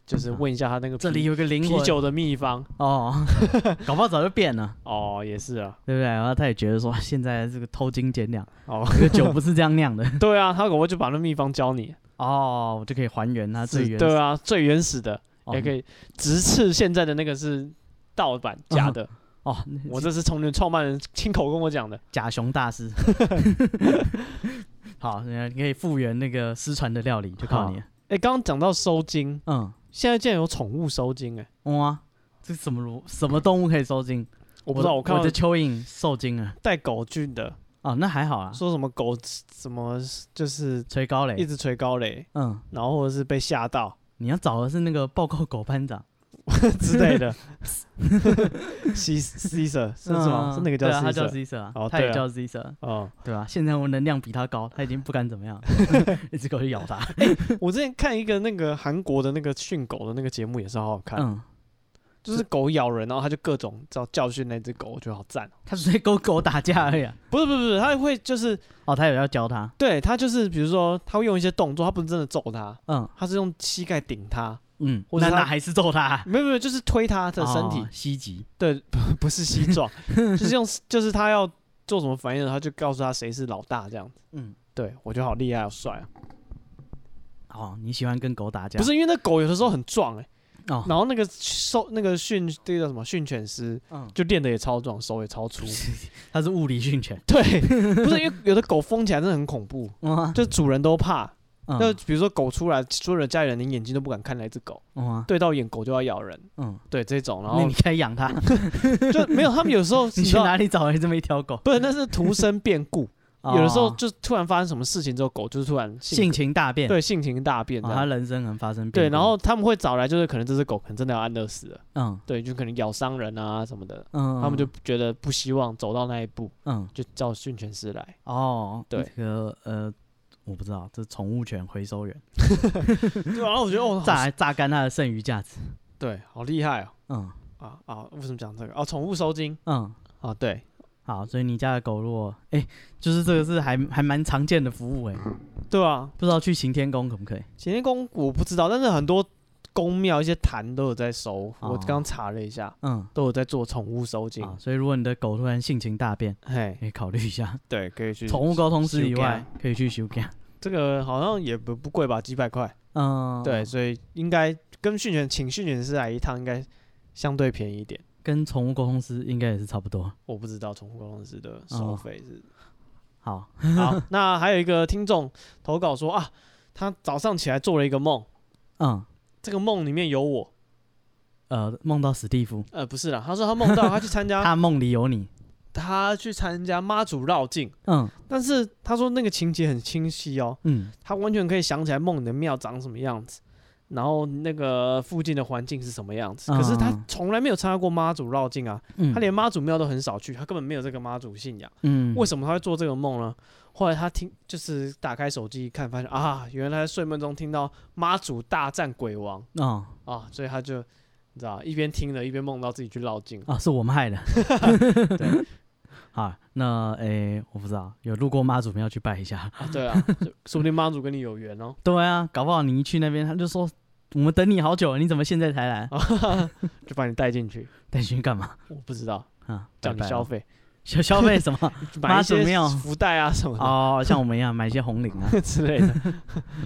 [SPEAKER 1] 就是问一下他那个
[SPEAKER 2] 嗯这
[SPEAKER 1] 啤
[SPEAKER 2] 里有一个灵
[SPEAKER 1] 啤
[SPEAKER 2] 魂
[SPEAKER 1] 酒的秘方。
[SPEAKER 2] 哦， (laughs) 搞不好早就变了，
[SPEAKER 1] 哦，也是啊。
[SPEAKER 2] 对不对？然后他也觉得说现在这个偷斤减两，
[SPEAKER 1] 哦，
[SPEAKER 2] 这个酒不是这样酿的
[SPEAKER 1] 对啊，他搞不好就把那秘方教你。
[SPEAKER 2] 哦，我就可以还原它最
[SPEAKER 1] 是
[SPEAKER 2] 原
[SPEAKER 1] 对啊，最原始的
[SPEAKER 2] 哦
[SPEAKER 1] 也可以直斥现在的那个是盗版假的。
[SPEAKER 2] 哦，
[SPEAKER 1] 我这是从你们创办人亲口跟我讲的。
[SPEAKER 2] 假熊大师。好，你可以复原那个失传的料理，就靠你了。
[SPEAKER 1] (laughs) 哎，刚刚讲到收金，
[SPEAKER 2] 嗯，
[SPEAKER 1] 现在竟然有宠物收金哎、
[SPEAKER 2] 哇、这什么如什么动物可以受精？
[SPEAKER 1] 我不知道，我看到
[SPEAKER 2] 的蚯蚓受精了。
[SPEAKER 1] 带狗去的，
[SPEAKER 2] 哦，那还好啊，
[SPEAKER 1] 说什么狗什么就是
[SPEAKER 2] 吹高
[SPEAKER 1] 一
[SPEAKER 2] 嘞。
[SPEAKER 1] 直捶高垒，
[SPEAKER 2] 嗯，
[SPEAKER 1] 然后或者是被吓 (laughs) 到
[SPEAKER 2] 你要找的是那个报告狗班长，
[SPEAKER 1] 之类 (laughs) 的。C Caesar 是什么？
[SPEAKER 2] 嗯
[SPEAKER 1] 是那个叫
[SPEAKER 2] 对啊他叫
[SPEAKER 1] Caesar
[SPEAKER 2] Zisa 啊，
[SPEAKER 1] 哦
[SPEAKER 2] 他
[SPEAKER 1] 对
[SPEAKER 2] 也
[SPEAKER 1] 啊
[SPEAKER 2] 叫 Zisa，
[SPEAKER 1] 哦，
[SPEAKER 2] 对吧、现在我能量比他高，他已经不敢怎么样， (laughs) 一只狗去咬他。
[SPEAKER 1] 我之前看一个那个韩国的那个训狗的那个节目也是好好看，
[SPEAKER 2] 嗯，
[SPEAKER 1] 就是狗咬人，然后他就各种教教训那只狗，我觉得好赞哦。
[SPEAKER 2] 他只是在跟狗打架而已、啊。
[SPEAKER 1] 不是不是不是，他会就是
[SPEAKER 2] 哦，他有要教他。
[SPEAKER 1] 对他就是比如说他会用一些动作，他不是真的揍他，
[SPEAKER 2] 嗯
[SPEAKER 1] 他是用膝盖顶他，
[SPEAKER 2] 嗯，
[SPEAKER 1] 或者
[SPEAKER 2] 那
[SPEAKER 1] 他
[SPEAKER 2] 那还是揍他啊
[SPEAKER 1] 没有没有，就是推他的身体
[SPEAKER 2] 哦，袭击。
[SPEAKER 1] (laughs) 对，不不是西装，
[SPEAKER 2] (laughs)
[SPEAKER 1] 就是用，就是他要做什么反应，他就告诉他谁是老大这样子。
[SPEAKER 2] 嗯，
[SPEAKER 1] 对我觉得好厉害，好帅啊！
[SPEAKER 2] 哦，你喜欢跟狗打架？
[SPEAKER 1] 不是因为那狗有的时候很壮哎、
[SPEAKER 2] 哦
[SPEAKER 1] 然后那个兽那个训这个叫什么训犬师
[SPEAKER 2] 嗯，
[SPEAKER 1] 就练得也超壮，手也超
[SPEAKER 2] (laughs)
[SPEAKER 1] 粗。
[SPEAKER 2] 它是物理训犬。
[SPEAKER 1] 对，不是因为有的狗疯起来真的很恐怖，
[SPEAKER 2] 哇，
[SPEAKER 1] 就主人都怕。
[SPEAKER 2] 嗯
[SPEAKER 1] 那、比如说狗出来，所有人家里人连眼睛都不敢看那只狗，
[SPEAKER 2] 哇，
[SPEAKER 1] 对到眼狗就要咬人。
[SPEAKER 2] 嗯，
[SPEAKER 1] 对这种，然
[SPEAKER 2] 那
[SPEAKER 1] 后
[SPEAKER 2] 你该养它。
[SPEAKER 1] 就没有他们有时候你
[SPEAKER 2] (laughs) 你
[SPEAKER 1] 知
[SPEAKER 2] 去
[SPEAKER 1] 道，
[SPEAKER 2] 哪里找来这么一条狗？
[SPEAKER 1] 不是那是徒生变故。 (laughs) 有的时候
[SPEAKER 2] (laughs) 哦
[SPEAKER 1] 就突然发生什么事情之后，狗就是突然性
[SPEAKER 2] 性情大变，
[SPEAKER 1] 对性情大变这
[SPEAKER 2] 哦，
[SPEAKER 1] 样
[SPEAKER 2] 它人生很发生变
[SPEAKER 1] 对，
[SPEAKER 2] 故。
[SPEAKER 1] 然后他们会找来，就是可能这只狗可能真的要安乐死了，
[SPEAKER 2] 嗯
[SPEAKER 1] 对，就可能咬伤人啊什么的，
[SPEAKER 2] 嗯，
[SPEAKER 1] 他们就觉得不希望走到那一步，
[SPEAKER 2] 嗯
[SPEAKER 1] 就叫训犬师来。
[SPEAKER 2] 哦，
[SPEAKER 1] 对
[SPEAKER 2] 这个呃，我不知道，这宠物犬回收员嗯
[SPEAKER 1] 对，然后我觉得
[SPEAKER 2] (laughs)
[SPEAKER 1] 哦，
[SPEAKER 2] 榨榨干它的剩余价值。
[SPEAKER 1] 对，好厉害哦。
[SPEAKER 2] 嗯
[SPEAKER 1] 啊啊！为什么讲这个？哦，宠物收金
[SPEAKER 2] 嗯，
[SPEAKER 1] 啊，对，
[SPEAKER 2] 好，所以你家的狗如果哎，就是这个是还还蛮常见的服务哎，
[SPEAKER 1] 对啊，
[SPEAKER 2] 不知道去行天宫可不可以？
[SPEAKER 1] 行天宫我不知道，但是很多宫庙一些坛都有在收，我
[SPEAKER 2] 哦
[SPEAKER 1] 刚查了一下，
[SPEAKER 2] 嗯。
[SPEAKER 1] 都有在做宠物收金。
[SPEAKER 2] 啊，所以如果你的狗突然性情大变，
[SPEAKER 1] 嘿，
[SPEAKER 2] 可以考虑一下。
[SPEAKER 1] 对，可以去
[SPEAKER 2] 宠物沟通师以
[SPEAKER 1] 修改
[SPEAKER 2] 外，可以去修改。
[SPEAKER 1] 这个好像也不不贵吧，几百块。
[SPEAKER 2] 嗯，
[SPEAKER 1] 对，，所以应该跟训犬请训犬师来一趟，应该相对便宜一点。
[SPEAKER 2] 跟宠物沟通师应该也是差不多。
[SPEAKER 1] 我不知道宠物公司的收费是。
[SPEAKER 2] 好，
[SPEAKER 1] 好，那还有一个听众投稿说啊，他早上起来做了一个梦，
[SPEAKER 2] 嗯，
[SPEAKER 1] 这个梦里面有我，
[SPEAKER 2] 呃，梦到史蒂夫，
[SPEAKER 1] 呃，不是啦，他说他梦到他去参加， (laughs)
[SPEAKER 2] 他梦里有你，
[SPEAKER 1] 他去参加妈祖绕境，
[SPEAKER 2] 嗯
[SPEAKER 1] 但是他说那个情节很清晰哦，
[SPEAKER 2] 嗯
[SPEAKER 1] 他完全可以想起来梦里的庙长什么样子，然后那个附近的环境是什么样子。可是他
[SPEAKER 2] 嗯
[SPEAKER 1] 从来没有参加过妈祖绕境啊，
[SPEAKER 2] 嗯，
[SPEAKER 1] 他连妈祖庙都很少去，他根本没有这个妈祖信仰。
[SPEAKER 2] 嗯
[SPEAKER 1] 为什么他会做这个梦呢？后来他听，就是打开手机一看，发现啊，原来他在睡梦中听到妈祖大战鬼王
[SPEAKER 2] 么哦。
[SPEAKER 1] 啊，所以他就你知道一边听了一边梦到自己去绕境
[SPEAKER 2] (laughs) 啊，是我们害的。
[SPEAKER 1] (laughs) 对
[SPEAKER 2] (laughs) 好，那诶，我不知道，有路过妈祖庙去拜一下。 (laughs)
[SPEAKER 1] 啊，对啊，就说不定妈祖跟你有缘哦。
[SPEAKER 2] 对啊，搞不好你一去那边，他就说我们等你好久了，你怎么现在才
[SPEAKER 1] (laughs)
[SPEAKER 2] 来？
[SPEAKER 1] 啊，就把你带进去，
[SPEAKER 2] 带你去干嘛？
[SPEAKER 1] 我不知道，
[SPEAKER 2] 啊，
[SPEAKER 1] 叫你
[SPEAKER 2] 拜拜
[SPEAKER 1] 消
[SPEAKER 2] 了
[SPEAKER 1] 费，
[SPEAKER 2] 消消
[SPEAKER 1] (laughs)
[SPEAKER 2] 费什么？
[SPEAKER 1] 买一
[SPEAKER 2] 妈祖
[SPEAKER 1] 些
[SPEAKER 2] 庙
[SPEAKER 1] 福袋啊什么的。
[SPEAKER 2] 哦，像我们一样买一些红领啊。
[SPEAKER 1] (laughs) 之类的。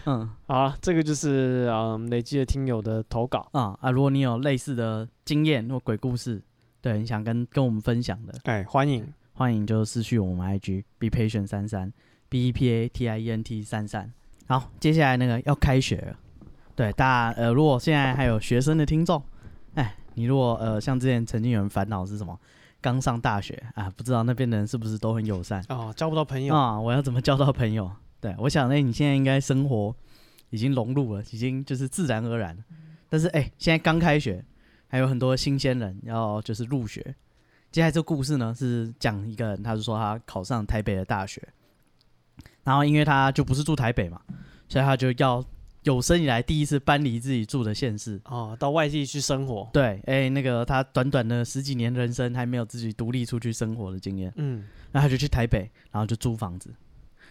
[SPEAKER 2] 嗯
[SPEAKER 1] 好了，这个就是嗯累积的听友的投稿。
[SPEAKER 2] 啊啊，如果你有类似的经验或鬼故事，对，你想跟跟我们分享的，
[SPEAKER 1] 哎，欢迎
[SPEAKER 2] 欢迎就私讯我们 IG be patient 三三 b e p a t i e n t 三三。好，接下来那个要开学了，对大家呃，如果现在还有学生的听众，哎，你如果呃像之前曾经有人烦恼是什么，刚上大学啊，不知道那边的人是不是都很友善
[SPEAKER 1] 哦，交不到朋友，
[SPEAKER 2] 啊，我要怎么交到朋友？对，我想哎、你现在应该生活已经融入了，已经就是自然而然了。但是哎、现在刚开学，还有很多新鲜人要就是入学。接下来这故事呢是讲一个人，他是说他考上台北的大学，然后因为他就不是住台北嘛，所以他就要有生以来第一次搬离自己住的县市。
[SPEAKER 1] 哦，到外地去生活，
[SPEAKER 2] 对，哎、那个他短短的十几年人生还没有自己独立出去生活的经验，
[SPEAKER 1] 嗯，
[SPEAKER 2] 然后他就去台北，然后就租房子。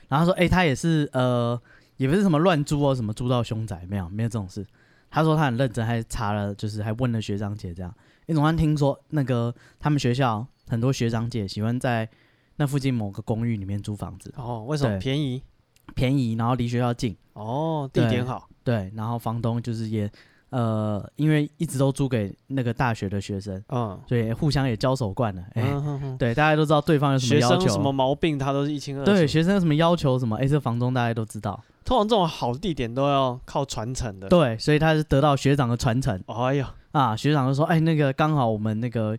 [SPEAKER 2] 然后他说，哎、他也是呃，也不是什么乱租哦，什么租到凶宅没有，没有这种事。他说他很认真，还查了，就是还问了学长姐这样。因为总算听说那个他们学校很多学长姐喜欢在那附近某个公寓里面租房子，
[SPEAKER 1] 哦，为什么
[SPEAKER 2] 对
[SPEAKER 1] 便宜？
[SPEAKER 2] 便宜，然后离学校近，
[SPEAKER 1] 哦，地点好，
[SPEAKER 2] 对，然后房东就是也呃，因为一直都租给那个大学的学生，
[SPEAKER 1] 嗯，
[SPEAKER 2] 所以互相也交手惯了，哎、
[SPEAKER 1] 嗯哼哼
[SPEAKER 2] 对，大家都知道对方有什么
[SPEAKER 1] 学
[SPEAKER 2] 要
[SPEAKER 1] 生
[SPEAKER 2] 求，啊
[SPEAKER 1] 什么毛病他都是一清二楚。
[SPEAKER 2] 对，学生有什么要求什么，哎、这房东大家都知道。
[SPEAKER 1] 通常这种好地点都要靠传承的。
[SPEAKER 2] 对，所以他是得到学长的传承
[SPEAKER 1] 哎呦，
[SPEAKER 2] 啊。学长就说：“哎、那个刚好我们那个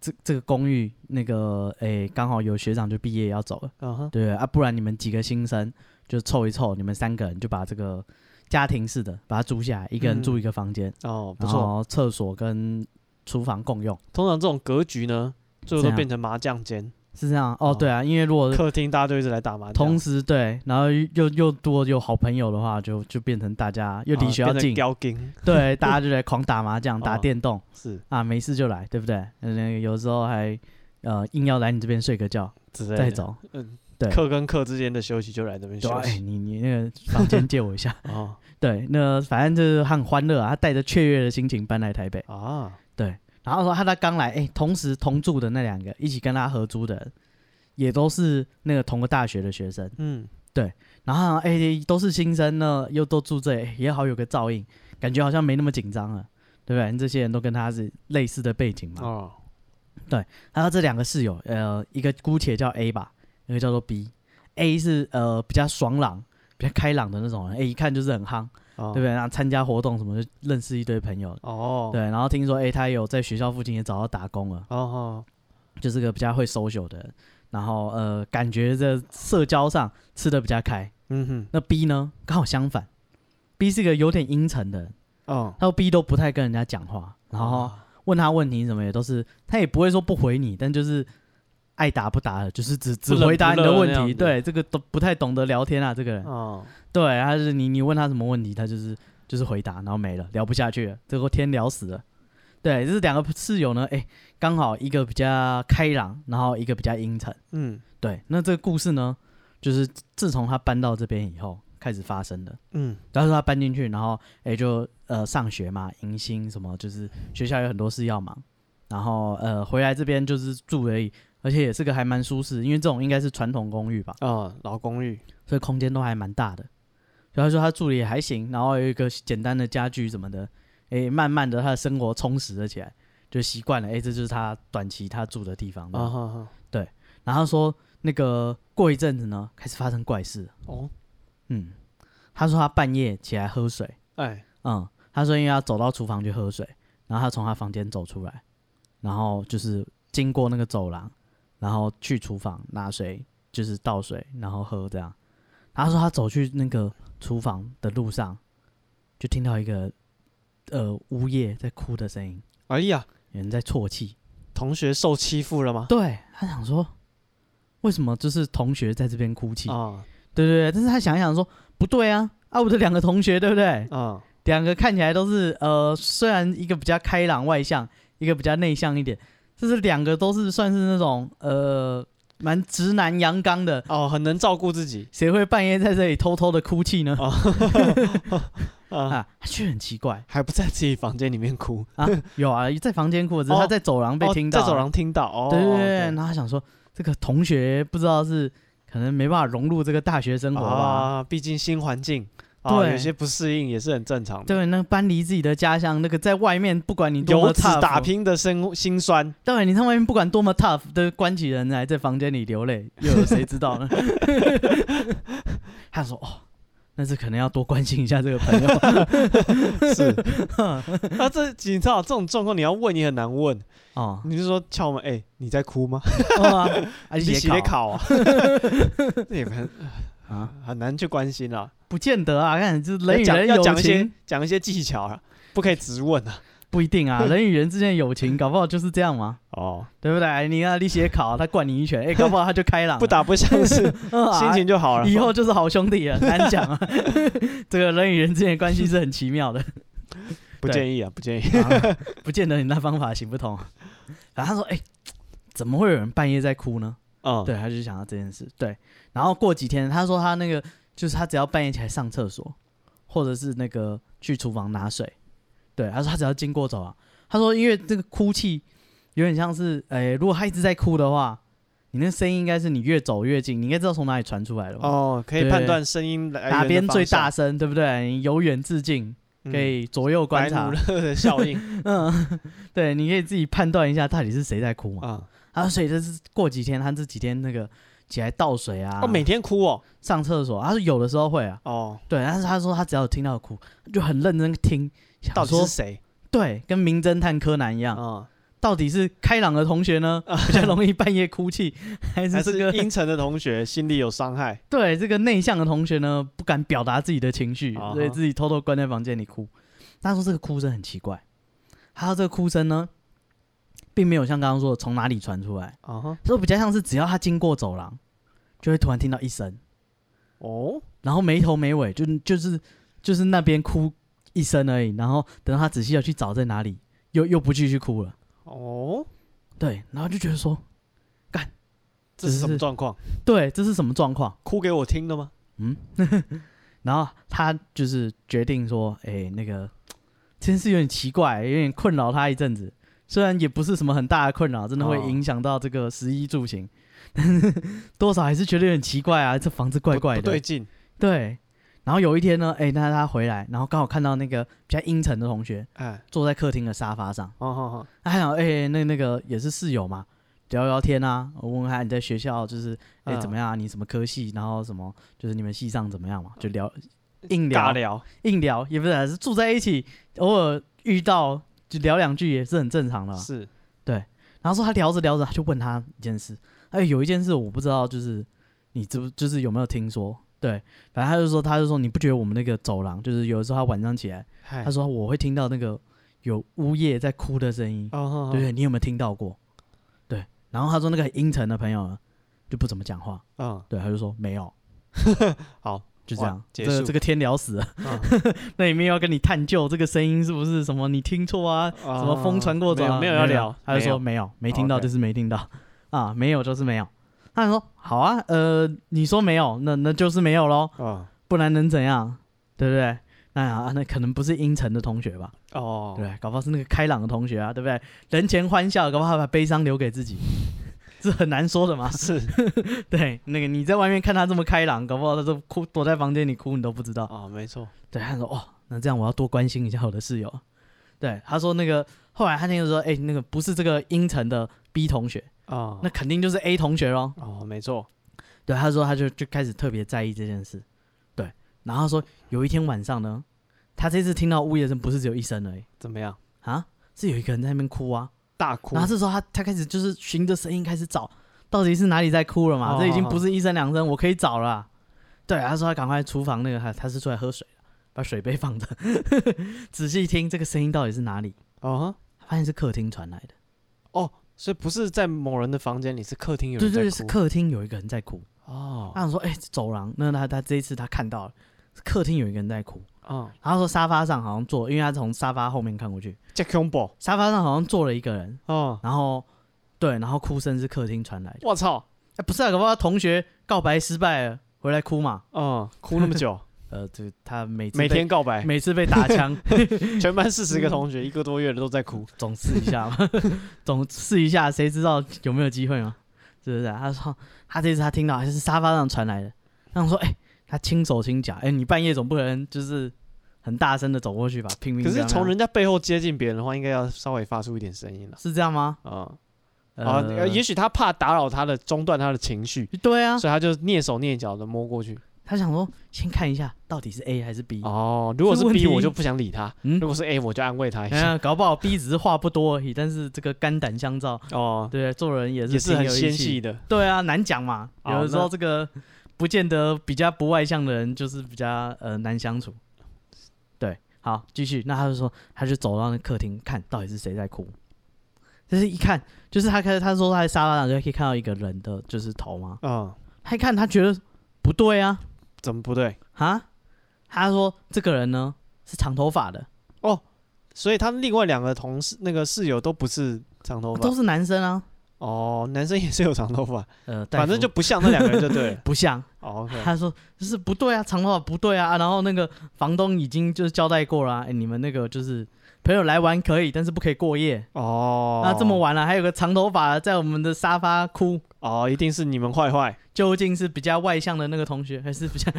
[SPEAKER 2] 这这个公寓那个哎，刚、好有学长就毕业要走了，
[SPEAKER 1] 嗯哼，
[SPEAKER 2] 对啊，不然你们几个新生就凑一凑，你们三个人就把这个家庭式的把它租下来，一个人
[SPEAKER 1] 嗯
[SPEAKER 2] 住一个房间，
[SPEAKER 1] 哦，不
[SPEAKER 2] 然
[SPEAKER 1] 错。
[SPEAKER 2] 后厕所跟厨房共用，
[SPEAKER 1] 通常这种格局呢，最后
[SPEAKER 2] 这
[SPEAKER 1] 都
[SPEAKER 2] 样
[SPEAKER 1] 变成麻将间，
[SPEAKER 2] 是这样
[SPEAKER 1] 哦
[SPEAKER 2] 哦。对啊，因为如果
[SPEAKER 1] 客厅大家就一直来打麻
[SPEAKER 2] 同
[SPEAKER 1] 将，
[SPEAKER 2] 时对，然后又又多有好朋友的话，就就变成大家
[SPEAKER 1] 哦
[SPEAKER 2] 又
[SPEAKER 1] 啊
[SPEAKER 2] 离学校近，
[SPEAKER 1] 雕金
[SPEAKER 2] (laughs) 对，大家就来狂打麻将、打
[SPEAKER 1] 哦
[SPEAKER 2] 电动。”
[SPEAKER 1] 是
[SPEAKER 2] 啊，没事就来，对不对？呃那个有时候还呃硬要来你这边睡个觉
[SPEAKER 1] 之类的。
[SPEAKER 2] 再走，
[SPEAKER 1] 嗯，
[SPEAKER 2] 对
[SPEAKER 1] 课跟课之间的休息就来这边
[SPEAKER 2] 对啊，
[SPEAKER 1] 休
[SPEAKER 2] 哎，
[SPEAKER 1] 息。
[SPEAKER 2] 你你那个房间借我一下。 (laughs)
[SPEAKER 1] 哦
[SPEAKER 2] 对，那反正就是他很欢乐啊，他带着雀跃的心情搬来台北。
[SPEAKER 1] 啊，
[SPEAKER 2] 然后说他他刚来，哎，同时同住的那两个一起跟他合租的人，也都是那个同个大学的学生。
[SPEAKER 1] 嗯，
[SPEAKER 2] 然后哎、都是新生呢，又都住这里，也好有个照应，感觉好像没那么紧张了，对不对？这些人都跟他是类似的背景嘛。
[SPEAKER 1] 哦，
[SPEAKER 2] 还有这两个室友，呃，一个姑且叫 A 吧，一个叫做 B。A 是呃比较爽朗、比较开朗的那种人，哎、一看就是很夯，
[SPEAKER 1] 对
[SPEAKER 2] 对不对？然后参加活动什么，就认识一堆朋友。
[SPEAKER 1] 哦，
[SPEAKER 2] 对，然后听说哎、他有在学校附近也找到打工了，
[SPEAKER 1] 哦，哦
[SPEAKER 2] 就是个比较会 social 的人。然后呃，感觉这社交上吃的比较开。
[SPEAKER 1] 嗯
[SPEAKER 2] 那 B 呢，刚好相反，B 是个有点阴沉的人，
[SPEAKER 1] 哼，哦，
[SPEAKER 2] 他说 B 都不太跟人家讲话，然后
[SPEAKER 1] 啊
[SPEAKER 2] 问他问题什么也都是，他也不会说不回你，但就是爱答不答的，就是只只
[SPEAKER 1] 不冷
[SPEAKER 2] 回答你的问
[SPEAKER 1] 不热那
[SPEAKER 2] 题。
[SPEAKER 1] 样子
[SPEAKER 2] 对，这个都不太懂得聊天啊，这个人。
[SPEAKER 1] 哦，
[SPEAKER 2] 对，他就是你你问他什么问题，他就是就是回答，然后没了，聊不下去了，最后天聊死了。对，这是两个室友呢，哎，刚好一个比较开朗，然后一个比较阴沉。
[SPEAKER 1] 嗯
[SPEAKER 2] 对，那这个故事呢，就是自从他搬到这边以后开始发生的。
[SPEAKER 1] 嗯，
[SPEAKER 2] 然后说他搬进去，然后哎、就呃上学嘛，迎新什么，就是学校有很多事要忙，然后呃回来这边就是住而已，而且也是个还蛮舒适，因为这种应该是传统公寓吧，
[SPEAKER 1] 哦，老公寓，
[SPEAKER 2] 所以空间都还蛮大的。所以他说他住的也还行，然后有一个简单的家具什么的，哎，慢慢的他的生活充实了起来，就习惯了，哎，这就是他短期他住的地方。
[SPEAKER 1] 啊哈哈，
[SPEAKER 2] 然后他说那个过一阵子呢，开始发生怪事了，
[SPEAKER 1] 哦，
[SPEAKER 2] 嗯，他说他半夜起来喝水，
[SPEAKER 1] 哎，
[SPEAKER 2] 嗯，他说因为要走到厨房去喝水，然后他从他房间走出来，然后就是经过那个走廊，然后去厨房拿水，就是倒水，然后喝这样。他说他走去那个厨房的路上，就听到一个呃呜咽在哭的声音，
[SPEAKER 1] 哎呀，
[SPEAKER 2] 有人在啜泣。
[SPEAKER 1] 同学受欺负了吗？
[SPEAKER 2] 对他想说，为什么就是同学在这边哭泣？
[SPEAKER 1] 啊
[SPEAKER 2] 对对对，但是他想一想说，不对啊，啊我的两个同学对不对？
[SPEAKER 1] 啊
[SPEAKER 2] 两个看起来都是呃，虽然一个比较开朗外向，一个比较内向一点，这是两个都是算是那种呃蛮直男阳刚的，
[SPEAKER 1] 哦，很能照顾自己
[SPEAKER 2] 谁会半夜在这里偷偷的哭泣呢？
[SPEAKER 1] 哦
[SPEAKER 2] (laughs)
[SPEAKER 1] 啊，
[SPEAKER 2] 啊，他却很奇怪
[SPEAKER 1] 还不在自己房间里面哭，
[SPEAKER 2] 啊，有啊，在房间哭，只是
[SPEAKER 1] 哦
[SPEAKER 2] 他在走 (laughs) 廊被
[SPEAKER 1] 哦
[SPEAKER 2] 听到，啊
[SPEAKER 1] 在走廊听到哦，
[SPEAKER 2] 对对对，对然后他想说这个同学不知道是可能没办法融入这个大学生活吧，
[SPEAKER 1] 啊，毕竟新环境，啊
[SPEAKER 2] 对
[SPEAKER 1] 有些不适应也是很正常的。
[SPEAKER 2] 对，那搬离自己的家乡，那个在外面不管你多么
[SPEAKER 1] 游子
[SPEAKER 2] 差
[SPEAKER 1] 打拼的生辛
[SPEAKER 2] (laughs)
[SPEAKER 1] 酸，
[SPEAKER 2] 当然，你在外面不管多么 tough 的关起人来，在房间里
[SPEAKER 1] (laughs)
[SPEAKER 2] 流泪，又有谁知道呢？ (laughs) 他说：“哦，那是可能要多关心一下这个
[SPEAKER 1] (laughs)
[SPEAKER 2] 朋友
[SPEAKER 1] 是。 (laughs) 那这你知道这种状况，你要问也很难问，
[SPEAKER 2] 哦，
[SPEAKER 1] 你就说敲门，哎、你在哭
[SPEAKER 2] (laughs)
[SPEAKER 1] 吗？
[SPEAKER 2] 哦啊，啊
[SPEAKER 1] 你
[SPEAKER 2] 你
[SPEAKER 1] 洗
[SPEAKER 2] 别
[SPEAKER 1] 得
[SPEAKER 2] 考
[SPEAKER 1] 考
[SPEAKER 2] (laughs)
[SPEAKER 1] 啊，这也很
[SPEAKER 2] 啊，
[SPEAKER 1] 很难去关心啦。
[SPEAKER 2] 不见得啊，看这
[SPEAKER 1] 要
[SPEAKER 2] 人与
[SPEAKER 1] 讲
[SPEAKER 2] 人
[SPEAKER 1] 要
[SPEAKER 2] 友
[SPEAKER 1] 讲一些
[SPEAKER 2] 情
[SPEAKER 1] 讲一些技巧啊，不可以直问啊。
[SPEAKER 2] 不一
[SPEAKER 1] (laughs)
[SPEAKER 2] 定啊，人与人之间的友情，搞不好就是这样嘛，
[SPEAKER 1] 哦，
[SPEAKER 2] 对不对？你啊，你写考，他灌你一拳，
[SPEAKER 1] (laughs)
[SPEAKER 2] 哎，搞不好他就开朗了，
[SPEAKER 1] 不打不相识，心
[SPEAKER 2] 嗯 (laughs) 啊
[SPEAKER 1] 情就好了。
[SPEAKER 2] 以后就是好兄弟了，难讲啊。 (laughs) 这个人与人之间的关系是很奇妙的。
[SPEAKER 1] 不
[SPEAKER 2] 对
[SPEAKER 1] 建议啊，不建议。
[SPEAKER 2] 啊 (laughs) 不见得你那方法行不通。然后他说：“哎、怎么会有人半夜在哭呢？”
[SPEAKER 1] 嗯，
[SPEAKER 2] 对，他就想到这件事。对，然后过几天，他说他那个就是他只要半夜起来上厕所，或者是那个去厨房拿水，对，他说他只要经过走廊，啊他说因为这个哭泣有点像是，哎、如果他一直在哭的话，你那声音应该是你越走越近，你应该知道从哪里传出来的吧？
[SPEAKER 1] 哦，可以
[SPEAKER 2] 对
[SPEAKER 1] 判断声音来源的
[SPEAKER 2] 哪边最
[SPEAKER 1] 方
[SPEAKER 2] 大
[SPEAKER 1] 向，
[SPEAKER 2] 声，对不对？你由远至近，
[SPEAKER 1] 嗯
[SPEAKER 2] 可以左右观察
[SPEAKER 1] 白。努勒的效应
[SPEAKER 2] 嗯，对，你可以自己判断一下到底是谁在哭嘛。
[SPEAKER 1] 啊。
[SPEAKER 2] (laughs) 啊，所以这是过几天，他这几天那个起来倒水啊，
[SPEAKER 1] 哦，每天哭哦，
[SPEAKER 2] 上厕所，他说有的时候会啊，
[SPEAKER 1] 哦，
[SPEAKER 2] 对，但是他说他只要有听到哭，就很认真听，
[SPEAKER 1] 到
[SPEAKER 2] 想
[SPEAKER 1] 底是
[SPEAKER 2] 说
[SPEAKER 1] 谁
[SPEAKER 2] 对，跟名侦探柯南一样，
[SPEAKER 1] 啊？
[SPEAKER 2] 到底是开朗的同
[SPEAKER 1] (laughs)
[SPEAKER 2] 学呢，比较容易半夜哭泣，还是
[SPEAKER 1] 还
[SPEAKER 2] 这
[SPEAKER 1] 是
[SPEAKER 2] 个
[SPEAKER 1] 阴沉的同学心里有伤害？
[SPEAKER 2] 对这个内向的同学呢，不敢表达自己的情绪，
[SPEAKER 1] 啊哈
[SPEAKER 2] 所以自己偷偷关在房间里哭。他说这个哭声很奇怪，他说这个哭声呢，并没有像刚刚说的从哪里传出来。
[SPEAKER 1] 啊哈，
[SPEAKER 2] 所以比较像是只要他经过走廊，就会突然听到一声，
[SPEAKER 1] 哦，
[SPEAKER 2] 然后没头没尾，就就是就是那边哭一声而已，然后等到他仔细要去找在哪里，又又不继续哭了，
[SPEAKER 1] 哦，
[SPEAKER 2] 对，然后就觉得说，
[SPEAKER 1] 这是什
[SPEAKER 2] 只
[SPEAKER 1] 么
[SPEAKER 2] 是
[SPEAKER 1] 状况？
[SPEAKER 2] 对，这是什么状况？
[SPEAKER 1] 哭给我听的吗？
[SPEAKER 2] 嗯，然后他就是决定说，哎、那个这件事有点奇怪，有点困扰他一阵子。虽然也不是什么很大的困扰，真的会
[SPEAKER 1] 哦
[SPEAKER 2] 影响到这个食衣住行， (laughs) 多少还是觉得有点奇怪啊，这房子怪
[SPEAKER 1] 不
[SPEAKER 2] 怪的，
[SPEAKER 1] 不对劲
[SPEAKER 2] 对，然后有一天呢，哎、那他回来，然后刚好看到那个比较阴沉的同学
[SPEAKER 1] 哎，
[SPEAKER 2] 坐在客厅的沙发上，
[SPEAKER 1] 哦好好，
[SPEAKER 2] 他想，哎、那那个也是室友嘛，聊聊天啊，我问问他你在学校就是，哎、
[SPEAKER 1] 嗯
[SPEAKER 2] 怎么样、啊？你什么科系？然后什么就是你们系上怎么样嘛？就聊硬
[SPEAKER 1] 尬
[SPEAKER 2] 聊
[SPEAKER 1] 聊，
[SPEAKER 2] 硬聊，也不是啊是住在一起，偶尔遇到就聊两句也是很正常的嘛。啊
[SPEAKER 1] 是
[SPEAKER 2] 然后说他聊着聊着，他就问他一件事，哎，有一件事我不知道，就是你知不就是有没有听说？对，反正他就说，他就说你不觉得我们那个走廊，就是有的时候他晚上起来，
[SPEAKER 1] 嗨
[SPEAKER 2] 他说我会听到那个有呜咽在哭的声音，
[SPEAKER 1] 哦好
[SPEAKER 2] 对不对？你有没有听到过？对，然后他说那个阴沉的朋友呢啊就不怎么讲话，
[SPEAKER 1] 嗯，
[SPEAKER 2] 对，他就说没有，
[SPEAKER 1] (laughs) 好，
[SPEAKER 2] 就这样
[SPEAKER 1] 哇，结
[SPEAKER 2] 这
[SPEAKER 1] 束
[SPEAKER 2] 个这个天聊死了，
[SPEAKER 1] 嗯
[SPEAKER 2] (laughs) 那里面要跟你探究这个声音是不是什么你听错啊，
[SPEAKER 1] 什
[SPEAKER 2] 什么风传过走廊、
[SPEAKER 1] 没有要聊，
[SPEAKER 2] 他就说
[SPEAKER 1] 没
[SPEAKER 2] 没有，没听到
[SPEAKER 1] OK
[SPEAKER 2] 就是没听到啊，没有就是没有。他就说好啊，呃，你说没有，那那就是没有喽，
[SPEAKER 1] 有嗯
[SPEAKER 2] 不然能怎样，对不对？那啊，那可能不是阴沉的同学吧，对不
[SPEAKER 1] 哦，
[SPEAKER 2] 对？搞不好是那个开朗的同学啊，对不对？人前欢笑，搞不好把悲伤留给自己， (laughs) 这很难说的嘛。
[SPEAKER 1] (laughs) 是
[SPEAKER 2] (laughs) 对，那个你在外面看他这么开朗，搞不好他都哭，躲在房间里哭，你都不知道。
[SPEAKER 1] 哦，没错，
[SPEAKER 2] 对，他说哦，那这样我要多关心一下我的室友。对，他说那个后来他那个说，哎、那个不是这个阴沉的 B 同学，
[SPEAKER 1] 哦
[SPEAKER 2] 那肯定就是 A 同学咯。
[SPEAKER 1] 哦没错，
[SPEAKER 2] 对，他说他就就开始特别在意这件事。对，然后他说有一天晚上呢，他这次听到呜咽声不是只有一声而已
[SPEAKER 1] 怎么样？
[SPEAKER 2] 啊，是有一个人在那边哭啊。
[SPEAKER 1] 大哭
[SPEAKER 2] 然后这时候他他开始就是循着声音开始找，到底是哪里在哭了嘛？这已经不是一声两声，我可以找了啊。哦对，他说他赶快厨房那个他他是出来喝水的把水杯放着， (laughs) 仔细听这个声音到底是哪里。
[SPEAKER 1] 哦哈，
[SPEAKER 2] 发现是客厅传来的，
[SPEAKER 1] 所以不是在某人的房间里，是客厅有
[SPEAKER 2] 对
[SPEAKER 1] 人在哭
[SPEAKER 2] 对，对是客厅有一个人在哭。
[SPEAKER 1] 哦，
[SPEAKER 2] 他想说，哎、走廊，那他他这一次他看到了，客厅有一个人在哭。
[SPEAKER 1] 嗯
[SPEAKER 2] 然后说沙发上好像坐，因为他从沙发后面看过去，
[SPEAKER 1] ，Jack Combo，
[SPEAKER 2] 沙发上好像坐了一个人，
[SPEAKER 1] 哦，
[SPEAKER 2] 然后对，然后哭声是客厅传来的。
[SPEAKER 1] 我操，
[SPEAKER 2] 哎、不是啊，搞不好他同学告白失败了，回来哭嘛。
[SPEAKER 1] 嗯，哭那么
[SPEAKER 2] (laughs)
[SPEAKER 1] 久，
[SPEAKER 2] 呃，这他每次被
[SPEAKER 1] 每天告白，
[SPEAKER 2] 每次被打 (laughs) 枪，
[SPEAKER 1] 全班四
[SPEAKER 2] 嗯
[SPEAKER 1] 十个同学一个多月的都在哭，
[SPEAKER 2] 总试一下嘛， (laughs) 总试一下，谁知道有没有机会嘛？是不是、啊？他说他这次他听到还是沙发上传来的，他想说，哎、他轻手轻脚，哎、你半夜总不能就是很大声的走过去吧，拼命
[SPEAKER 1] 可
[SPEAKER 2] 这
[SPEAKER 1] 是
[SPEAKER 2] 样啊。
[SPEAKER 1] 从人家背后接近别人的话，应该要稍微发出一点声音了。
[SPEAKER 2] 是这样吗？
[SPEAKER 1] 啊、
[SPEAKER 2] 呃，
[SPEAKER 1] 啊！呃也许他怕打扰他的，中断他的情绪，
[SPEAKER 2] 对啊，
[SPEAKER 1] 所以他就蹑手蹑脚的摸过去。
[SPEAKER 2] 他想说先看一下到底是 A 还是 B，、
[SPEAKER 1] 哦，如果是
[SPEAKER 2] 嗯这个问
[SPEAKER 1] B，
[SPEAKER 2] 题
[SPEAKER 1] 我就不想理他；
[SPEAKER 2] 嗯
[SPEAKER 1] 如果是 A，我就安慰他一
[SPEAKER 2] 哎
[SPEAKER 1] 下。
[SPEAKER 2] 呀，搞不好 B 只是话不多而已，但是这个肝胆相照，
[SPEAKER 1] 哦，
[SPEAKER 2] 对，做人也是
[SPEAKER 1] 也是
[SPEAKER 2] 挺
[SPEAKER 1] 很
[SPEAKER 2] 有义
[SPEAKER 1] 纤
[SPEAKER 2] 气
[SPEAKER 1] 细的。
[SPEAKER 2] 对啊，难讲嘛。
[SPEAKER 1] 好
[SPEAKER 2] 有的时候
[SPEAKER 1] 那
[SPEAKER 2] 这个不见得比较不外向的人，就是比较呃难相处。对，好，继续。那他就说，他就走到那客厅看到底是谁在哭。就是一看，就是他开始他说他在沙发上就可以看到一个人的就是头嘛。
[SPEAKER 1] 嗯，
[SPEAKER 2] 他一看他觉得不对啊
[SPEAKER 1] 怎么不对？
[SPEAKER 2] 啊！他说这个人呢是长头发的，
[SPEAKER 1] 所以他另外两个同事那个室友都不是长头发
[SPEAKER 2] 都是男生啊。
[SPEAKER 1] 哦，男生也是有长头发，
[SPEAKER 2] 呃，戴
[SPEAKER 1] 反正
[SPEAKER 2] 夫。
[SPEAKER 1] 就不像那两个人就对了
[SPEAKER 2] (laughs) 不像。
[SPEAKER 1] 哦，OK，
[SPEAKER 2] 他说就是不对啊，长头发不对啊啊然后那个房东已经就是交代过了、啊，哎、你们那个就是朋友来玩可以，但是不可以过夜。
[SPEAKER 1] 哦，
[SPEAKER 2] 那、这么晚了、还有个长头发在我们的沙发哭，
[SPEAKER 1] 哦，一定是你们坏
[SPEAKER 2] (laughs)
[SPEAKER 1] 坏，
[SPEAKER 2] 究竟是比较外向的那个同学，还是比较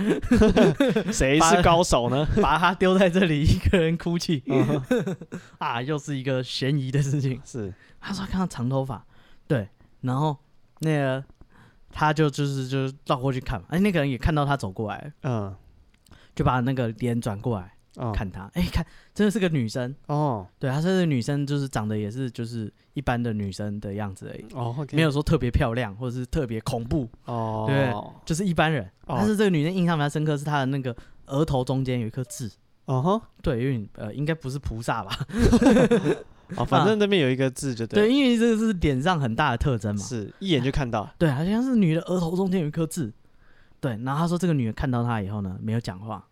[SPEAKER 1] 谁
[SPEAKER 2] 把
[SPEAKER 1] 是高手
[SPEAKER 2] (laughs)
[SPEAKER 1] 呢？
[SPEAKER 2] 把他丢在这里一个人哭泣、
[SPEAKER 1] 嗯
[SPEAKER 2] (laughs) 啊？又是一个悬疑的事情。
[SPEAKER 1] 是，
[SPEAKER 2] 他说他看到长头发，对，然后那个他就就是就是绕过去看嘛，哎、那个人也看到他走过来，
[SPEAKER 1] 嗯，
[SPEAKER 2] 就把那个脸转过来
[SPEAKER 1] 哦
[SPEAKER 2] 看他，哎、看真的是个女生。
[SPEAKER 1] 哦
[SPEAKER 2] 对，她这个女生就是长得也是就是一般的女生的样子而已，
[SPEAKER 1] 哦，OK，
[SPEAKER 2] 没有说特别漂亮或者是特别恐怖，
[SPEAKER 1] 哦，
[SPEAKER 2] 对就是一般人。
[SPEAKER 1] 哦
[SPEAKER 2] 但是这个女生印象比较深刻是她的那个额头中间有一颗痣，
[SPEAKER 1] 哦哈，
[SPEAKER 2] 对，因为呃应该不是菩萨吧？
[SPEAKER 1] (laughs) 哦，反
[SPEAKER 2] 啊
[SPEAKER 1] 正那边有一个字就
[SPEAKER 2] (laughs) 对，
[SPEAKER 1] 对，
[SPEAKER 2] 因为这个是脸上很大的特征嘛。
[SPEAKER 1] 是一眼就看到，
[SPEAKER 2] 对，好像是女的额头中间有一颗痣。对，然后她说这个女的看到她以后呢，没有讲话，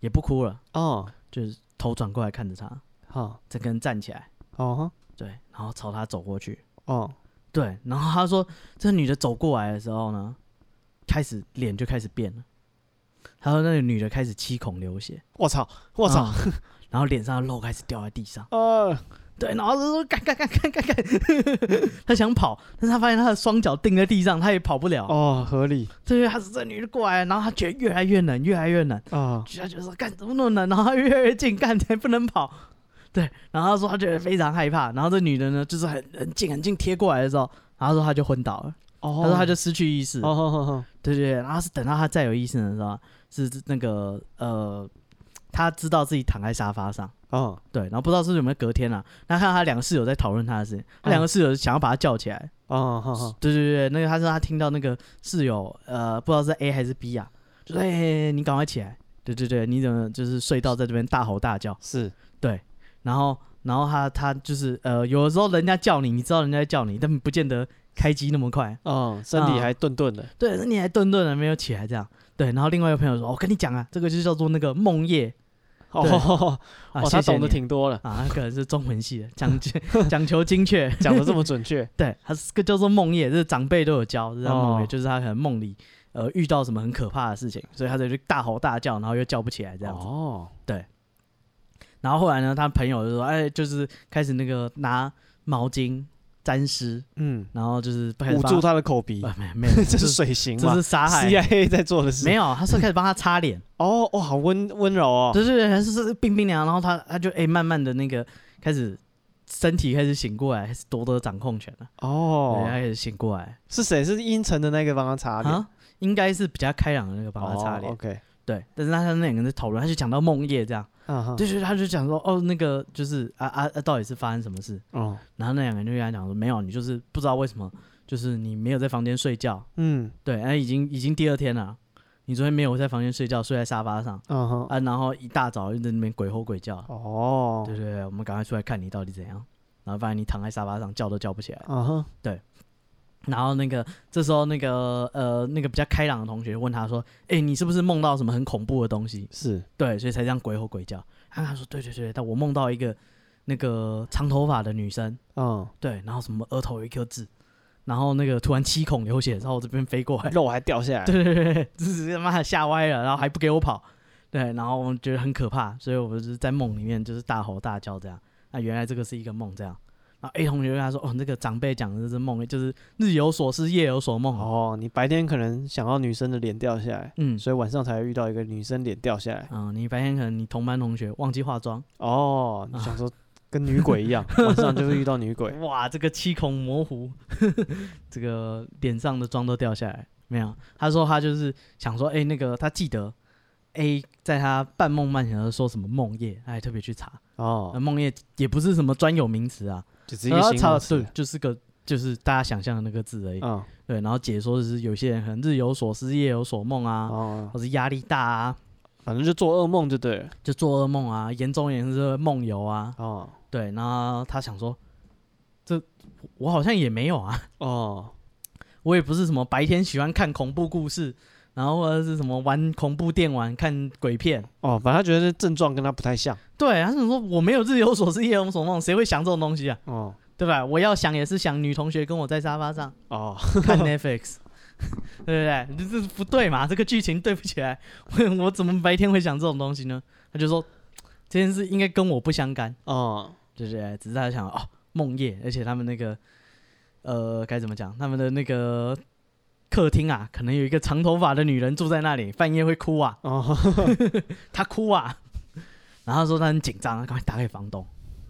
[SPEAKER 2] 也不哭了，
[SPEAKER 1] 哦，
[SPEAKER 2] 就是头转过来看着她，
[SPEAKER 1] 好，
[SPEAKER 2] 整个人站起来，
[SPEAKER 1] 哦
[SPEAKER 2] 对，然后朝她走过去。
[SPEAKER 1] 哈，哦，
[SPEAKER 2] 对，然后他说，这女的走过来的时候呢，开始脸就开始变了。他说，那个女的开始七孔流血，
[SPEAKER 1] 我操，我操，
[SPEAKER 2] 啊然后脸上的肉开始掉在地上。
[SPEAKER 1] 呃，
[SPEAKER 2] 对，然后他说，赶赶赶赶赶赶， (laughs) 他想跑，但是他发现他的双脚钉在地上，他也跑不了。
[SPEAKER 1] 哦，合理
[SPEAKER 2] 对，他是这女的过来，然后他觉得越来越冷，越来越冷，
[SPEAKER 1] 啊，
[SPEAKER 2] 他觉得说干怎么那么冷，然后他越来越近，干才不能跑。对，然后他说他觉得非常害怕，然后这女的呢，就是很很近很近贴过来的时候，然后他说他就昏倒了。
[SPEAKER 1] 哦，
[SPEAKER 2] 他说他就失去意识。
[SPEAKER 1] 哦，哦哦哦，
[SPEAKER 2] 对对对，然后是等到他再有意识的时候，啊是那个呃，他知道自己躺在沙发上，
[SPEAKER 1] 哦，
[SPEAKER 2] 对，然后不知道是不是有没有隔天啊，然后看到他两个室友在讨论他的事情，他两
[SPEAKER 1] 嗯
[SPEAKER 2] 个室友想要把他叫起来。
[SPEAKER 1] 哦，哦哦，
[SPEAKER 2] 对对对，那个他说他听到那个室友呃，不知道是 A 还是 B 啊，就说哎、欸你赶快起来。对对对，你怎么就是睡到在这边大吼大叫？
[SPEAKER 1] 是，
[SPEAKER 2] 然后然后他他就是呃，有的时候人家叫你，你知道人家在叫你，但不见得开机那么快。
[SPEAKER 1] 哦，身体
[SPEAKER 2] 啊
[SPEAKER 1] 还顿顿的，
[SPEAKER 2] 对，那你还顿顿的没有起来这样。对，然后另外一个朋友说：“我、跟你讲啊，这个就叫做那个梦夜
[SPEAKER 1] 哦，
[SPEAKER 2] 对
[SPEAKER 1] 哦，
[SPEAKER 2] 啊，
[SPEAKER 1] 他
[SPEAKER 2] 谢谢
[SPEAKER 1] 懂得
[SPEAKER 2] 你
[SPEAKER 1] 挺多了，
[SPEAKER 2] 啊，可能是中文系的，
[SPEAKER 1] (laughs)
[SPEAKER 2] 讲究讲求精确。
[SPEAKER 1] 讲的这么准确，
[SPEAKER 2] 对，他是个叫做梦夜，这长辈都有教，这叫梦夜，
[SPEAKER 1] 哦
[SPEAKER 2] 就是他可能梦里呃遇到什么很可怕的事情，所以他就去大吼大叫，然后又叫不起 (laughs) 来这样子。
[SPEAKER 1] 哦，
[SPEAKER 2] 然后后来呢，他朋友就说：哎，就是开始那个拿毛巾沾湿，
[SPEAKER 1] 嗯，
[SPEAKER 2] 然后就是开始
[SPEAKER 1] 捂
[SPEAKER 2] 帮
[SPEAKER 1] 住他的口鼻，
[SPEAKER 2] 啊，没有没有，
[SPEAKER 1] (laughs) 这是水刑
[SPEAKER 2] 这
[SPEAKER 1] 嘛
[SPEAKER 2] 是杀害。
[SPEAKER 1] ？CIA 在做的事，
[SPEAKER 2] 没有，他说开始帮他擦脸，
[SPEAKER 1] 哦，哇，好温温柔哦，
[SPEAKER 2] 对对对，还是是冰冰凉，然后他他就哎、慢慢的那个开始身体开始醒过来，开始夺得掌控权了，对，他
[SPEAKER 1] 哦，
[SPEAKER 2] 开始醒过来啊
[SPEAKER 1] 是谁？是阴沉的那个帮他擦脸，
[SPEAKER 2] 啊，应该是比较开朗的那个帮他擦脸，
[SPEAKER 1] 哦，OK，
[SPEAKER 2] 对，但是他他那两个人在讨论，他就讲到梦夜这样，
[SPEAKER 1] 嗯哼，
[SPEAKER 2] 就是他就讲说哦，那个就是啊啊啊，到底是发生什么事？
[SPEAKER 1] 哦，
[SPEAKER 2] 然后那两个人就跟他讲说，没有，你就是不知道为什么，就是你没有在房间睡觉，
[SPEAKER 1] 嗯，
[SPEAKER 2] 对，哎、已经已经第二天了，你昨天没有在房间睡觉，睡在沙发上
[SPEAKER 1] 嗯哼，
[SPEAKER 2] 啊，然后一大早就在那边鬼吼鬼叫，
[SPEAKER 1] 哦，
[SPEAKER 2] 对对对，我们赶快出来看你到底怎样。然后发现你躺在沙发上叫都叫不起来，
[SPEAKER 1] 嗯哼，
[SPEAKER 2] 然后那个这时候那个呃那个比较开朗的同学问他说：“哎、你是不是梦到什么很恐怖的东西
[SPEAKER 1] 是，？”
[SPEAKER 2] 对，所以才这样鬼吼鬼叫。他他说：“对对对，但我梦到一个那个长头发的女生，
[SPEAKER 1] 嗯，
[SPEAKER 2] 对，然后什么额头有一颗痣，然后那个突然七孔流血，然后我这边飞过来，
[SPEAKER 1] 肉还掉下来，
[SPEAKER 2] (laughs) 对对对对，这是他妈的吓歪了，然后还不给我跑，对，然后我觉得很可怕，所以我就是在梦里面就是大吼大叫这样。那原来这个是一个梦这样。然后 A 同学跟他说：“哦，那个长辈讲的这是梦，哎就是日有所思，夜有所梦。”哦，
[SPEAKER 1] 哦，你白天可能想要女生的脸掉下来，
[SPEAKER 2] 嗯
[SPEAKER 1] 所以晚上才会遇到一个女生脸掉下来。
[SPEAKER 2] 嗯、你白天可能你同班同学忘记化妆，
[SPEAKER 1] 哦，你想说跟女鬼一 (laughs) 样，晚上就会遇到女鬼。
[SPEAKER 2] 哇，这个七孔模糊， (laughs) 这个脸上的妆都掉下来。没有，他说他就是想说，哎、那个他记得 A 在他半梦半醒的时候说什么梦夜，他还特别去查，那
[SPEAKER 1] 哦，
[SPEAKER 2] 梦夜也不是什么专有名词啊，
[SPEAKER 1] 就只是一
[SPEAKER 2] 然
[SPEAKER 1] 个
[SPEAKER 2] 后
[SPEAKER 1] 形
[SPEAKER 2] 查
[SPEAKER 1] 容
[SPEAKER 2] 对
[SPEAKER 1] 词，。
[SPEAKER 2] 就是个就是大家想象的那个字而已。
[SPEAKER 1] 嗯，
[SPEAKER 2] 对，然后解说就是有些人可能日有所思，夜有所梦啊，
[SPEAKER 1] 哦，
[SPEAKER 2] 或是压力大啊，
[SPEAKER 1] 反正就做噩梦就对了。
[SPEAKER 2] 就做噩梦啊，严重一点是梦游啊。
[SPEAKER 1] 哦，
[SPEAKER 2] 对，然后他想说，这我好像也没有啊， (laughs)
[SPEAKER 1] 哦，
[SPEAKER 2] 我也不是什么白天喜欢看恐怖故事，然后或者是什么玩恐怖电玩、看鬼片。
[SPEAKER 1] 哦，反正他觉得这症状跟他不太像。
[SPEAKER 2] 对，他想说我没有日有所思，夜有所梦，谁会想这种东西啊？
[SPEAKER 1] 哦，
[SPEAKER 2] 对吧？我要想也是想女同学跟我在沙发上。
[SPEAKER 1] 哦，
[SPEAKER 2] 看 Netflix，对不对？这这不对嘛，这个剧情对不起来，我我 (laughs) 怎么白天会想这种东西呢？他就说这件事应该跟我不相干，
[SPEAKER 1] 哦，
[SPEAKER 2] 对不对？只是他想哦，梦夜，而且他们那个呃该怎么讲，他们的那个客厅啊，可能有一个长头发的女人住在那里，半夜会哭啊，
[SPEAKER 1] 哦，
[SPEAKER 2] 她哭啊， (laughs) 然后他说他很紧张，他赶快打给房东，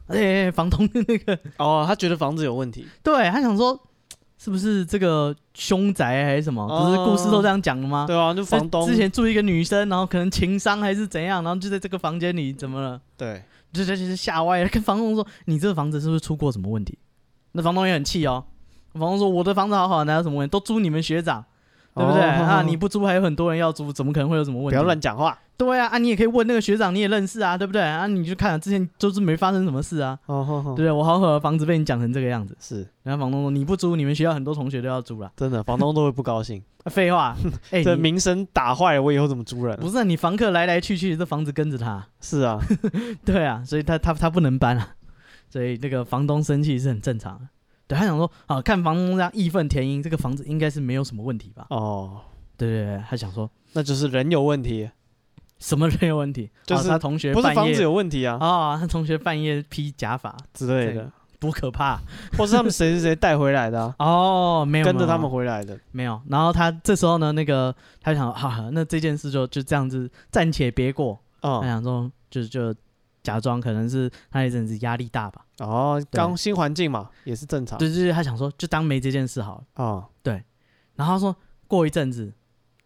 [SPEAKER 2] 哎、哎哎房东的那个，
[SPEAKER 1] (laughs) 哦，他觉得房子有问题。
[SPEAKER 2] 对他想说。是不是这个凶宅还是什么？不是故事都这样讲的吗？
[SPEAKER 1] 对啊，就房东
[SPEAKER 2] 之前住一个女生，然后可能情商还是怎样，然后就在这个房间里怎么了？
[SPEAKER 1] 对，
[SPEAKER 2] 就就就是吓歪了，跟房东说：“你这个房子是不是出过什么问题？”那房东也很气哦。房东说：“我的房子好好啊的，哪有什么问题？都租你们学长，对不对？
[SPEAKER 1] 哦
[SPEAKER 2] 啊，你不租还有很多人要租，怎么可能会有什么问题？
[SPEAKER 1] 不要乱讲话。
[SPEAKER 2] 对啊，啊，你也可以问那个学长，你也认识啊，对不对？啊，你就看、之前就是没发生什么事啊，
[SPEAKER 1] 哦，哦
[SPEAKER 2] 对不
[SPEAKER 1] 哦
[SPEAKER 2] 对？我好好的房子被你讲成这个样子。”
[SPEAKER 1] 是
[SPEAKER 2] 然后房东说：“你不租，你们学校很多同学都要租了。
[SPEAKER 1] 真的，房东都会不高兴。
[SPEAKER 2] 啊”废话， (laughs) 哎、
[SPEAKER 1] (laughs) 这
[SPEAKER 2] 你
[SPEAKER 1] 名声打坏了，我以后怎么租人？
[SPEAKER 2] 不是啊、你房客来来去去，这房子跟着他。
[SPEAKER 1] 是啊，
[SPEAKER 2] (laughs) 对啊，所以他他他不能搬啊，所以那个房东生气是很正常的。对他想说，啊，看房东这样义愤填膺，这个房子应该是没有什么问题吧？
[SPEAKER 1] 哦，
[SPEAKER 2] 对对对，他想说
[SPEAKER 1] 那就是人有问题，
[SPEAKER 2] 什么人有问题？
[SPEAKER 1] 就
[SPEAKER 2] 啊
[SPEAKER 1] 是
[SPEAKER 2] 他同学
[SPEAKER 1] 不是
[SPEAKER 2] 半
[SPEAKER 1] 房
[SPEAKER 2] 夜
[SPEAKER 1] 子有问题啊
[SPEAKER 2] 啊、他同学半夜披假发，
[SPEAKER 1] 之类
[SPEAKER 2] 对
[SPEAKER 1] 的，
[SPEAKER 2] 多可怕！啊
[SPEAKER 1] 或是他们谁谁谁带回来的啊，
[SPEAKER 2] (laughs) 哦，没有
[SPEAKER 1] 跟着他们
[SPEAKER 2] 没有
[SPEAKER 1] 回来的。
[SPEAKER 2] 没有。然后他这时候呢，那个他想，哈、啊，那这件事就就这样子暂且别过。他
[SPEAKER 1] 哦
[SPEAKER 2] 想说，就就假装可能是他那阵子压力大吧，
[SPEAKER 1] 哦，刚新环境嘛，也是正常。
[SPEAKER 2] 对对对，他想说就当没这件事好了。
[SPEAKER 1] 哦
[SPEAKER 2] 然后他说过一阵子，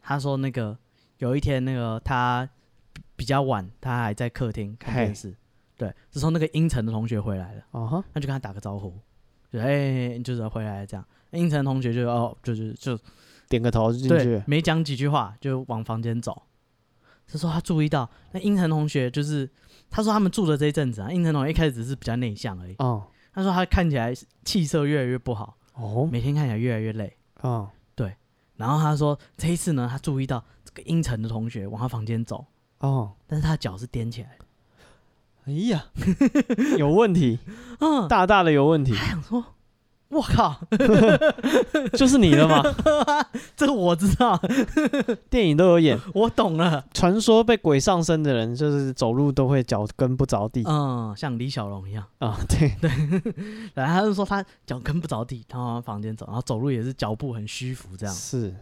[SPEAKER 2] 他说那个有一天那个他比比较晚，他还在客厅看电视，对，这时候那个阴城的同学回来了，
[SPEAKER 1] 哦哈，
[SPEAKER 2] 他就跟他打个招呼，就哎、你就是回来了这样。阴城同学就哦，就是就
[SPEAKER 1] 点个头就进
[SPEAKER 2] 对
[SPEAKER 1] 去，。
[SPEAKER 2] 没讲几句话就往房间走。这时候他注意到那阴城同学就是。他说他们住的这一阵子啊，阴城同学一开始只是比较内向而已。
[SPEAKER 1] 哦
[SPEAKER 2] 他说他看起来气色越来越不好，
[SPEAKER 1] 哦
[SPEAKER 2] 每天看起来越来越累。
[SPEAKER 1] 哦
[SPEAKER 2] 然后他说这一次呢，他注意到这个阴沉的同学往他房间走，
[SPEAKER 1] 哦，
[SPEAKER 2] 但是他的脚是踮起来的。
[SPEAKER 1] 哎呀， (laughs) 有问
[SPEAKER 2] (laughs)
[SPEAKER 1] 题，
[SPEAKER 2] 嗯，
[SPEAKER 1] 大大的有
[SPEAKER 2] (laughs)
[SPEAKER 1] 问题，
[SPEAKER 2] 他想说，我靠， (laughs)
[SPEAKER 1] 就是你了嘛？
[SPEAKER 2] 这个我知道，
[SPEAKER 1] 电影都有演，
[SPEAKER 2] 我懂了。
[SPEAKER 1] 传说被鬼上身的人，就是走路都会脚跟不着地
[SPEAKER 2] 嗯，像李小龙一样。
[SPEAKER 1] 啊。对，
[SPEAKER 2] 然后他就说他脚跟不着地，他往房间走，然后走路也是脚步很虚浮这样。
[SPEAKER 1] 是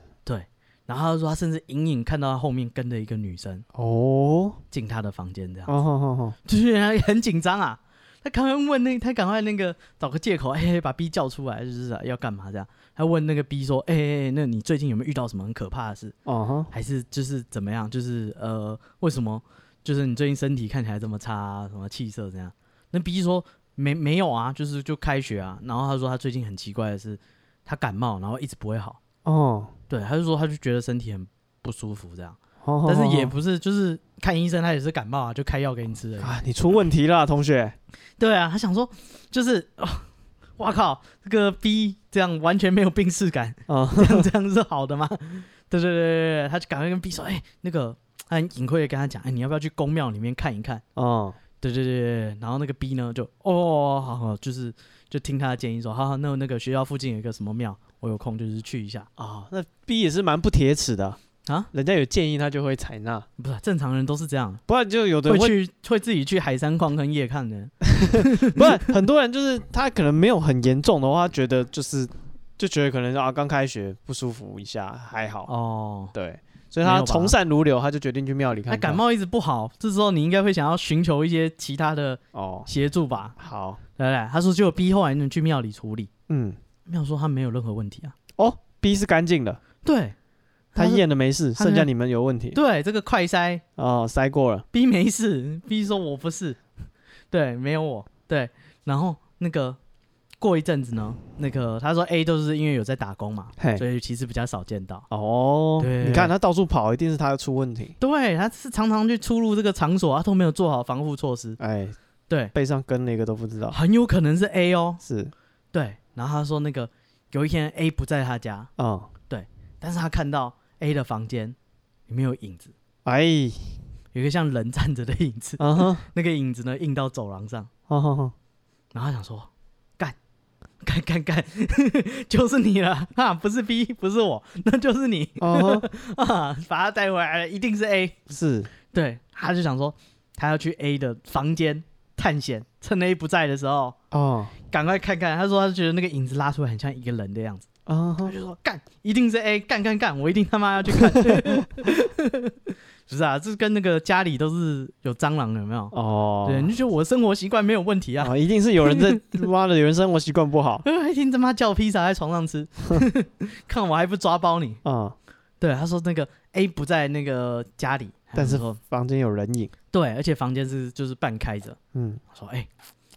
[SPEAKER 2] 然后他说他甚至隐隐看到他后面跟着一个女生
[SPEAKER 1] 哦，
[SPEAKER 2] 进他的房间这样，
[SPEAKER 1] 哦，好好好，
[SPEAKER 2] 就是他很紧张啊。他赶快问那，他赶快那个找个借口，哎、把 B 叫出来，就是、啊、要干嘛这样？他问那个 B 说，哎、哎那你最近有没有遇到什么很可怕的事？
[SPEAKER 1] 哦哈，
[SPEAKER 2] 还是就是怎么样？就是呃，为什么就是你最近身体看起来这么差、啊？什么气色怎样？那 B 说没没有啊，就是就开学啊。然后他说他最近很奇怪的是，他感冒，然后一直不会好。
[SPEAKER 1] 哦，
[SPEAKER 2] 对，他就说他就觉得身体很不舒服这样，
[SPEAKER 1] 哦
[SPEAKER 2] 但是也不是就是看医生，他也是感冒啊，就开药给你吃而已。
[SPEAKER 1] 啊，你出问题了，同学。
[SPEAKER 2] 对啊，他想说就是，哦哇靠，这个 B 这样完全没有病耻感，
[SPEAKER 1] 啊、
[SPEAKER 2] 这样这样是好的吗？对对对对对，他就赶快跟 B 说，哎、那个，他很隐晦的跟他讲，哎、你要不要去宫庙里面看一看？
[SPEAKER 1] 哦，
[SPEAKER 2] 对对对对，对然后那个 B 呢就哦，好好，就是就听他的建议说，好好，那那个学校附近有一个什么庙，我有空就是去一下。
[SPEAKER 1] 哦，那 B 也是蛮不铁齿的
[SPEAKER 2] 啊，
[SPEAKER 1] 人家有建议他就会采纳，
[SPEAKER 2] 不是正常人都是这样，
[SPEAKER 1] 不然就有的
[SPEAKER 2] 会
[SPEAKER 1] 人会，
[SPEAKER 2] 去会自己去海山矿坑夜看的。
[SPEAKER 1] 不然很多人就是他可能没有很严重的话，觉得就是就觉得可能啊刚开学不舒服一下还好，
[SPEAKER 2] 哦，
[SPEAKER 1] 对，所以
[SPEAKER 2] 没
[SPEAKER 1] 他
[SPEAKER 2] 有吧
[SPEAKER 1] 从善如流，他就决定去庙里看
[SPEAKER 2] 那
[SPEAKER 1] 看。
[SPEAKER 2] 感冒一直不好，这时候你应该会想要寻求一些其他的
[SPEAKER 1] 哦，
[SPEAKER 2] 协助吧？
[SPEAKER 1] 好，
[SPEAKER 2] 来来，他说就 B 后来能去庙里处理，
[SPEAKER 1] 嗯，
[SPEAKER 2] 庙说他没有任何问题啊。
[SPEAKER 1] 哦，B 是干净的，
[SPEAKER 2] 对，
[SPEAKER 1] 他
[SPEAKER 2] 说
[SPEAKER 1] 验了没事，
[SPEAKER 2] 他
[SPEAKER 1] 剩下
[SPEAKER 2] 是
[SPEAKER 1] 你们有问题
[SPEAKER 2] 对这个快筛
[SPEAKER 1] 哦，塞过了，
[SPEAKER 2] B 没事，B 说我不是，对，没有我，对，然后那个过一阵子呢，那个他说 A 都是因为有在打工嘛，
[SPEAKER 1] 嘿
[SPEAKER 2] 所，以其实比较少见到。
[SPEAKER 1] 哦，
[SPEAKER 2] 对
[SPEAKER 1] 你看他到处跑，一定是他出问题，
[SPEAKER 2] 对，他是常常去出入这个场所，他都没有做好防护措施。
[SPEAKER 1] 哎，
[SPEAKER 2] 对，
[SPEAKER 1] 背上跟了一个都不知道，
[SPEAKER 2] 很有可能是 A 哦。
[SPEAKER 1] 是，
[SPEAKER 2] 对，然后他说那个有一天 A 不在他家，
[SPEAKER 1] 哦，
[SPEAKER 2] 但是他看到 A 的房间里面有影子，
[SPEAKER 1] 哎，
[SPEAKER 2] 有一个像人站着的影子， (laughs)
[SPEAKER 1] 啊哈。
[SPEAKER 2] 那个影子呢映到走廊上，
[SPEAKER 1] 哦哦哦，
[SPEAKER 2] 然后他想说，干， (laughs) 干干干，就是你了 (laughs) 啊！不是 B，不是我， (laughs) 那就是你
[SPEAKER 1] 哦吼
[SPEAKER 2] 啊！把他带回来了，一定是 A。
[SPEAKER 1] 是
[SPEAKER 2] 对，他就想说，他要去 A 的房间探险，趁 A 不在的时候，
[SPEAKER 1] 哦
[SPEAKER 2] 赶快看看。他说，他觉得那个影子拉出来很像一个人的样子，
[SPEAKER 1] 啊哈
[SPEAKER 2] 他就说，干，一定是 A，干干干，我一定他妈要去看。 (laughs) 不是啊，这跟那个家里都是有蟑螂的，有没有？
[SPEAKER 1] 哦，
[SPEAKER 2] 对，你就觉得我的生活习惯没有问题 (laughs) 啊。
[SPEAKER 1] 啊，一定是有人在妈的，有人生活习惯不好
[SPEAKER 2] 呃，还听他妈叫披萨在床上吃， (laughs) 看我还不抓包你？
[SPEAKER 1] 啊，
[SPEAKER 2] 对，他说那个 A 不在那个家里，
[SPEAKER 1] 但是
[SPEAKER 2] 他说
[SPEAKER 1] 房间有人影，
[SPEAKER 2] 对，而且房间是就是半开着。
[SPEAKER 1] 嗯，
[SPEAKER 2] 我说哎、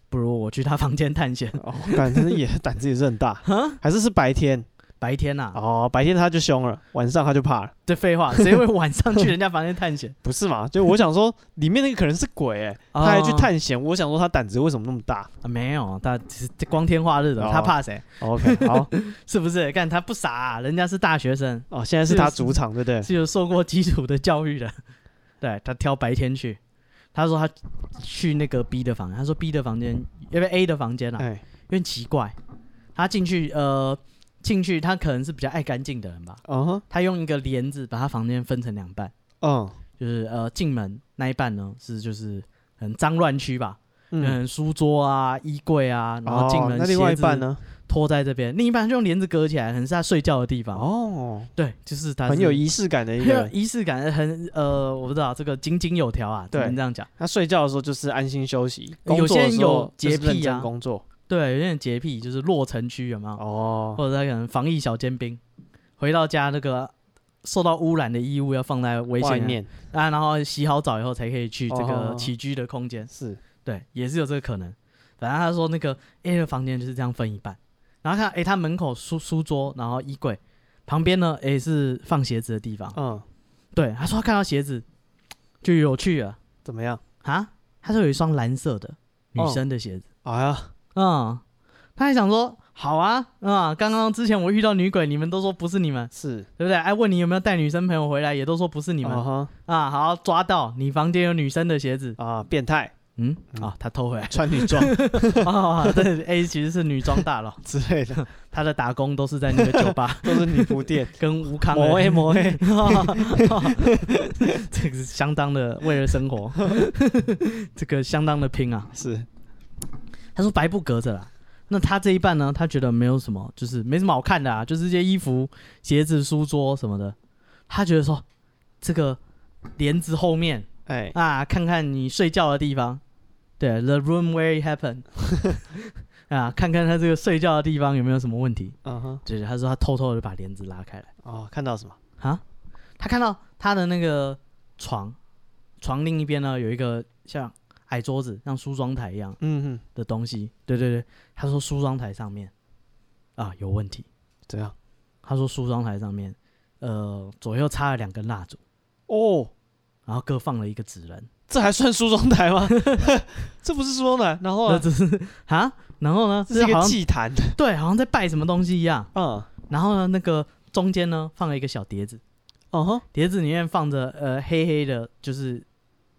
[SPEAKER 2] 不如我去他房间探险。
[SPEAKER 1] 哦，胆子也胆子也是很
[SPEAKER 2] (laughs)
[SPEAKER 1] 大，还是是白天
[SPEAKER 2] 白天呐、啊，
[SPEAKER 1] 哦，白天他就凶了，晚上他就怕了，
[SPEAKER 2] 这废话，谁会晚上去人家房间探险？
[SPEAKER 1] 不是嘛？就我想说，里面那个可能是鬼哎， (laughs) 他还去探险，我想说他胆子为什么那么大
[SPEAKER 2] 啊、没有，他其实光天化日的，
[SPEAKER 1] 哦
[SPEAKER 2] 他怕谁？
[SPEAKER 1] ？OK，好，
[SPEAKER 2] 是不是？干他不傻啊、人家是大学生，
[SPEAKER 1] 哦，现在是他主场，对不对？
[SPEAKER 2] 是有受过基础的教育的。 (laughs) 对他挑白天去，他说他去那个 B 的房，他说 B 的房间，因为 A 的房间啊，
[SPEAKER 1] 哎，
[SPEAKER 2] 有点奇怪。他进去，呃，进去他可能是比较爱干净的人吧。
[SPEAKER 1] 哦
[SPEAKER 2] 他用一个帘子把他房间分成两半，
[SPEAKER 1] 哈，嗯
[SPEAKER 2] 就是呃，进门那一半呢是就是很脏乱区吧，
[SPEAKER 1] 嗯，
[SPEAKER 2] 嗯，书桌啊、衣柜啊，然后进
[SPEAKER 1] 哦
[SPEAKER 2] 门
[SPEAKER 1] 那另外
[SPEAKER 2] 鞋
[SPEAKER 1] 一半
[SPEAKER 2] 子
[SPEAKER 1] 呢？
[SPEAKER 2] 拖在这边，另一半就用帘子隔起来，可能是他睡觉的地方。哦，
[SPEAKER 1] 哦，
[SPEAKER 2] 对，就是他
[SPEAKER 1] 很有
[SPEAKER 2] 仪
[SPEAKER 1] 仪式感的一
[SPEAKER 2] 很
[SPEAKER 1] 个
[SPEAKER 2] 有 (laughs)
[SPEAKER 1] 人。
[SPEAKER 2] 仪式感，很呃，我不知道这个井井有条啊，只
[SPEAKER 1] 对
[SPEAKER 2] 能这样讲。
[SPEAKER 1] 他睡觉的时候就是安心休息，
[SPEAKER 2] 有
[SPEAKER 1] 工作的
[SPEAKER 2] 些人
[SPEAKER 1] 时候
[SPEAKER 2] 有
[SPEAKER 1] 就是
[SPEAKER 2] 洁癖啊
[SPEAKER 1] 认真工作
[SPEAKER 2] 对，有点洁癖，就是落城区有没有？
[SPEAKER 1] 哦，
[SPEAKER 2] 或者他可能防疫小尖兵，回到家那个受到污染的衣物要放在危
[SPEAKER 1] 外
[SPEAKER 2] 险
[SPEAKER 1] 面
[SPEAKER 2] 啊，然后洗好澡以后才可以去这
[SPEAKER 1] 哦
[SPEAKER 2] 个起居的空间，
[SPEAKER 1] 是
[SPEAKER 2] 对，也是有这个可能。反正他说那个 A 的房间就是这样分一半，然后看诶，他门口书书桌，然后衣柜旁边呢，诶是放鞋子的地方。
[SPEAKER 1] 嗯，
[SPEAKER 2] 对，他说他看到鞋子就有趣了
[SPEAKER 1] 怎么样？
[SPEAKER 2] 啊，他说有一双蓝色的女生的鞋子。
[SPEAKER 1] 哎呀，
[SPEAKER 2] 嗯，他还想说，好啊，啊、刚刚之前我遇到女鬼，你们都说不是你们，
[SPEAKER 1] 是
[SPEAKER 2] 对不对？哎，问你有没有带女生朋友回来，也都说不 (laughs) 是你们、
[SPEAKER 1] 哦哈
[SPEAKER 2] 啊。好，抓到你房间有女生的鞋子，
[SPEAKER 1] 啊，变态
[SPEAKER 2] 嗯，
[SPEAKER 1] 嗯，
[SPEAKER 2] 啊，他偷回来
[SPEAKER 1] 穿女装
[SPEAKER 2] (laughs) 哦，对，A 其实是女装大佬， (laughs)
[SPEAKER 1] 之类的，
[SPEAKER 2] 他的打工都是在那个酒 (laughs) 吧
[SPEAKER 1] 都是女仆店，
[SPEAKER 2] 跟吴康的
[SPEAKER 1] 抹黑抹
[SPEAKER 2] 欸
[SPEAKER 1] 黑，
[SPEAKER 2] (laughs) 这个是相当的为了生活， (laughs) 这个相当的拼啊。 (laughs)
[SPEAKER 1] 是
[SPEAKER 2] 他说白布隔着啦。那他这一半呢？他觉得没有什么，就是没什么好看的啊，就是这些衣服、鞋子、书桌什么的。他觉得说，这个帘子后面
[SPEAKER 1] 哎
[SPEAKER 2] 啊，看看你睡觉的地方，对，The room where it happened，啊，看看他这个睡觉的地方有没有什么问题。
[SPEAKER 1] 嗯哼，
[SPEAKER 2] 就是他说他偷偷的把帘子拉开来，
[SPEAKER 1] 哦，看到什么？
[SPEAKER 2] 啊，他看到他的那个床，床另一边呢有一个像矮桌子，像梳妆台一样
[SPEAKER 1] 嗯嗯，
[SPEAKER 2] 的东西。对对对，他说梳妆台上面啊有问题。
[SPEAKER 1] 怎样？
[SPEAKER 2] 他说梳妆台上面，呃，左右插了两根蜡烛，
[SPEAKER 1] 哦，
[SPEAKER 2] 然后各放了一个纸人。
[SPEAKER 1] 这还算梳妆台吗？ (laughs) 这不是梳妆台，然后
[SPEAKER 2] 那
[SPEAKER 1] 啊
[SPEAKER 2] 只是啊，然后呢，
[SPEAKER 1] 这是一
[SPEAKER 2] 好
[SPEAKER 1] 个
[SPEAKER 2] 像
[SPEAKER 1] 祭坛。
[SPEAKER 2] 对，好像在拜什么东西一样。
[SPEAKER 1] 嗯，
[SPEAKER 2] 然后呢，那个中间呢放了一个小碟子，
[SPEAKER 1] 哦哼，
[SPEAKER 2] 碟子里面放着呃黑黑的，就是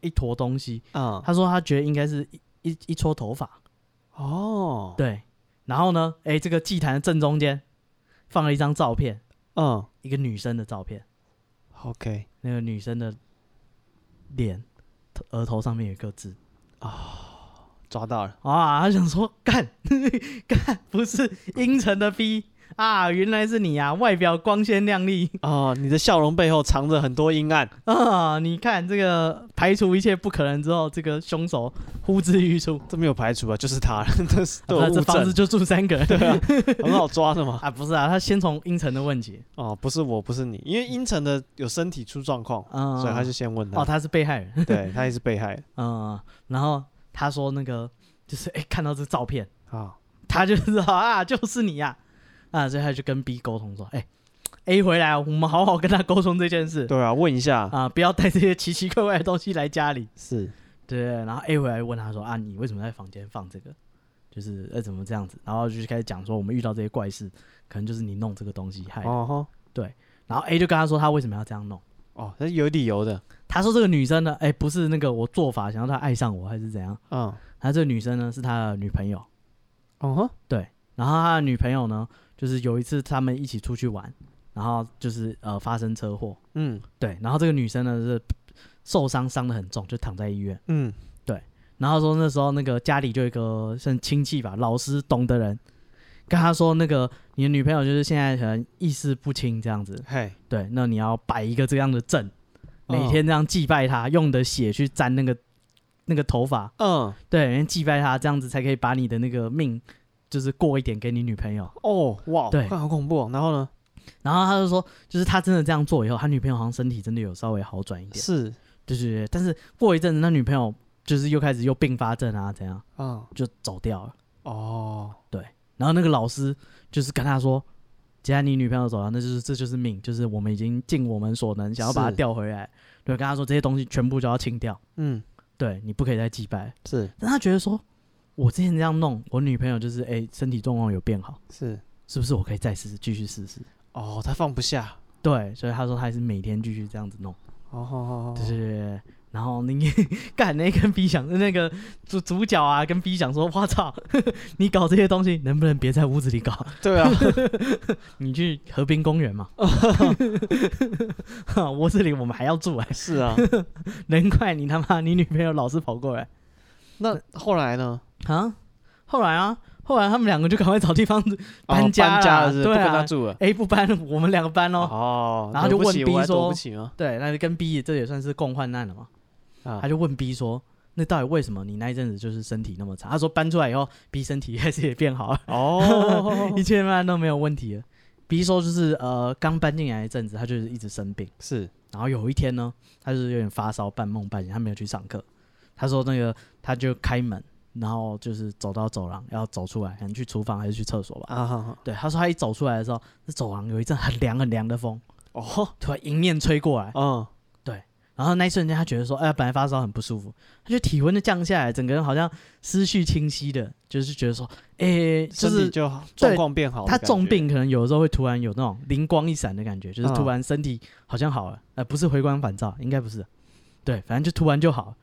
[SPEAKER 2] 一坨东西。
[SPEAKER 1] 嗯，
[SPEAKER 2] 他说他觉得应该是一一一撮头发，
[SPEAKER 1] 哦，，
[SPEAKER 2] 对。然后呢，哎，这个祭坛的正中间放了一张照片，
[SPEAKER 1] 嗯
[SPEAKER 2] 一个女生的照片，
[SPEAKER 1] ，OK，
[SPEAKER 2] 那个女生的脸头额头上面有一颗痣。
[SPEAKER 1] 抓到了。
[SPEAKER 2] 啊，他想说 (laughs) 干干，不是阴沉的逼啊，原来是你啊！外表光鲜亮丽 (laughs)
[SPEAKER 1] 哦，你的笑容背后藏着很多阴暗。
[SPEAKER 2] 啊，你看这个排除一切不可能之后，这个凶手呼之欲出，
[SPEAKER 1] 这没有排除啊，就是他了， (laughs) 这是都
[SPEAKER 2] 啊
[SPEAKER 1] 有
[SPEAKER 2] 这
[SPEAKER 1] 物
[SPEAKER 2] 房子
[SPEAKER 1] 证，
[SPEAKER 2] 就住三个人
[SPEAKER 1] 啊很好抓的 (laughs) 嘛。
[SPEAKER 2] (laughs) 啊，不是啊，他先从阴沉的问起，
[SPEAKER 1] 哦，不是我，不是你，因为阴沉的有身体出状况，
[SPEAKER 2] 嗯，
[SPEAKER 1] 所以他就先问
[SPEAKER 2] 哦，
[SPEAKER 1] 他。
[SPEAKER 2] 他是被害人，
[SPEAKER 1] 啊
[SPEAKER 2] (laughs)
[SPEAKER 1] 对他也是被害人
[SPEAKER 2] 嗯，然后他说那个就是哎、看到这照片，
[SPEAKER 1] 啊。
[SPEAKER 2] 他就知道啊，就是你呀、啊，啊，所以他就跟 B 沟通说，哎、A 回来，我们好好跟他沟通这件事。
[SPEAKER 1] 对啊，问一下
[SPEAKER 2] 啊、不要带这些奇奇怪怪的东西来家里。
[SPEAKER 1] 是
[SPEAKER 2] 对，然后 A 回来问他说啊，你为什么在房间放这个？就是呃怎么这样子？然后就开始讲说我们遇到这些怪事，可能就是你弄这个东西害的。
[SPEAKER 1] 哦吼
[SPEAKER 2] 然后 A 就跟他说他为什么要这样弄？
[SPEAKER 1] 哦，那有理由的。
[SPEAKER 2] 他说这个女生呢，哎、不是那个我做法想让她爱上我还是怎样？
[SPEAKER 1] 嗯，
[SPEAKER 2] 他这个女生呢是他的女朋友，
[SPEAKER 1] 哦吼，
[SPEAKER 2] 然后他的女朋友呢就是有一次他们一起出去玩，然后就是呃发生车祸，
[SPEAKER 1] 嗯
[SPEAKER 2] 对，然后这个女生呢是受伤伤的很重，就躺在医院。
[SPEAKER 1] 嗯，
[SPEAKER 2] 然后说那时候那个家里就有一个算亲戚吧，老师懂的人，跟他说那个你的女朋友就是现在可能意识不清这样子，
[SPEAKER 1] 嘿，
[SPEAKER 2] 对，那你要摆一个这样的阵，
[SPEAKER 1] 哦
[SPEAKER 2] 每天这样祭拜她，用你的血去沾那个那个头发，
[SPEAKER 1] 嗯
[SPEAKER 2] 对，每天祭拜她，这样子才可以把你的那个命就是过一点给你女朋友。
[SPEAKER 1] 哦哇，
[SPEAKER 2] 对
[SPEAKER 1] 看好恐怖哦。然后呢？
[SPEAKER 2] 然后他就说，就是他真的这样做以后，他女朋友好像身体真的有稍微好转一点，
[SPEAKER 1] 是
[SPEAKER 2] 对对对，但是过一阵子，他女朋友就是又开始又并发症啊，怎样
[SPEAKER 1] 嗯
[SPEAKER 2] 就走掉了。
[SPEAKER 1] 哦
[SPEAKER 2] 然后那个老师就是跟他说：“既然你女朋友走了，那就是这就是命，就是我们已经尽我们所能想要把她
[SPEAKER 1] 是
[SPEAKER 2] 调回来。”对，跟他说这些东西全部都要清掉，
[SPEAKER 1] 嗯
[SPEAKER 2] 对你不可以再祭拜。
[SPEAKER 1] 是
[SPEAKER 2] 但他觉得说，我之前这样弄，我女朋友就是哎、身体状况有变好，
[SPEAKER 1] 是
[SPEAKER 2] 是不是我可以再试试继续试试？
[SPEAKER 1] 哦，他放不下。
[SPEAKER 2] 对，所以他说他还是每天继续这样子弄，
[SPEAKER 1] 哦好好好
[SPEAKER 2] 对对对对。对然后你 (laughs) 干那跟 B 想那个主主角啊，跟 B 想说，我操， (laughs) 你搞这些东西能不能别在屋子里搞？ (laughs)
[SPEAKER 1] 对啊，
[SPEAKER 2] 你去河滨公园嘛？ (laughs) 我这里我们还要住哎、
[SPEAKER 1] (laughs) 是 (laughs) 啊。
[SPEAKER 2] 难怪你他妈你女朋友老是跑过来
[SPEAKER 1] 那后来呢？
[SPEAKER 2] 啊！后来啊，后来他们两个就赶快找地方住， (laughs) 搬
[SPEAKER 1] 哦
[SPEAKER 2] 家啦
[SPEAKER 1] 搬家了是不是
[SPEAKER 2] 对啊
[SPEAKER 1] 不跟他住了。
[SPEAKER 2] ，A 不搬，我们两个搬咯。
[SPEAKER 1] 哦，
[SPEAKER 2] 然后就
[SPEAKER 1] 惹不起
[SPEAKER 2] 问 B
[SPEAKER 1] 我还躲
[SPEAKER 2] 说
[SPEAKER 1] 不起吗？
[SPEAKER 2] (laughs) 对，那就跟 B 这也算是共患难了嘛。
[SPEAKER 1] 啊
[SPEAKER 2] 他，就问 B 说：“那到底为什么你那一阵子就是身体那么差？”他说搬出来以后，B 身体开始也变
[SPEAKER 1] (laughs)
[SPEAKER 2] 好了，
[SPEAKER 1] 啊哦
[SPEAKER 2] 一切慢慢都没有问题了。B 说就是呃刚搬进来一阵子，他就是一直生病。
[SPEAKER 1] 是
[SPEAKER 2] 然后有一天呢，他就是有点发烧，半梦半醒，他没有去上课。他说那个他就开门，然后就是走到走廊，要走出来，可能去厨房还是去厕所吧。
[SPEAKER 1] 啊哈哈
[SPEAKER 2] 对，他说他一走出来的时候，那走廊有一阵很凉很凉的风，
[SPEAKER 1] 哦，
[SPEAKER 2] 突然迎面吹过来，
[SPEAKER 1] (laughs) 嗯
[SPEAKER 2] 然后那一瞬间他觉得说，哎、呀，本来发烧很不舒服，他就体温就降下来，整个人好像思绪清晰的，就是觉得说，哎、就
[SPEAKER 1] 身体
[SPEAKER 2] 是
[SPEAKER 1] 就好状况变好的
[SPEAKER 2] 他
[SPEAKER 1] 哦感觉，
[SPEAKER 2] 重病可能有的时候会突然有那种灵光一闪的感觉，就是
[SPEAKER 1] 嗯
[SPEAKER 2] 突然身体好像好了，呃，不是回光返照，应该不是，对，反正就突然就好了。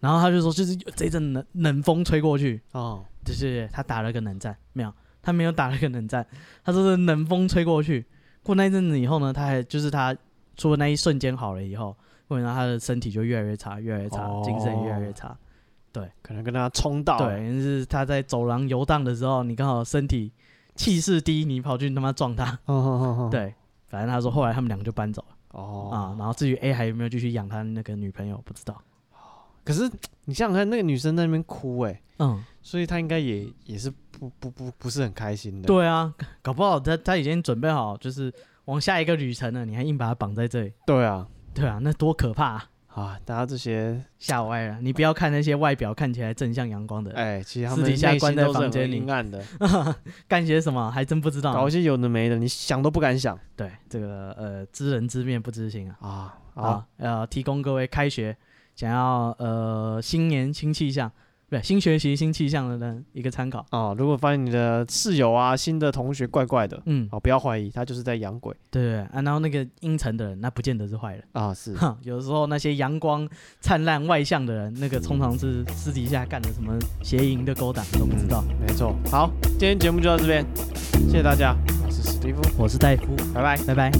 [SPEAKER 2] 然后他就说，就是有这一阵冷冷风吹过去，
[SPEAKER 1] 哦，
[SPEAKER 2] 对对对，他打了个冷战，没有，他没有打了个冷战，他说是冷风吹过去。过那一阵子以后呢，他还就是他除了那一瞬间好了以后，过然后他的身体就越来越差，越来越差，
[SPEAKER 1] 哦
[SPEAKER 2] 精神越来越差。
[SPEAKER 1] 可能跟他冲到了，
[SPEAKER 2] 对，就是他在走廊游荡的时候，你刚好身体气势低，你跑去他妈撞他。
[SPEAKER 1] 哦哦哦，
[SPEAKER 2] 对，反正他说后来他们两个就搬走了、啊
[SPEAKER 1] 哦
[SPEAKER 2] 啊。然后至于 A 还有没有继续养他那个女朋友，不知道。
[SPEAKER 1] 可是你想想看，那个女生在那边哭哎、
[SPEAKER 2] 嗯，
[SPEAKER 1] 所以她应该也也是不不不不是很开心的。，
[SPEAKER 2] 对啊，搞不好他他已经准备好就是往下一个旅程了，你还硬把他绑在这里，
[SPEAKER 1] 对啊，
[SPEAKER 2] 对啊，那多可怕、啊！
[SPEAKER 1] 啊，大家这些
[SPEAKER 2] 吓歪了！你不要看那些外表看起来正向阳光的人，
[SPEAKER 1] 哎、其实他
[SPEAKER 2] 私
[SPEAKER 1] 们
[SPEAKER 2] 底下
[SPEAKER 1] 内心
[SPEAKER 2] 关在
[SPEAKER 1] 都是
[SPEAKER 2] 房
[SPEAKER 1] 很
[SPEAKER 2] 间里
[SPEAKER 1] 阴暗的，
[SPEAKER 2] 干些什么还真不知
[SPEAKER 1] 搞
[SPEAKER 2] 道
[SPEAKER 1] 一。些有的没的，你想都不敢想
[SPEAKER 2] 对，这个呃，知人知面不知心啊。
[SPEAKER 1] 啊啊！
[SPEAKER 2] 啊，呃，提供各位开学想要呃新年新气象，不对，新学习新气象的人一个参考。
[SPEAKER 1] 啊！如果发现你的室友啊、新的同学怪怪的，
[SPEAKER 2] 嗯，
[SPEAKER 1] 哦，不要怀疑，他就是在养鬼
[SPEAKER 2] 对对对啊，然后那个阴沉的人，那不见得是坏人。
[SPEAKER 1] 啊！是
[SPEAKER 2] 哼， (laughs) 有时候那些阳光灿烂外向的人，那个通常是私底下干的什么邪淫的勾当都不知道。
[SPEAKER 1] (laughs) 没错。好，今天节目就到这边，谢谢大家，我是史蒂夫，
[SPEAKER 2] 我是戴夫，
[SPEAKER 1] 拜拜。
[SPEAKER 2] 拜拜。